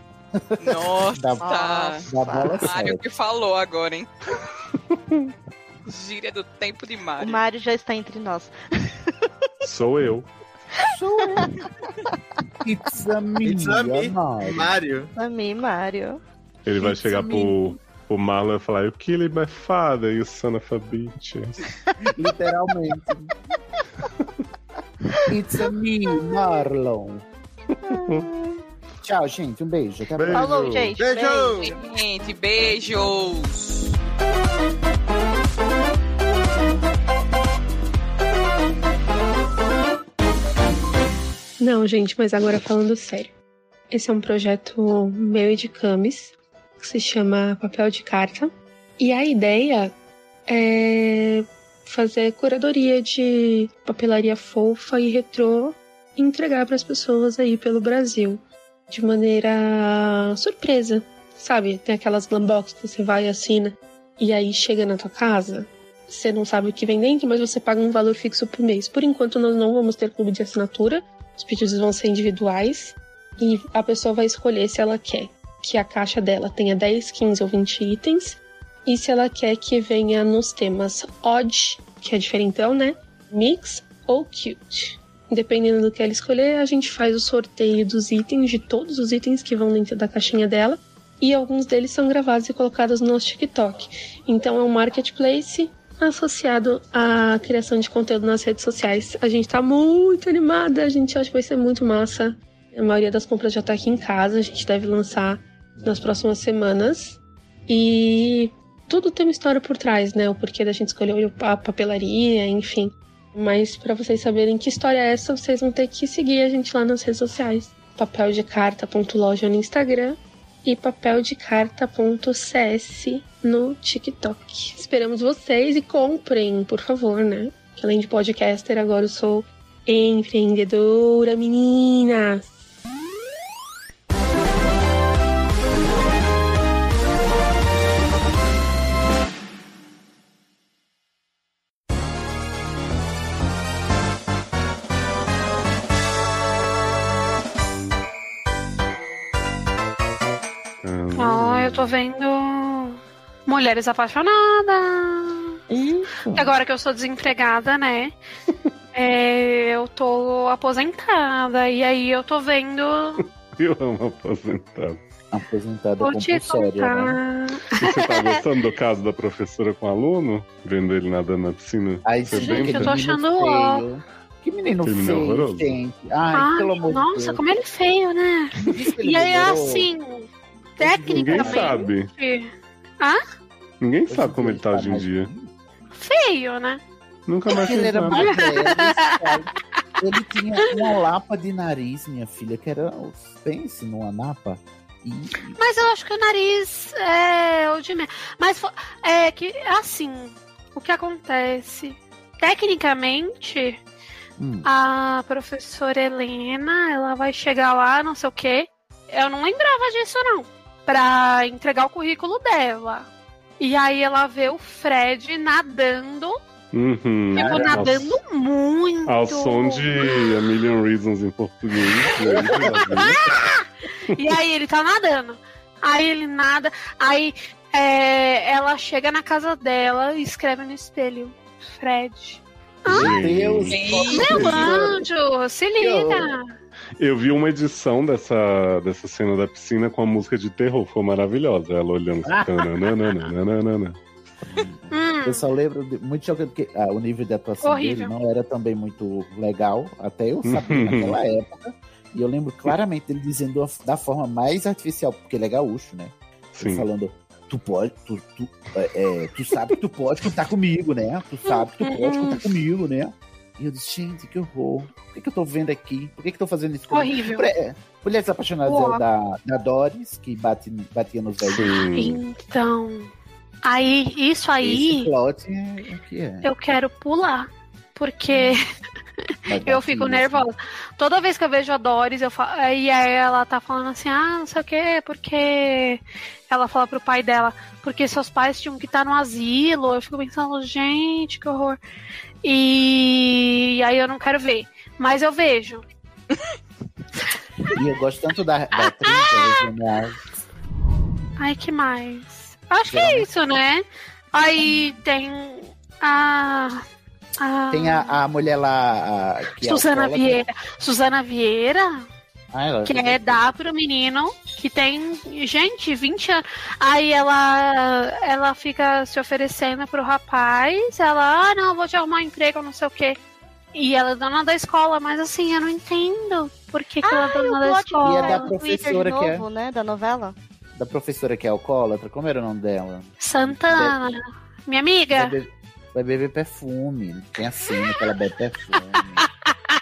Speaker 4: Nossa!
Speaker 2: Da- da bola é
Speaker 4: Mário
Speaker 2: certa.
Speaker 4: que falou
Speaker 13: [LAUGHS]
Speaker 4: agora, hein? Gíria do tempo de
Speaker 6: O
Speaker 4: Mário.
Speaker 6: Mário já está entre nós.
Speaker 1: Sou eu.
Speaker 2: It's a me,
Speaker 3: It's a me,
Speaker 2: Mário.
Speaker 3: [LAUGHS] Mário.
Speaker 6: Pra mim, Mário.
Speaker 1: Ele vai chegar
Speaker 6: menino.
Speaker 1: pro, pro Marlon e falar: Eu kill my father, you son of a bitch.
Speaker 2: Literalmente. It's a me, Marlon. Tchau, gente. Um beijo. Até a
Speaker 1: Beijo.
Speaker 2: próxima.
Speaker 1: Falou, gente. Beijo.
Speaker 4: Gente, beijos!
Speaker 15: Não, gente, mas agora falando sério. Esse é um projeto meu e de Camis, que se chama Papel de Carta. E a ideia é fazer curadoria de papelaria fofa e retrô e entregar para as pessoas aí pelo Brasil de maneira surpresa, sabe? Tem aquelas glambox que você vai e assina e aí chega na tua casa. Você não sabe o que vem dentro, mas você paga um valor fixo por mês. Por enquanto, nós não vamos ter clube de assinatura. Os pedidos vão ser individuais e a pessoa vai escolher se ela quer que a caixa dela tenha 10, 15 ou 20 itens e se ela quer que venha nos temas odd, que é diferentão, né? Mix ou cute. Dependendo do que ela escolher, a gente faz o sorteio dos itens, de todos os itens que vão dentro da caixinha dela, e alguns deles são gravados e colocados no nosso TikTok. Então é um marketplace associado à criação de conteúdo nas redes sociais. A gente tá muito animada, a gente acha que vai ser muito massa. A maioria das compras já tá aqui em casa, a gente deve lançar nas próximas semanas. E tudo tem uma história por trás, né? O porquê da gente escolher a papelaria, enfim. Mas pra vocês saberem que história é essa, vocês vão ter que seguir a gente lá nas redes sociais. papeldecarta.loja no Instagram e papeldecarta.cs no TikTok. Esperamos vocês e comprem, por favor, né? Que além de podcaster, agora eu sou empreendedora, meninas!
Speaker 5: Ah, eu tô vendo mulheres apaixonadas. Porque Agora que eu sou
Speaker 15: [LAUGHS]
Speaker 5: desempregada, né? É, eu tô aposentada. E aí eu tô vendo.
Speaker 1: Eu amo aposentado.
Speaker 2: Aposentado
Speaker 5: Vou te
Speaker 2: né?
Speaker 5: contar.
Speaker 1: E Você tá gostando do caso da professora com aluno? Vendo ele nadando na piscina? Ai,
Speaker 5: gente, eu tô achando ó.
Speaker 2: Que menino
Speaker 1: Terminou
Speaker 2: feio,
Speaker 1: horroroso?
Speaker 2: gente. Ai,
Speaker 5: Ai,
Speaker 2: pelo amor de
Speaker 5: nossa,
Speaker 2: Deus.
Speaker 5: como ele é feio, né?
Speaker 2: ele
Speaker 5: E aí,
Speaker 2: melhorou.
Speaker 5: assim,
Speaker 1: Ninguém
Speaker 5: tecnicamente.
Speaker 1: sabe.
Speaker 5: Ah,
Speaker 1: Ninguém sabe como ele tá hoje em dia.
Speaker 5: feio, né?
Speaker 1: Nunca mais
Speaker 2: Ele
Speaker 1: fez
Speaker 2: era
Speaker 1: nada.
Speaker 2: mais velho, sabe? Ele tinha uma lapa de nariz, minha filha, que era. Pense numa napa. E
Speaker 5: Mas eu acho que o nariz é o de menos. Mas fo- é que, assim, o que acontece? Tecnicamente,
Speaker 2: Hum.
Speaker 5: a professora Helena, ela vai chegar lá, não sei o quê. Eu não lembrava disso, não. Pra entregar o currículo dela. E aí ela vê o Fred nadando.
Speaker 1: Uhum.
Speaker 5: Tipo,
Speaker 1: Ao-
Speaker 5: nadando muito.
Speaker 1: Ao som de A Million Reasons em português. né?
Speaker 5: E aí ele tá nadando. Aí ele nada. Aí é, ela chega na casa dela e escreve no espelho: Fred.
Speaker 1: Gente. Deus,
Speaker 2: é
Speaker 5: meu anjo, se liga.
Speaker 1: Eu vi uma edição dessa, dessa cena da piscina com a música de terror. Foi maravilhosa. Ela olhando. assim, tananana.
Speaker 5: Hum,
Speaker 2: Eu só lembro de, muito chocante, porque ah, o nível de atuação dele
Speaker 5: Horrível.
Speaker 2: não era também muito legal, até eu sabia naquela época. E eu lembro claramente ele dizendo a- da forma mais artificial, porque ele é gaúcho, né? Ele falando, tu pode, tu, tu, é, é, tu sabe que tu pode contar comigo, né? Tu sabe que tu
Speaker 5: É.
Speaker 2: pode contar comigo, né? E eu disse, gente, que horror. Por que, que eu tô vendo aqui? Por que, que eu tô fazendo isso comigo?
Speaker 5: Horrível.
Speaker 2: Pre- Mulheres Apaixonadas
Speaker 5: Uó.
Speaker 2: era da, da Doris, que bate, batia nos velhos.
Speaker 5: Então, aí, isso
Speaker 2: Esse
Speaker 5: aí
Speaker 2: plot é, é que é.
Speaker 5: eu quero pular. Porque eu fico nervosa. Toda vez que eu vejo a Doris, eu falo, e aí ela tá falando assim, ah, não sei o quê, porque ela fala pro pai dela, porque seus pais tinham que estar no asilo. Eu fico pensando, gente, que horror. E, aí eu não quero ver, mas eu vejo.
Speaker 2: E eu gosto tanto da, da atriz, da
Speaker 5: Ah!
Speaker 2: Regina Alves.
Speaker 5: Ai, que mais? Acho que é isso, né? Aí tem a. a
Speaker 2: Tem a, a mulher lá. a- que é
Speaker 5: Suzana
Speaker 2: alcoólatra.
Speaker 5: Vieira. Suzana Vieira,
Speaker 2: Ah, ela-
Speaker 5: que é dar pro menino que tem, gente, 20 anos. Aí ela ela fica se oferecendo pro rapaz, ela, ah, não, vou te arrumar um emprego, não sei o quê. E ela é dona da escola, mas assim, eu não entendo por que, que ela é
Speaker 6: o
Speaker 5: dona da
Speaker 6: plot
Speaker 5: escola.
Speaker 2: E é da
Speaker 6: do
Speaker 2: professora
Speaker 6: Twitter
Speaker 2: que
Speaker 6: de
Speaker 2: é.
Speaker 6: novo, né? Da novela.
Speaker 2: Da professora que é alcoólatra. Como era o nome dela?
Speaker 5: Santana, minha
Speaker 2: Vai,
Speaker 5: amiga.
Speaker 2: be- vai beber perfume. Tem a cena que ela bebe perfume.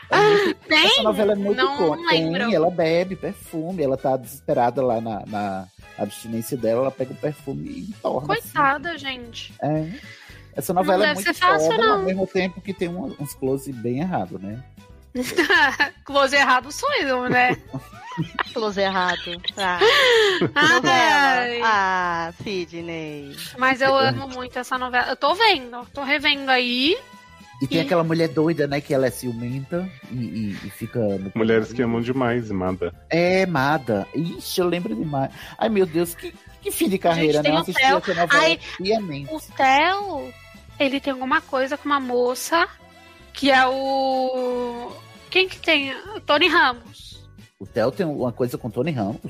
Speaker 2: É
Speaker 5: Tem?
Speaker 2: Essa novela é muito
Speaker 5: não
Speaker 2: icônica.
Speaker 5: lembro.
Speaker 2: Tem, ela bebe perfume. Ela tá desesperada lá na, na abstinência dela. Ela pega o perfume e torna.
Speaker 5: Coitada, gente.
Speaker 2: É. Essa novela
Speaker 5: Não
Speaker 2: é
Speaker 5: deve
Speaker 2: muito
Speaker 5: ser fácil,
Speaker 2: foda,
Speaker 5: não.
Speaker 2: ao mesmo tempo que tem um- uns close bem errados, né?
Speaker 5: Close errado sou
Speaker 2: [LAUGHS]
Speaker 5: eu, né?
Speaker 6: Close errado. [LAUGHS] Ah,
Speaker 5: Ai.
Speaker 6: novela. Ah, Sidney.
Speaker 5: Mas eu amo muito essa novela. Eu tô vendo, tô revendo aí.
Speaker 2: E tem aquela mulher doida, né? Que ela é ciumenta e, e- e fica. no-
Speaker 1: Mulheres que amam demais, Mada.
Speaker 2: É, Mada. Ixi, eu lembro demais. Ai, meu Deus, que, que fim de carreira,
Speaker 5: tem
Speaker 2: né? Eu
Speaker 5: o
Speaker 2: assisti
Speaker 5: Theo.
Speaker 2: essa novela
Speaker 5: Ai,
Speaker 2: piamente.
Speaker 5: O Theo, ele tem alguma coisa com uma moça que é o. Quem que tem? Tony Ramos.
Speaker 2: O Theo tem uma coisa com o Tony Ramos.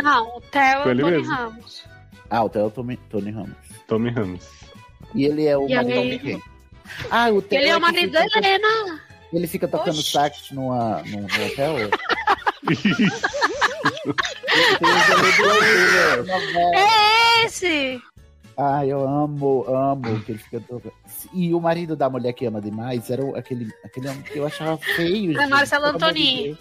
Speaker 5: Não, o Theo é o
Speaker 2: Com ele
Speaker 5: Tony
Speaker 2: mesmo.
Speaker 5: Ramos.
Speaker 2: ah, o Theo é o Tony, Tony Ramos.
Speaker 1: Tommy Ramos.
Speaker 2: E ele é o
Speaker 5: E
Speaker 2: marido
Speaker 5: aí-
Speaker 2: de quem? Ah, o Theo.
Speaker 5: Ele é
Speaker 2: que
Speaker 5: o marido da
Speaker 2: fica-
Speaker 5: Helena.
Speaker 2: Ele fica tocando
Speaker 5: Oxi.
Speaker 2: sax numa, num num hotel?
Speaker 1: [LAUGHS]
Speaker 2: um
Speaker 1: [LAUGHS] é
Speaker 2: Meu Deus, eu lembro dele, né?
Speaker 5: É esse!
Speaker 2: Ah, eu amo, amo que ele fica tocando. E o marido da mulher que ama demais era o- aquele, aquele homem que eu achava feio.
Speaker 5: É
Speaker 2: gente,
Speaker 5: Marcelo Ah!
Speaker 2: pelo amor de
Speaker 5: Antoni.
Speaker 2: Deus.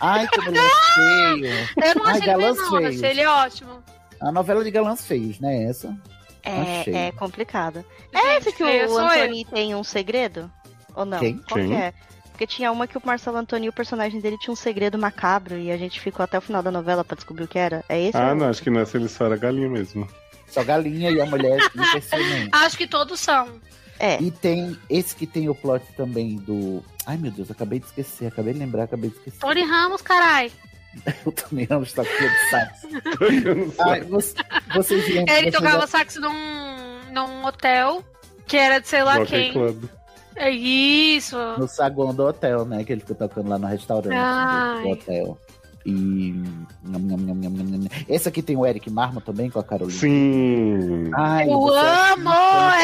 Speaker 2: Ai, que
Speaker 5: [LAUGHS]
Speaker 2: mulher feio.
Speaker 5: Eu não
Speaker 2: Ai,
Speaker 5: achei ele bem,
Speaker 2: galãs
Speaker 5: não. eu
Speaker 2: feios.
Speaker 5: Achei ele ótimo.
Speaker 2: A novela de galãs feios, né? Essa? Achei.
Speaker 6: É, é complicada. É esse que
Speaker 5: feia
Speaker 6: o
Speaker 5: sou
Speaker 6: Anthony tem um segredo? Ou não?
Speaker 2: Quem?
Speaker 6: Qual que
Speaker 2: Quem?
Speaker 6: é? Porque tinha uma que o Marcelo Antônio, o personagem dele, tinha um segredo macabro e a gente ficou até o final da novela pra descobrir o que era. É esse?
Speaker 1: Ah,
Speaker 6: ou-
Speaker 1: não, acho que nessa ele só era galinha mesmo.
Speaker 2: Só galinha e a mulher
Speaker 5: [LAUGHS]
Speaker 2: impressionante.
Speaker 5: Acho que todos são.
Speaker 6: É,
Speaker 2: E tem esse que tem o plot também do. Ai meu Deus, acabei de esquecer, acabei de lembrar, acabei de esquecer.
Speaker 5: Tony Ramos, carai.
Speaker 2: [LAUGHS] Eu também amo estar com sax. Ai,
Speaker 1: Ai,
Speaker 2: você, vocês lembram-
Speaker 5: É, Ele
Speaker 2: vocês
Speaker 5: tocava sax num, num hotel que era de sei lá
Speaker 2: Jockey
Speaker 5: quem.
Speaker 2: Club.
Speaker 5: É isso.
Speaker 2: No saguão do hotel, né? Que ele fica tocando lá no restaurante do,
Speaker 5: Ai.
Speaker 2: do hotel. E. nham, nham, nham, nham, nham, nham. Esse aqui tem o Eric Marmo também com a Carolina.
Speaker 1: Sim.
Speaker 2: Ai,
Speaker 5: Eu
Speaker 2: você é
Speaker 5: amo,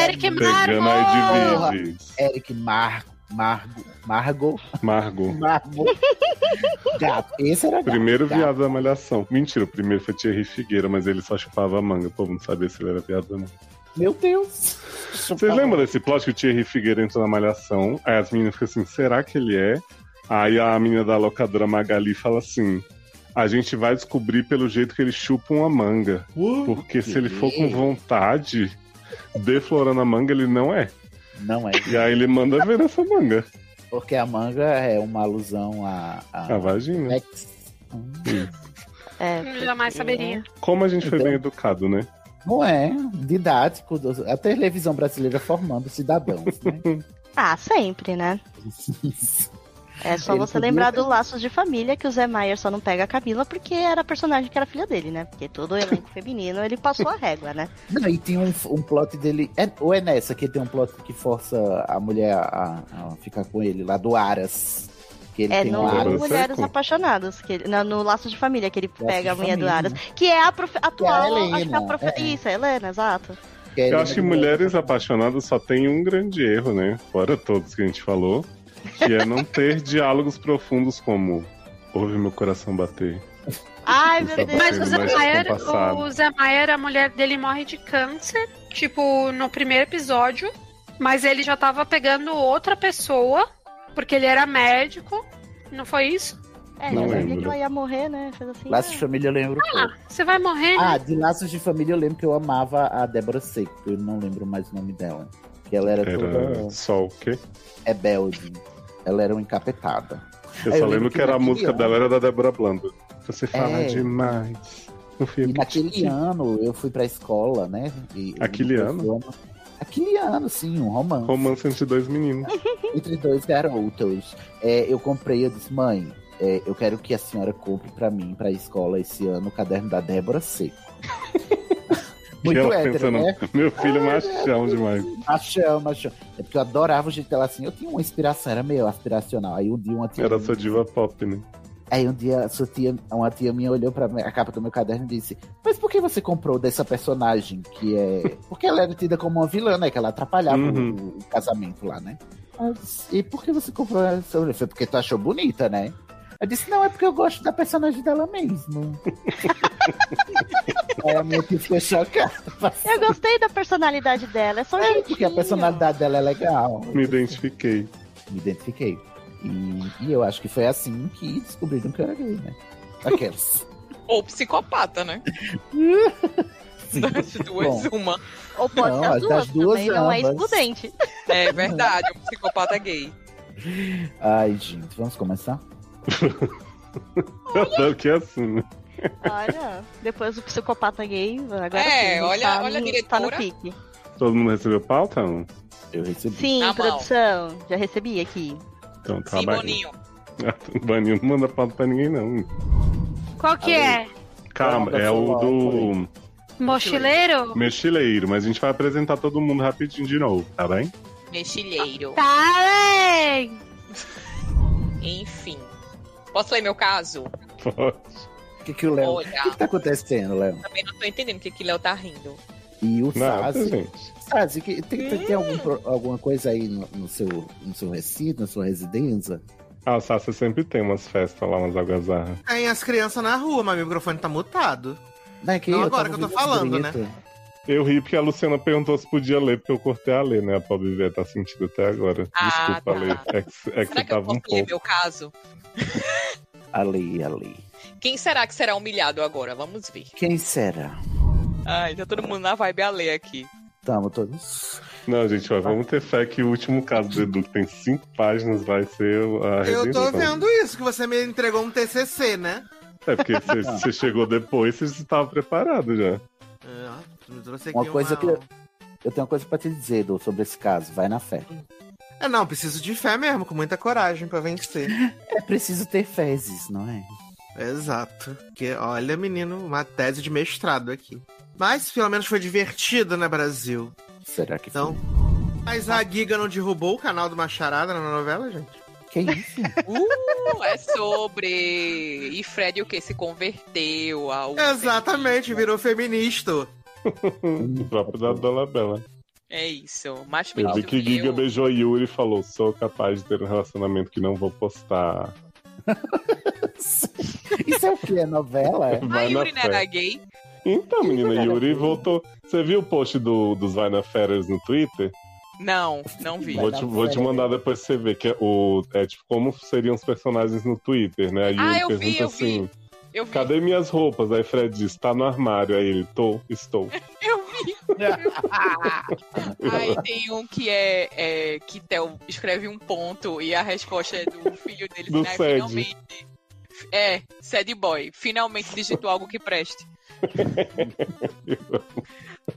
Speaker 5: Eric
Speaker 1: Pegando
Speaker 5: Marmo!
Speaker 1: a
Speaker 2: Porra,
Speaker 1: Edviges.
Speaker 2: Eric Margo. Margo. Margo.
Speaker 1: Margo.
Speaker 2: Margo. Gato. Esse era gato.
Speaker 1: Primeiro
Speaker 2: gato.
Speaker 1: viado da malhação. Mentira, o primeiro foi Thierry Figueira, mas ele só chupava a manga. O povo não sabia se ele era viado ou não.
Speaker 2: Meu Deus.
Speaker 1: Vocês lembram desse plot que o Thierry Figueira entrou na malhação? Aí as meninas ficam assim, será que ele é? Aí a menina da locadora Magali fala assim: a gente vai descobrir pelo jeito que ele chupa uma manga.
Speaker 3: Uh.
Speaker 1: Porque se ele for com vontade, deflorando a manga, ele não é.
Speaker 2: Não é.
Speaker 1: E aí ele manda ver essa manga.
Speaker 2: Porque a manga é uma alusão a.
Speaker 1: A Ah, vagina.
Speaker 6: É,
Speaker 5: Jamais saberia.
Speaker 1: Como a gente foi
Speaker 2: Então,
Speaker 1: bem educado, né?
Speaker 2: Não é? Didático. do- A televisão brasileira formando cidadãos, né?
Speaker 6: Ah, sempre, né? É só
Speaker 2: Ele
Speaker 6: você
Speaker 2: podia
Speaker 6: lembrar
Speaker 2: ter-
Speaker 6: do Laços de Família que o Zé Maier só não pega a Camila porque era a personagem que era filha dele, né? Porque todo
Speaker 2: [LAUGHS]
Speaker 6: o elenco feminino ele passou a régua, né?
Speaker 1: [LAUGHS]
Speaker 2: Não, e tem um, um plot dele. É, ou é nessa que tem um plot que força a mulher a, a ficar com ele, lá do Aras. Que ele
Speaker 6: é
Speaker 2: tem
Speaker 6: no
Speaker 2: um Aras.
Speaker 6: Mulheres Apaixonadas, que ele- na- no Laços de Família, que ele
Speaker 2: de
Speaker 6: pega a mulher do
Speaker 2: Família. né?
Speaker 6: Aras, que é a profe- atual,
Speaker 2: Helena,
Speaker 6: acho que é a profe...
Speaker 2: é.
Speaker 6: Isso, é a Helena, exato.
Speaker 1: Eu acho que mulheres apaixonadas só tem um grande erro, né? Fora todos que a gente falou, que é não ter [LAUGHS] diálogos profundos como ouve meu coração bater.
Speaker 6: Ai,
Speaker 1: meu Deus.
Speaker 5: Mas o Zé
Speaker 1: Mas
Speaker 5: Maier,
Speaker 1: com o passado.
Speaker 5: o Zé Maier, a mulher dele morre de câncer, tipo, no primeiro episódio. Mas ele já tava pegando outra pessoa, porque ele era médico. Não foi isso?
Speaker 6: É,
Speaker 2: Não
Speaker 6: já sabia
Speaker 2: lembro.
Speaker 6: que ela ia morrer, né? Fez assim.
Speaker 2: Laços de Família eu lembro.
Speaker 5: Ah, você vai morrer, né?
Speaker 2: Ah, de Laços de Família eu lembro que eu amava a Débora Seco. É Eu não lembro mais o nome dela. Que ela era,
Speaker 1: Era
Speaker 2: toda
Speaker 1: só o quê?
Speaker 2: rebelde. Ela era uma encapetada.
Speaker 1: Eu
Speaker 2: Aí
Speaker 1: só lembro que, era a
Speaker 2: naquele
Speaker 1: música
Speaker 2: ano-
Speaker 1: dela, era da Debra Blando. Você fala
Speaker 2: É.
Speaker 1: demais. Um
Speaker 2: E naquele ano eu fui pra escola, né? E,
Speaker 1: Aquele
Speaker 2: e-
Speaker 1: ano?
Speaker 2: Aquele ano, sim, um romance.
Speaker 1: Romance entre dois meninos.
Speaker 2: Entre dois garotos. É, eu comprei, eu disse, mãe, é, eu quero que a senhora compre pra mim, pra escola, esse ano, o caderno da
Speaker 1: [LAUGHS]
Speaker 2: Débora Seco.
Speaker 1: E
Speaker 2: Muito
Speaker 1: ela
Speaker 2: hétero,
Speaker 1: pensando,
Speaker 2: né?
Speaker 1: Meu filho é
Speaker 2: Ah,
Speaker 1: machão demais.
Speaker 2: Machão, machão. É porque eu adorava o jeito dela assim. Eu tinha uma inspiração, era meio aspiracional. Aí um dia uma tia.
Speaker 1: Era sua diva pop, né?
Speaker 2: Aí um dia sua tia, uma tia minha olhou pra minha- a capa do meu caderno e disse: Mas por que você comprou dessa personagem que é. [LAUGHS] Porque ela era tida como uma vilã, né? Que ela atrapalhava o-
Speaker 1: Uhum.
Speaker 2: o, casamento lá, né? Ela disse, E por que você comprou essa? Eu falei, Foi porque tu achou bonita, né? Eu disse, não, é porque eu gosto da personagem dela
Speaker 1: [LAUGHS]
Speaker 2: mesmo. Aí a minha tia ficou chocada.
Speaker 6: "Ah, Eu gostei da personalidade dela, é só
Speaker 2: É,
Speaker 6: gente.
Speaker 2: porque a personalidade dela é legal.
Speaker 1: Me identifiquei. [LAUGHS]
Speaker 2: Me identifiquei. E, e eu acho que foi assim que descobriram que eu era gay, né? Aqueles.
Speaker 4: Ou psicopata,
Speaker 2: [LAUGHS]
Speaker 4: né? das duas,
Speaker 2: Bom.
Speaker 4: uma.
Speaker 6: Ou pode
Speaker 2: Não,
Speaker 6: ser as
Speaker 2: as
Speaker 6: duas,
Speaker 2: das duas
Speaker 6: também, não é
Speaker 2: ambas.
Speaker 6: excludente.
Speaker 4: É verdade, um psicopata gay.
Speaker 2: Ai, gente, vamos começar?
Speaker 1: Eu adoro que é assim, né?
Speaker 6: Olha, depois o psicopata gay, agora
Speaker 4: É,
Speaker 6: sim, não
Speaker 4: olha-
Speaker 6: tá
Speaker 4: olha a
Speaker 6: no,
Speaker 4: diretora.
Speaker 6: tá no pique.
Speaker 1: Todo mundo recebeu pauta? não?
Speaker 2: Eu recebi.
Speaker 6: Sim, produção, já recebi aqui.
Speaker 1: Então tá Boninho. [LAUGHS] Boninho não manda pauta pra ninguém, não.
Speaker 5: Qual que é?
Speaker 1: Calma, é o do
Speaker 5: Mochileiro?
Speaker 1: mexileiro, mas a gente vai apresentar todo mundo rapidinho de novo, tá bem? [LAUGHS]
Speaker 4: Mexilheiro.
Speaker 5: Tá bem!
Speaker 4: Enfim. Posso ler meu caso?
Speaker 2: O que, que o Léo. O
Speaker 4: Olha.
Speaker 2: que, que tá acontecendo, Léo?
Speaker 4: Também não tô entendendo porque que Léo tá rindo.
Speaker 2: E o
Speaker 1: Nada,
Speaker 2: Sazi.
Speaker 1: gente.
Speaker 2: Sazi, que- tem, tem, tem algum pro- alguma coisa aí no, no seu, no seu recinto, na sua residência?
Speaker 1: Ah, o Sassi sempre tem umas festas lá, umas algazarras.
Speaker 3: Tem as crianças na rua, mas meu microfone tá mutado.
Speaker 2: Não, é que
Speaker 3: Não
Speaker 2: eu
Speaker 3: agora
Speaker 2: tava
Speaker 3: que eu tô
Speaker 2: ouvindo
Speaker 3: falando,
Speaker 2: grito.
Speaker 3: né?
Speaker 1: Eu ri porque a Luciana perguntou se podia ler, porque eu cortei a ler, né? A pobre véia tá sentindo até agora.
Speaker 4: Ah,
Speaker 1: Desculpa,
Speaker 4: tá.
Speaker 1: Lê. É que, é que você
Speaker 4: Será que eu
Speaker 1: tava
Speaker 4: posso
Speaker 1: um
Speaker 4: ler
Speaker 1: pouco.
Speaker 4: meu caso?
Speaker 2: Ali, ali.
Speaker 4: Quem será que será humilhado agora? Vamos ver.
Speaker 2: Quem será?
Speaker 4: Ai, tá todo mundo na vibe a ler aqui.
Speaker 2: Tamo todos.
Speaker 1: Não, gente, ó, vamos ter fé que o último caso do Edu, que tem cinco páginas, vai ser a
Speaker 3: Eu
Speaker 1: redenção.
Speaker 3: tô vendo isso, que você me entregou um TCC, né?
Speaker 1: É porque você, você chegou depois, você estava preparado já.
Speaker 3: Ah, eu trouxe aqui
Speaker 2: Uma coisa que. Eu tenho uma coisa pra te dizer, Edu, sobre esse caso. Vai na fé.
Speaker 3: É, não, preciso de fé mesmo, com muita coragem pra vencer.
Speaker 2: É preciso ter fezes, não é?
Speaker 3: Exato. Porque, olha, menino, uma tese de mestrado aqui. Mas pelo menos foi divertido, né, Brasil?
Speaker 2: Será que
Speaker 3: Então. Mas a Giga não derrubou o canal do Macharada na novela, gente?
Speaker 2: Que isso?
Speaker 4: Uh, é sobre. E Fred o que? Se converteu ao.
Speaker 3: Exatamente, virou feminista.
Speaker 1: [LAUGHS] o próprio da Dona Bela.
Speaker 4: É isso. Mas
Speaker 1: Eu vi
Speaker 4: bonito
Speaker 1: que Giga
Speaker 4: eu.
Speaker 1: beijou Yuri e falou: sou capaz de ter um relacionamento que não vou postar.
Speaker 2: Isso é o quê? É novela? é?
Speaker 1: [LAUGHS]
Speaker 4: A
Speaker 1: Vai na
Speaker 4: Ah, Yuri né, não era
Speaker 1: fé.
Speaker 4: gay?
Speaker 1: Então, menina, Yuri voltou. Você viu o post do, dos Vai na Férias no Twitter?
Speaker 4: Não, não vi.
Speaker 1: Vou te, vou te mandar depois pra você ver que é, o, é tipo como seriam os personagens no Twitter, né? A Yuri
Speaker 4: Ah, eu
Speaker 1: pergunta
Speaker 4: vi, eu vi.
Speaker 1: assim:
Speaker 4: Eu vi,
Speaker 1: cadê minhas roupas? Aí Fred diz: tá no armário. Aí ele: tô,
Speaker 4: [LAUGHS]
Speaker 1: estou.
Speaker 4: eu vi.
Speaker 1: [LAUGHS]
Speaker 4: Aí tem um que é, é que Theo escreve um ponto e a resposta é do filho dele.
Speaker 1: Do
Speaker 4: né?
Speaker 1: Sede.
Speaker 4: Finalmente. É, sad boy. Finalmente digitou algo
Speaker 1: [LAUGHS]
Speaker 4: que preste.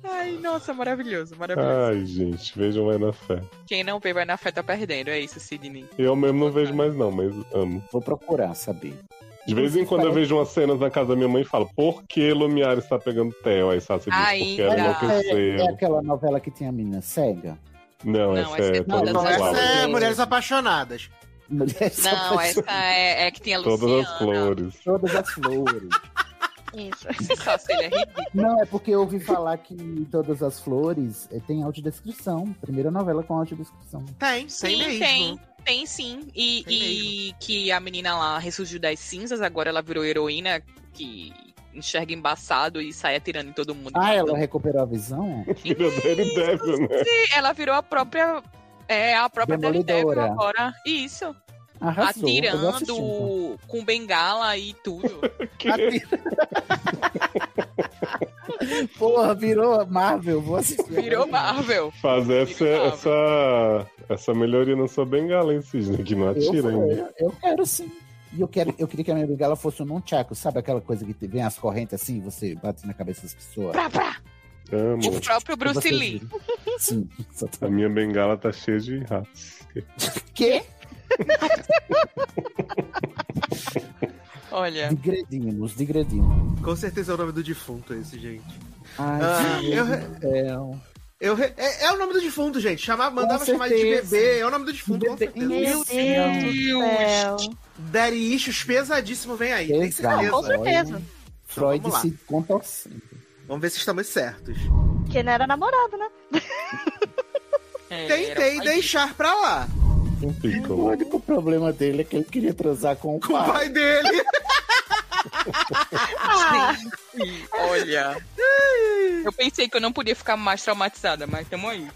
Speaker 4: Ai, nossa, maravilhoso, maravilhoso.
Speaker 1: Ai, gente, vejam Vai na Fé.
Speaker 4: Quem não vê vai na fé tá perdendo. É isso, Sidney.
Speaker 1: Eu mesmo não vejo mais, não, mas amo.
Speaker 2: Vou procurar saber.
Speaker 1: De vez em quando eu
Speaker 2: Parece-
Speaker 1: vejo umas cenas na casa da minha mãe e falo, por que Lumiar está pegando Theo? Aí Sassi diz, porque ela
Speaker 2: É, é
Speaker 1: enlouqueceu.
Speaker 2: aquela novela que tinha a menina cega?
Speaker 1: Não, essa é todas
Speaker 3: Então,
Speaker 1: as
Speaker 3: essa é
Speaker 1: flores.
Speaker 3: Mulheres Apaixonadas.
Speaker 2: Mulheres
Speaker 4: Não, essa é, é que tem a
Speaker 1: Todas
Speaker 4: Luciana.
Speaker 1: as flores.
Speaker 2: Todas as flores.
Speaker 6: Isso.
Speaker 4: Só se ele é ridículo.
Speaker 2: Não, é porque eu ouvi falar que em Todas as Flores eh, tem audiodescrição. Primeira novela com audiodescrição.
Speaker 3: Tem,
Speaker 4: Sim,
Speaker 3: tem
Speaker 4: tem.
Speaker 3: mesmo.
Speaker 4: Tem sim. E, e que a menina lá ressurgiu das cinzas, agora ela virou heroína que enxerga embaçado e sai atirando em todo mundo.
Speaker 2: Ah, ela recuperou a visão?
Speaker 1: Filha dele deve, né?
Speaker 4: E ela virou a própria. É, a própria
Speaker 2: Demolidora.
Speaker 4: Daredevil agora. Isso.
Speaker 2: Arrasou. um eu vou assistir, então. [LAUGHS]
Speaker 4: Atirando com bengala e tudo.
Speaker 1: Que-
Speaker 2: Porra, virou Marvel. Vou assistir.
Speaker 4: Virou Marvel.
Speaker 1: Fazer essa, essa, essa melhoria na sua bengala, hein, Cisne? Que não atira
Speaker 2: eu,
Speaker 1: ainda.
Speaker 2: eu, eu quero sim. E eu, quero, eu queria que a minha bengala fosse um nunchaku, sabe aquela coisa que te- vem as correntes assim, você bate na cabeça das pessoas?
Speaker 4: Pra, pra.
Speaker 1: Amo.
Speaker 4: O próprio Bruce
Speaker 2: Vocês
Speaker 4: Lee. [LAUGHS]
Speaker 2: Sim.
Speaker 1: A minha bengala tá cheia de ratos.
Speaker 2: Quê? É,
Speaker 4: Olha.
Speaker 2: Digredimos, digredimos.
Speaker 3: Com certeza é o nome do defunto esse, gente.
Speaker 2: Ai,
Speaker 3: Ah,
Speaker 2: meu
Speaker 3: eu-
Speaker 2: Deus do
Speaker 1: Então,
Speaker 2: céu.
Speaker 3: Eu re- é, é o nome do defunto, gente. Chamar, mandava chamar ele de
Speaker 2: certeza.
Speaker 3: bebê. É o nome do defunto, com certeza.
Speaker 6: Meu Deus.
Speaker 3: Daddy issues pesadíssimo vem aí, tem
Speaker 2: Exato.
Speaker 3: certeza.
Speaker 6: Ah, Com certeza.
Speaker 2: Freud
Speaker 3: vamos lá.
Speaker 2: se contorcendo.
Speaker 3: Vamos ver se estamos certos.
Speaker 6: Porque não era namorado, né?
Speaker 4: é,
Speaker 3: Tentei deixar pra lá.
Speaker 2: O único problema dele é que ele queria transar com o pai.
Speaker 3: Pai dele. [LAUGHS]
Speaker 4: Ah,
Speaker 6: Ah,
Speaker 4: Sim, Olha. Eu pensei que eu não podia ficar mais traumatizada, mas tamo aí.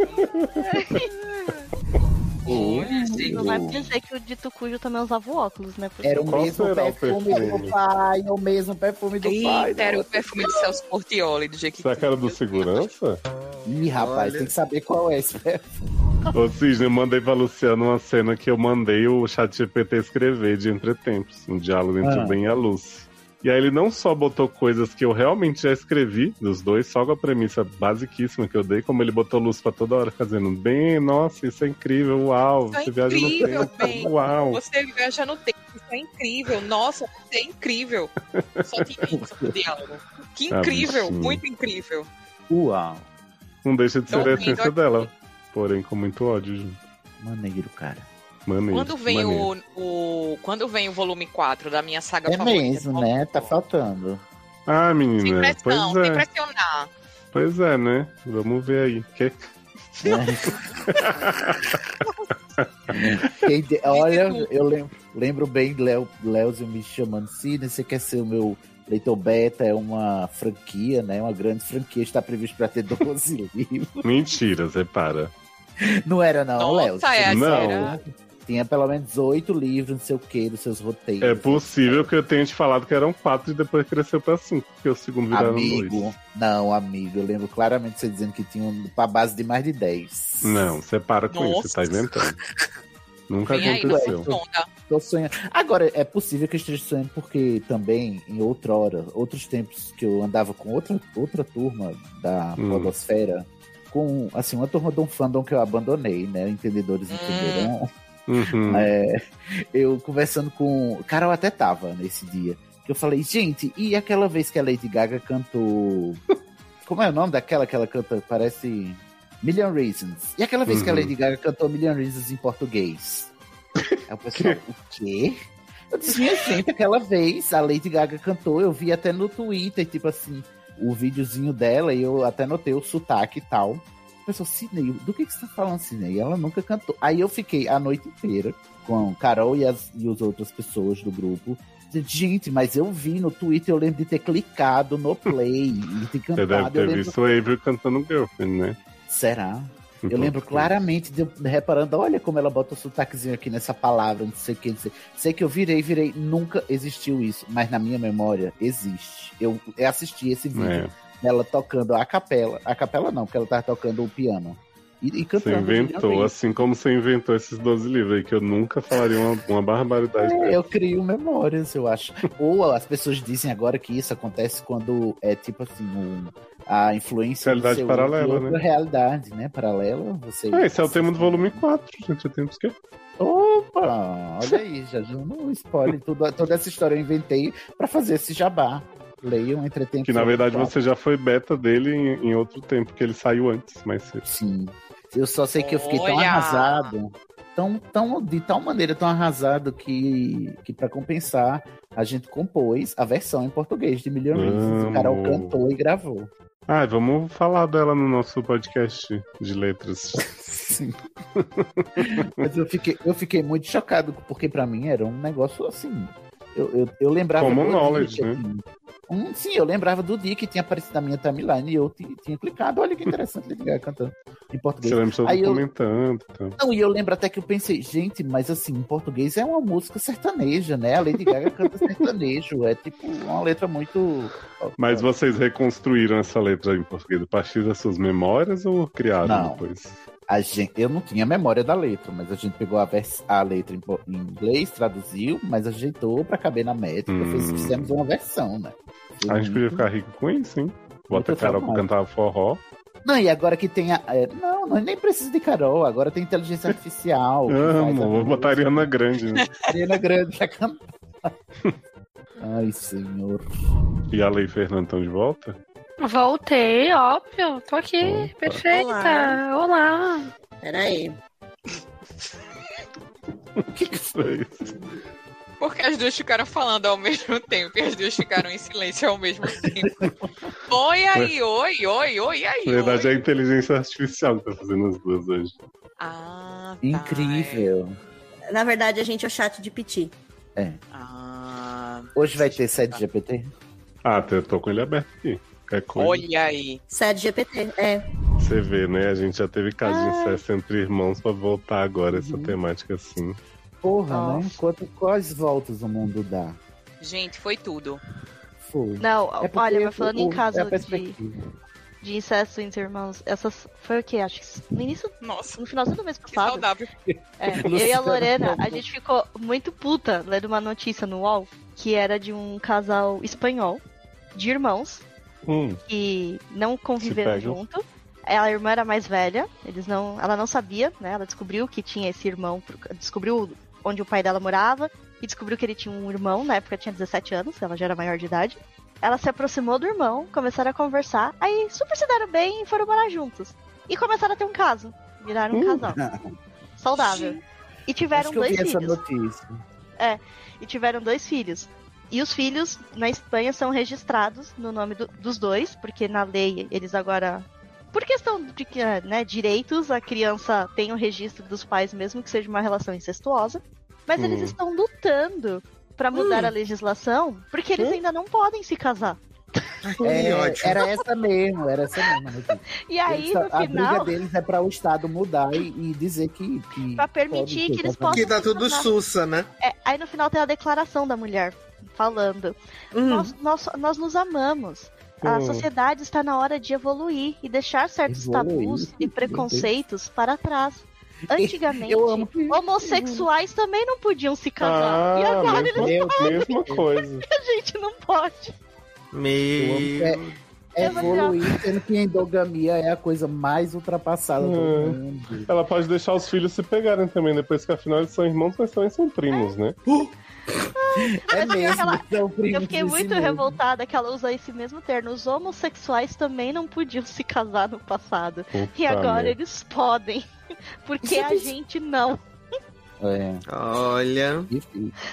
Speaker 1: [LAUGHS]
Speaker 4: Olha, gente.
Speaker 6: Não vai dizer que o dito cujo também usava o óculos, né? Porque-
Speaker 2: Era o
Speaker 1: Qual
Speaker 2: mesmo
Speaker 1: será o
Speaker 2: perfume,
Speaker 1: perfume?
Speaker 2: do pai, é o mesmo perfume do pai.
Speaker 4: Eita, era o perfume de Celso Portioli, do jeito
Speaker 1: Será que era do segurança?
Speaker 2: Ih, rapaz,
Speaker 1: Olha.
Speaker 2: tem que saber qual é esse perfume.
Speaker 1: Ô, Cisne, eu mandei pra Luciana uma cena que eu mandei o chat GPT escrever de Entretempos, um diálogo entre
Speaker 2: Ah.
Speaker 1: o Ben e a Lucy. E aí ele não só botou coisas que eu realmente já escrevi dos dois, só com a premissa basiquíssima que eu dei, como ele botou luz pra toda hora, fazendo bem, nossa, isso é incrível, uau,
Speaker 4: Isso é
Speaker 1: você viaja
Speaker 4: incrível,
Speaker 1: no tempo,
Speaker 4: Ben.
Speaker 1: uau.
Speaker 4: Você viaja no tempo, isso é incrível. Nossa, você é incrível. Só tinha
Speaker 1: [LAUGHS]
Speaker 4: isso no diálogo. Que
Speaker 1: Ah,
Speaker 4: incrível,
Speaker 1: bichinho.
Speaker 4: muito incrível.
Speaker 2: Uau.
Speaker 1: Não deixa de ser
Speaker 4: Tô
Speaker 1: a
Speaker 4: rindo
Speaker 1: essência
Speaker 4: tá aqui.
Speaker 1: dela, porém com muito ódio junto.
Speaker 2: Maneiro, cara.
Speaker 1: Maneiro,
Speaker 4: Quando vem
Speaker 1: maneiro.
Speaker 4: o, o- Quando vem o volume 4 da minha saga
Speaker 2: É
Speaker 4: favorita.
Speaker 2: mesmo, né? Tá faltando.
Speaker 1: Ah,
Speaker 4: Sem
Speaker 1: menina,
Speaker 4: pressão,
Speaker 1: pois
Speaker 4: sem
Speaker 1: é,
Speaker 4: pressionar.
Speaker 1: pois é, né? Vamos ver aí. Que...
Speaker 2: Né? [LAUGHS] Quem de- Olha, eu lembro, lembro bem Léo Léozio me chamando Sidney, você quer ser o meu leitor beta, é uma franquia, né? Uma grande franquia, está previsto para ter [LAUGHS] 12 livros.
Speaker 1: Mentiras, repara.
Speaker 2: Não era não,
Speaker 1: Nossa,
Speaker 2: Léo.
Speaker 1: é,
Speaker 2: Você-
Speaker 1: Não.
Speaker 2: Tinha pelo menos oito livros, não sei o que, dos seus roteiros.
Speaker 1: É possível que eu tenha te falado que eram quatro e depois cresceu pra cinco, porque o segundo viraram
Speaker 2: Amigo,
Speaker 1: dois.
Speaker 2: não, amigo, eu lembro claramente você dizendo que tinha um, pra base de mais de 10.
Speaker 1: Não, você para com isso,
Speaker 2: Nossa.
Speaker 1: você tá
Speaker 4: [LAUGHS]
Speaker 1: inventando. Nunca
Speaker 4: Vem aí,
Speaker 1: aconteceu.
Speaker 4: não onda.
Speaker 2: Tô sonhando. Agora, é possível que eu esteja sonhando, porque também, em outra hora, outros tempos que eu andava com outra, outra turma da
Speaker 1: Hum.
Speaker 2: Podosfera, com, assim, uma turma de um fandom que eu abandonei, né? Entendedores entenderão.
Speaker 1: Uhum.
Speaker 2: É, eu conversando com. Cara, eu até tava nesse dia. que Eu falei, gente, e aquela vez que a Lady Gaga cantou. Como é o nome daquela que ela canta? Parece. Million Reasons. E aquela vez que a
Speaker 1: Uhum.
Speaker 2: Lady Gaga cantou Million Reasons em português? Aí o pessoal, o quê? Eu disse, minha gente, aquela vez a Lady Gaga cantou, eu vi até no Twitter, tipo assim, o videozinho dela e eu até notei o sotaque e tal. O pessoal, Sidney, do que, que você tá falando, Sidney? Ela nunca cantou. Aí eu fiquei a noite inteira com Carol e as, e as outras pessoas do grupo. dizendo, Gente, mas eu vi no Twitter, eu lembro de ter clicado no play e de ter
Speaker 1: Você
Speaker 2: cantado.
Speaker 1: deve
Speaker 2: eu
Speaker 1: ter
Speaker 2: lembro-
Speaker 1: visto o Avery cantando Girlfriend, né?
Speaker 2: Será? Eu
Speaker 1: Uhum.
Speaker 2: lembro claramente de eu reparando, olha como ela bota o sotaquezinho aqui nessa palavra, não sei o que, não sei. Sei que eu virei, virei, nunca existiu isso, mas na minha memória existe. Eu, eu assisti esse vídeo
Speaker 1: É.
Speaker 2: dela tocando a capela, a capela não, porque ela tava tocando o piano. E, e
Speaker 1: Você
Speaker 2: cantando.
Speaker 1: inventou, assim como você inventou esses 12 livros aí, que eu nunca falaria uma, uma barbaridade
Speaker 2: É,
Speaker 1: dessa.
Speaker 2: eu crio memórias, eu acho. Ou as pessoas dizem agora que isso acontece quando é tipo assim, um- a influência do
Speaker 1: Realidade
Speaker 2: seu-
Speaker 1: paralela,
Speaker 2: de outra
Speaker 1: né?
Speaker 2: realidade, né? Paralela, você.
Speaker 1: É, esse é o tema do volume 4, gente. Eu tenho que...
Speaker 2: Opa, Ah, olha aí, já já não spoiler. Tudo, toda essa história eu inventei pra fazer esse jabá. Leiam entretenimento.
Speaker 1: que na verdade você já foi beta dele em, em outro tempo, que ele saiu antes, mas cedo.
Speaker 2: Sim. Eu só sei que eu fiquei tão
Speaker 1: Olha!
Speaker 2: arrasado, tão, tão, de tal maneira tão arrasado que, que para compensar, a gente compôs a versão em português de Million Reasons. O
Speaker 1: Amo.
Speaker 2: Carol cantou e gravou.
Speaker 1: Ah, vamos falar dela no nosso podcast de letras.
Speaker 2: Sim. [LAUGHS] Mas eu fiquei, eu fiquei muito chocado, porque pra mim era um negócio assim. Eu, eu, eu lembrava.
Speaker 1: Common
Speaker 2: do
Speaker 1: knowledge,
Speaker 2: Nietzsche,
Speaker 1: né?
Speaker 2: assim. Hum, sim, eu lembrava do dia que tinha aparecido na minha timeline e eu ti- tinha clicado. Olha que interessante Lady Gaga cantando em português.
Speaker 1: Você lembra só
Speaker 2: Aí eu-
Speaker 1: comentando. Então.
Speaker 2: Não, e eu lembro até que eu pensei, gente, mas assim, em português é uma música sertaneja, né? A Lady Gaga canta sertanejo. É tipo uma letra muito. É.
Speaker 1: Mas vocês reconstruíram essa letra em português a partir das suas memórias ou criaram
Speaker 2: Não.
Speaker 1: depois?
Speaker 2: A gente, eu não tinha memória da letra, mas a gente pegou a, vers- a letra em, po- em inglês, traduziu, mas ajeitou pra caber na métrica.
Speaker 1: Hum.
Speaker 2: fez- fizemos uma versão, né?
Speaker 1: A gente podia ficar rico com isso, hein? Bota a Carol pra cantar forró.
Speaker 2: Não, e agora que tem a. é, não, não, nem precisa de Carol, agora tem inteligência artificial. que faz a-
Speaker 1: Amo, vou botar a Ariana Grande. Né?
Speaker 2: Ariana Grande [LAUGHS] tá cantando. Ai, senhor.
Speaker 1: E a Lei Fernando estão de volta?
Speaker 2: [LAUGHS]
Speaker 5: Voltei, óbvio. Tô aqui, perfeita. Olá.
Speaker 14: Peraí.
Speaker 1: Foi isso.
Speaker 4: Porque as duas ficaram falando ao [LAUGHS] mesmo tempo e as duas ficaram em silêncio ao mesmo tempo. Oi, aí, oi, oi, oi, aí.
Speaker 1: Na verdade, é a inteligência artificial que tá fazendo as duas hoje.
Speaker 4: Ah, tá.
Speaker 2: Incrível.
Speaker 14: Na verdade, a gente é o chat de piti.
Speaker 2: É.
Speaker 4: Ah,
Speaker 2: Hoje vai ter
Speaker 6: Tá.
Speaker 2: sede GPT?
Speaker 1: Ah, eu tô com ele aberto aqui. É coisa.
Speaker 4: Olha aí.
Speaker 14: Sede GPT, é.
Speaker 1: Você vê, né? A gente já teve caso de
Speaker 2: Ah.
Speaker 1: incesto entre irmãos pra voltar agora essa
Speaker 2: Uhum.
Speaker 1: temática assim.
Speaker 2: Porra, né? Quanto, quais voltas o mundo dá?
Speaker 4: Gente, foi tudo.
Speaker 2: Foi.
Speaker 6: Não,
Speaker 2: É porque
Speaker 6: olha,
Speaker 2: o-
Speaker 6: mas falando
Speaker 2: o-
Speaker 6: em
Speaker 2: é a
Speaker 6: caso de,
Speaker 2: perspectiva.
Speaker 6: de incesto entre irmãos, essas foi o quê? Acho que no início,
Speaker 4: Nossa.
Speaker 6: no finalzinho do mês passado. É, eu e a
Speaker 4: Luciana,
Speaker 6: Lorena, a
Speaker 4: não.
Speaker 6: gente ficou muito puta lendo uma notícia no UOL que era de um casal espanhol de irmãos
Speaker 1: Hum.
Speaker 6: que não
Speaker 1: Se
Speaker 6: conviveram
Speaker 1: pegam.
Speaker 6: junto. A irmã era mais velha, eles não, ela não sabia, né? Ela descobriu que tinha esse irmão, por- descobriu onde o pai dela morava e descobriu que ele tinha um irmão, na época tinha 17 anos, ela já era maior de idade. Ela se aproximou do irmão, começaram a conversar, aí super se deram bem e foram morar juntos. E começaram a ter um caso, viraram um casal saudável. E
Speaker 2: Acho
Speaker 6: tiveram
Speaker 2: que eu
Speaker 6: dois
Speaker 2: vi
Speaker 6: filhos.
Speaker 2: essa notícia.
Speaker 6: É, e tiveram dois filhos. E os filhos na Espanha são registrados no nome do- dos dois, porque na lei eles agora. Por questão de que, eh, né, direitos, a criança tem o registro dos pais, mesmo que seja uma relação incestuosa. Mas eles
Speaker 14: Hum.
Speaker 6: estão lutando pra mudar
Speaker 14: Hum.
Speaker 6: a legislação, porque eles ainda não podem se casar.
Speaker 2: É, era essa mesmo, era essa mesmo. a notícia.
Speaker 6: E aí,
Speaker 2: Eles só-
Speaker 6: no
Speaker 2: a briga
Speaker 6: final-
Speaker 2: deles é para o Estado mudar e, e dizer que. que
Speaker 6: Pra permitir
Speaker 2: pode ter
Speaker 6: que eles
Speaker 2: casamento.
Speaker 6: possam Que tá tudo sussa,
Speaker 3: né?
Speaker 6: É, aí no final tem a declaração da mulher falando:
Speaker 2: Hum.
Speaker 6: nós, nós, nós nos amamos. A
Speaker 2: Ah,
Speaker 14: Hum.
Speaker 6: sociedade está na hora de evoluir e deixar certos
Speaker 14: Evoluir.
Speaker 6: tabus e
Speaker 14: Meu
Speaker 6: preconceitos para trás. Antigamente, homossexuais também não podiam se casar. e
Speaker 1: Ah,
Speaker 6: agora
Speaker 1: mesma,
Speaker 6: eles podem.
Speaker 1: mesma [LAUGHS] coisa.
Speaker 6: [LAUGHS] A gente não pode.
Speaker 3: Meu.
Speaker 2: É Evoluir, sendo que a endogamia é a coisa mais ultrapassada do
Speaker 1: É.
Speaker 2: mundo.
Speaker 1: Ela pode deixar os filhos se pegarem também, depois que afinal eles são irmãos, mas também são primos, né?
Speaker 2: É mesmo,
Speaker 6: aquela-
Speaker 2: são primos
Speaker 6: Eu fiquei
Speaker 2: de si
Speaker 6: muito
Speaker 2: mesmo.
Speaker 6: revoltada que ela usa esse mesmo termo. Os homossexuais também não podiam se casar no passado.
Speaker 1: Puta
Speaker 6: e agora
Speaker 1: merda.
Speaker 6: eles podem. [LAUGHS] Porque a gente não.
Speaker 2: É.
Speaker 3: Olha.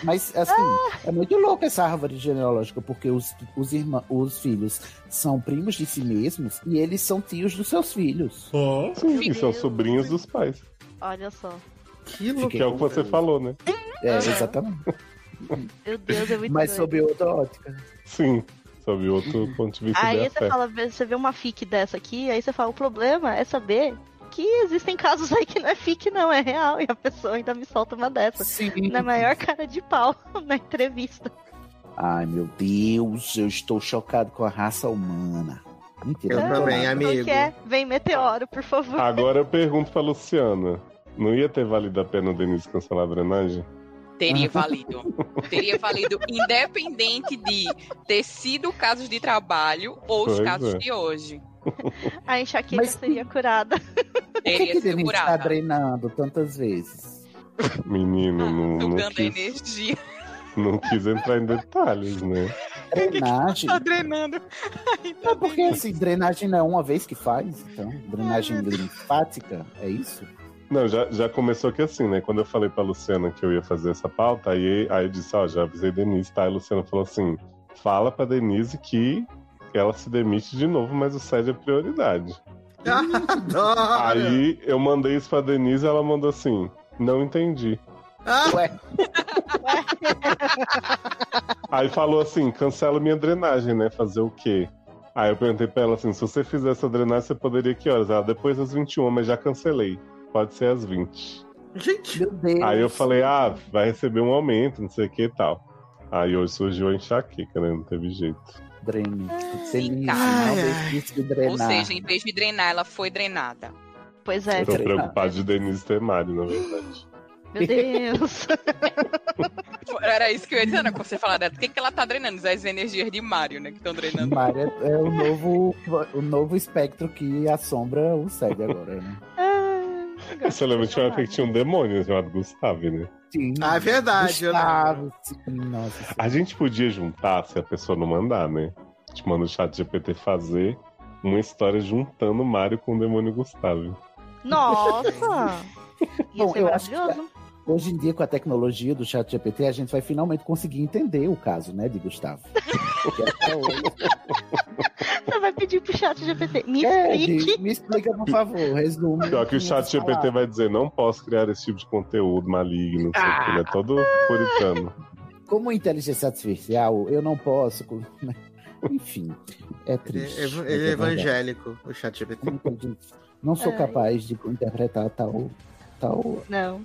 Speaker 2: Mas, assim,
Speaker 6: Ah.
Speaker 2: é muito louco essa árvore genealógica, porque os, os, irmã, os filhos são primos de si mesmos e eles são tios dos seus filhos.
Speaker 1: Sim, e são sobrinhos dos pais.
Speaker 6: Olha só.
Speaker 3: Que
Speaker 1: Que é o que você
Speaker 3: [LAUGHS]
Speaker 1: falou, né?
Speaker 2: É, exatamente.
Speaker 6: Meu Deus, é muito
Speaker 2: Mas
Speaker 6: doido.
Speaker 2: sob outra ótica. né?
Speaker 1: Sim, sob outro ponto de vista.
Speaker 6: Aí
Speaker 1: de
Speaker 6: você
Speaker 1: afeto.
Speaker 6: fala, você vê uma fic dessa aqui, aí você fala, o problema é saber que existem casos aí que não é fic, não, é real, e a pessoa ainda me solta uma dessa.
Speaker 2: Sim.
Speaker 6: Na maior cara de pau [LAUGHS] na entrevista.
Speaker 2: Ai, meu Deus, eu estou chocado com a raça humana. Mentira,
Speaker 1: Eu
Speaker 2: não tô
Speaker 1: também,
Speaker 2: nada.
Speaker 1: amigo.
Speaker 6: Qualquer, é, vem meteoro, por favor.
Speaker 1: Agora eu pergunto pra Luciana: não ia ter valido a pena o Denise cancelar a drenagem?
Speaker 4: Teria valido. Teria
Speaker 1: [LAUGHS]
Speaker 4: valido independente de ter sido casos de trabalho ou os
Speaker 1: Pois
Speaker 4: casos
Speaker 1: é.
Speaker 4: de hoje.
Speaker 6: A enxaqueca seria curada.
Speaker 2: Por que, que Denise está drenando tantas vezes?
Speaker 6: Ah,
Speaker 1: Menino, não, não, quis,
Speaker 4: energia.
Speaker 1: não quis entrar em detalhes, né?
Speaker 2: Drenagem.
Speaker 4: Tá drenando.
Speaker 2: Não, porque assim, drenagem não é uma vez que faz, então.
Speaker 6: Ah.
Speaker 2: Drenagem linfática, é isso?
Speaker 1: Não, já, já começou que assim, né? Quando eu falei pra Luciana que eu ia fazer essa pauta, aí, aí eu disse, ó, já avisei Denise, tá? Aí a Luciana falou assim, fala pra Denise que ela se demite de novo, mas o SED é prioridade.
Speaker 3: Ah, é. Ah,
Speaker 1: Aí eu mandei isso pra Denise ela mandou assim, não entendi.
Speaker 2: Ué.
Speaker 1: Aí falou assim: cancela minha drenagem, né? Fazer o quê? Aí eu perguntei pra ela assim: se você fizer essa drenagem, você poderia que horas? Ela, depois das 21, mas já cancelei. Pode ser às 20.
Speaker 3: Gente,
Speaker 2: meu Deus.
Speaker 1: Aí eu falei: ah, vai receber um aumento, não sei o que e tal. Aí hoje surgiu a enxaqueca, né? Não teve jeito.
Speaker 2: Drene. Você me
Speaker 4: cara.
Speaker 2: não desiste de drenar.
Speaker 4: Ou seja, então, em vez de drenar, ela foi drenada.
Speaker 6: Pois
Speaker 1: eu
Speaker 6: é.
Speaker 1: tô preocupado de Denise ter Mari, na verdade. [LAUGHS]
Speaker 6: Meu Deus. [LAUGHS]
Speaker 4: Era isso que eu ia dizer, né? Quando você falar dela, o que, que ela tá drenando? As energias de Mario, né? Que estão drenando.
Speaker 2: Mari é, é o, novo, o novo espectro que assombra o SEG agora, né?
Speaker 1: Você lembra de uma época que tinha um demônio chamado Gustavo, né?
Speaker 2: Sim.
Speaker 3: Ah, é verdade, eu
Speaker 2: Gustavo, sim, nossa.
Speaker 1: A gente podia juntar, se a pessoa não mandar, né? A gente manda o chat GPT fazer uma história juntando o Mário com o demônio Gustavo.
Speaker 2: [LAUGHS]
Speaker 6: Nossa. Ia
Speaker 2: Bom,
Speaker 6: ser
Speaker 2: eu acho que-
Speaker 6: maravilhoso.
Speaker 2: Hoje em dia, com a tecnologia do chat GPT, a gente vai finalmente conseguir entender o caso, né, de Gustavo. Porque até
Speaker 4: [LAUGHS]
Speaker 2: hoje-
Speaker 6: Você vai pedir pro chat GPT. Me
Speaker 2: tá. É,
Speaker 6: explique.
Speaker 2: Gui, me explica, por favor, resume.
Speaker 1: Pior que o chat GPT
Speaker 2: falar.
Speaker 1: vai dizer, não posso criar esse tipo de conteúdo maligno, não sei o que, ele é todo puritano.
Speaker 2: Como inteligência artificial, eu não posso. co- Enfim, é triste.
Speaker 3: Ele,
Speaker 2: mas
Speaker 3: é- ele é
Speaker 2: verdade.
Speaker 3: evangélico, o chat GPT.
Speaker 2: Não sou
Speaker 6: Ai.
Speaker 2: capaz de interpretar tal. tal...
Speaker 6: Não.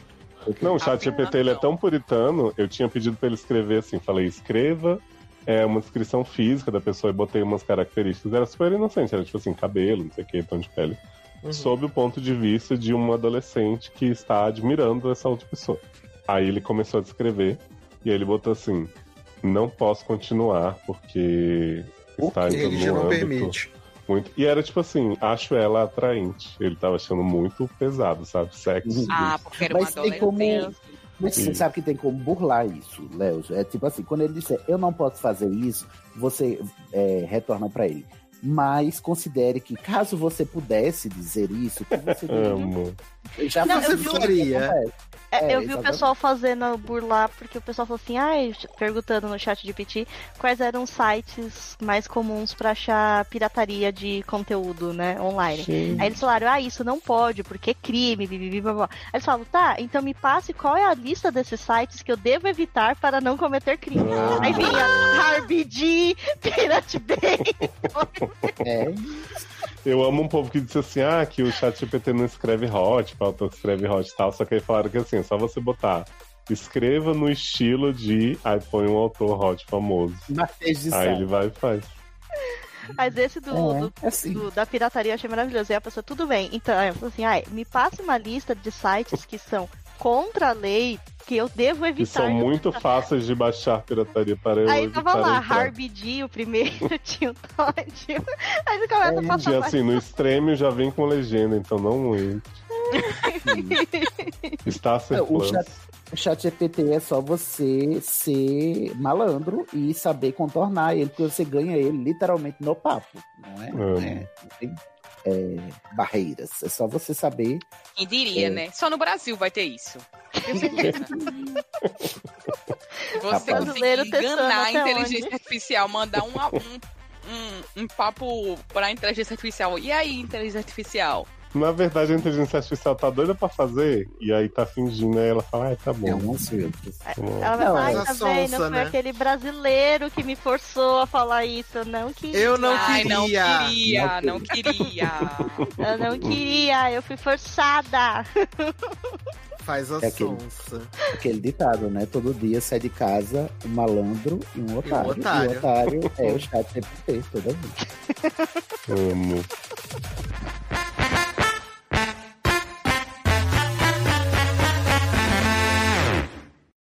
Speaker 1: Não, o chat GPT ele é tão puritano, eu tinha pedido pra ele escrever assim, falei, escreva é, uma descrição física da pessoa e botei umas características. Era super inocente, era tipo assim, cabelo, não sei o que, tom de pele.
Speaker 11: Uhum.
Speaker 1: Sob o ponto de vista de um adolescente que está admirando essa outra pessoa. Aí ele começou a descrever, e aí ele botou assim, não posso continuar, porque está
Speaker 3: quê?
Speaker 1: entrando
Speaker 3: Religião
Speaker 1: num
Speaker 3: não
Speaker 1: âmbito
Speaker 3: permite.
Speaker 1: Muito... E era tipo assim, acho ela atraente. Ele tava achando muito pesado, sabe? Sexo.
Speaker 4: Ah, porque era uma
Speaker 2: Mas tem como.
Speaker 4: adolescente.
Speaker 2: Mas você
Speaker 1: Sim.
Speaker 2: sabe que tem como burlar isso, Léo. É tipo assim, quando ele disser eu não posso fazer isso, você é, retorna pra ele. Mas considere que caso você pudesse dizer isso, que você
Speaker 1: [LAUGHS] Amo.
Speaker 2: já
Speaker 6: Não,
Speaker 2: você
Speaker 6: eu vi um-
Speaker 2: É,
Speaker 6: É, eu vi o
Speaker 2: exatamente.
Speaker 6: pessoal fazendo burlar, porque o pessoal falou assim, ai, perguntando no chat de PT quais eram os sites mais comuns pra achar pirataria de conteúdo, né, online.
Speaker 1: Gente.
Speaker 6: Aí eles falaram, ah, isso não pode, porque é crime, bibibi, blá, blá. Aí eles falaram, tá, então me passe qual é a lista desses sites que eu devo evitar para não cometer crime.
Speaker 1: Ah.
Speaker 6: Aí vinha Harvey G, Pirate Bay. um-
Speaker 2: É.
Speaker 1: Eu amo um povo que disse assim, ah, que o chat GPT não escreve hot, pauta que escreve hot e tal, só que aí falaram que assim, é só você botar escreva no estilo de aí põe um autor hot famoso.
Speaker 2: Mas fez de
Speaker 6: é.
Speaker 1: Aí
Speaker 2: sabe.
Speaker 1: ele vai e faz.
Speaker 6: Mas esse do,
Speaker 2: É,
Speaker 6: do-
Speaker 2: é assim.
Speaker 6: do- da pirataria eu achei maravilhoso. E a pessoa, tudo bem. Então, aí eu falei assim, ai, me passe uma lista de sites que são contra a lei que eu devo
Speaker 1: Que
Speaker 6: evitar.
Speaker 1: são muito fáceis de baixar pirataria para eu
Speaker 6: Aí tava
Speaker 1: evitar
Speaker 6: lá,
Speaker 1: entrar.
Speaker 6: Harvey D, o primeiro, [LAUGHS] tinha o Todd. Aí ele começa a passar
Speaker 1: E
Speaker 6: mais.
Speaker 1: assim, no extremo já vem com legenda, então não muito.
Speaker 2: [LAUGHS]
Speaker 1: Está
Speaker 2: É, O
Speaker 1: acertando.
Speaker 2: chat, o chat GPT é só você ser malandro e saber contornar ele, porque você ganha ele literalmente no papo, não é?
Speaker 1: Amo.
Speaker 2: É, não tem, é, barreiras. É só você saber.
Speaker 4: Quem diria,
Speaker 2: É.
Speaker 4: né? Só no Brasil vai ter isso.
Speaker 2: [LAUGHS]
Speaker 4: Tenho certeza. Se Você
Speaker 2: Rapaz.
Speaker 4: conseguir
Speaker 6: Brasileiro testando
Speaker 4: enganar a
Speaker 6: até
Speaker 4: inteligência
Speaker 6: onde.
Speaker 4: artificial, mandar um, um, um, um papo pra inteligência artificial. E aí, inteligência artificial?
Speaker 1: Na verdade, a inteligência artificial tá doida pra fazer, e aí tá fingindo, aí ela fala, ah, tá bom.
Speaker 2: É um outro.
Speaker 1: vamos lá."
Speaker 6: Ela vai
Speaker 2: Não,
Speaker 6: falar,
Speaker 2: é.
Speaker 6: ai, tá
Speaker 3: Essa
Speaker 6: vendo?
Speaker 3: sonsa,
Speaker 6: Foi
Speaker 3: né?
Speaker 6: aquele brasileiro que me forçou a falar isso. Eu não queria.
Speaker 3: Eu não
Speaker 4: Ai, não
Speaker 3: queria.
Speaker 4: queria, não queria.
Speaker 6: Eu não queria, eu fui forçada.
Speaker 3: Faz a
Speaker 2: É aquele-
Speaker 3: sonsa.
Speaker 2: Aquele ditado, né? Todo dia sai de casa um malandro e um otário.
Speaker 3: otário.
Speaker 2: E o otário é o chat GPT, toda vez.
Speaker 1: Amo.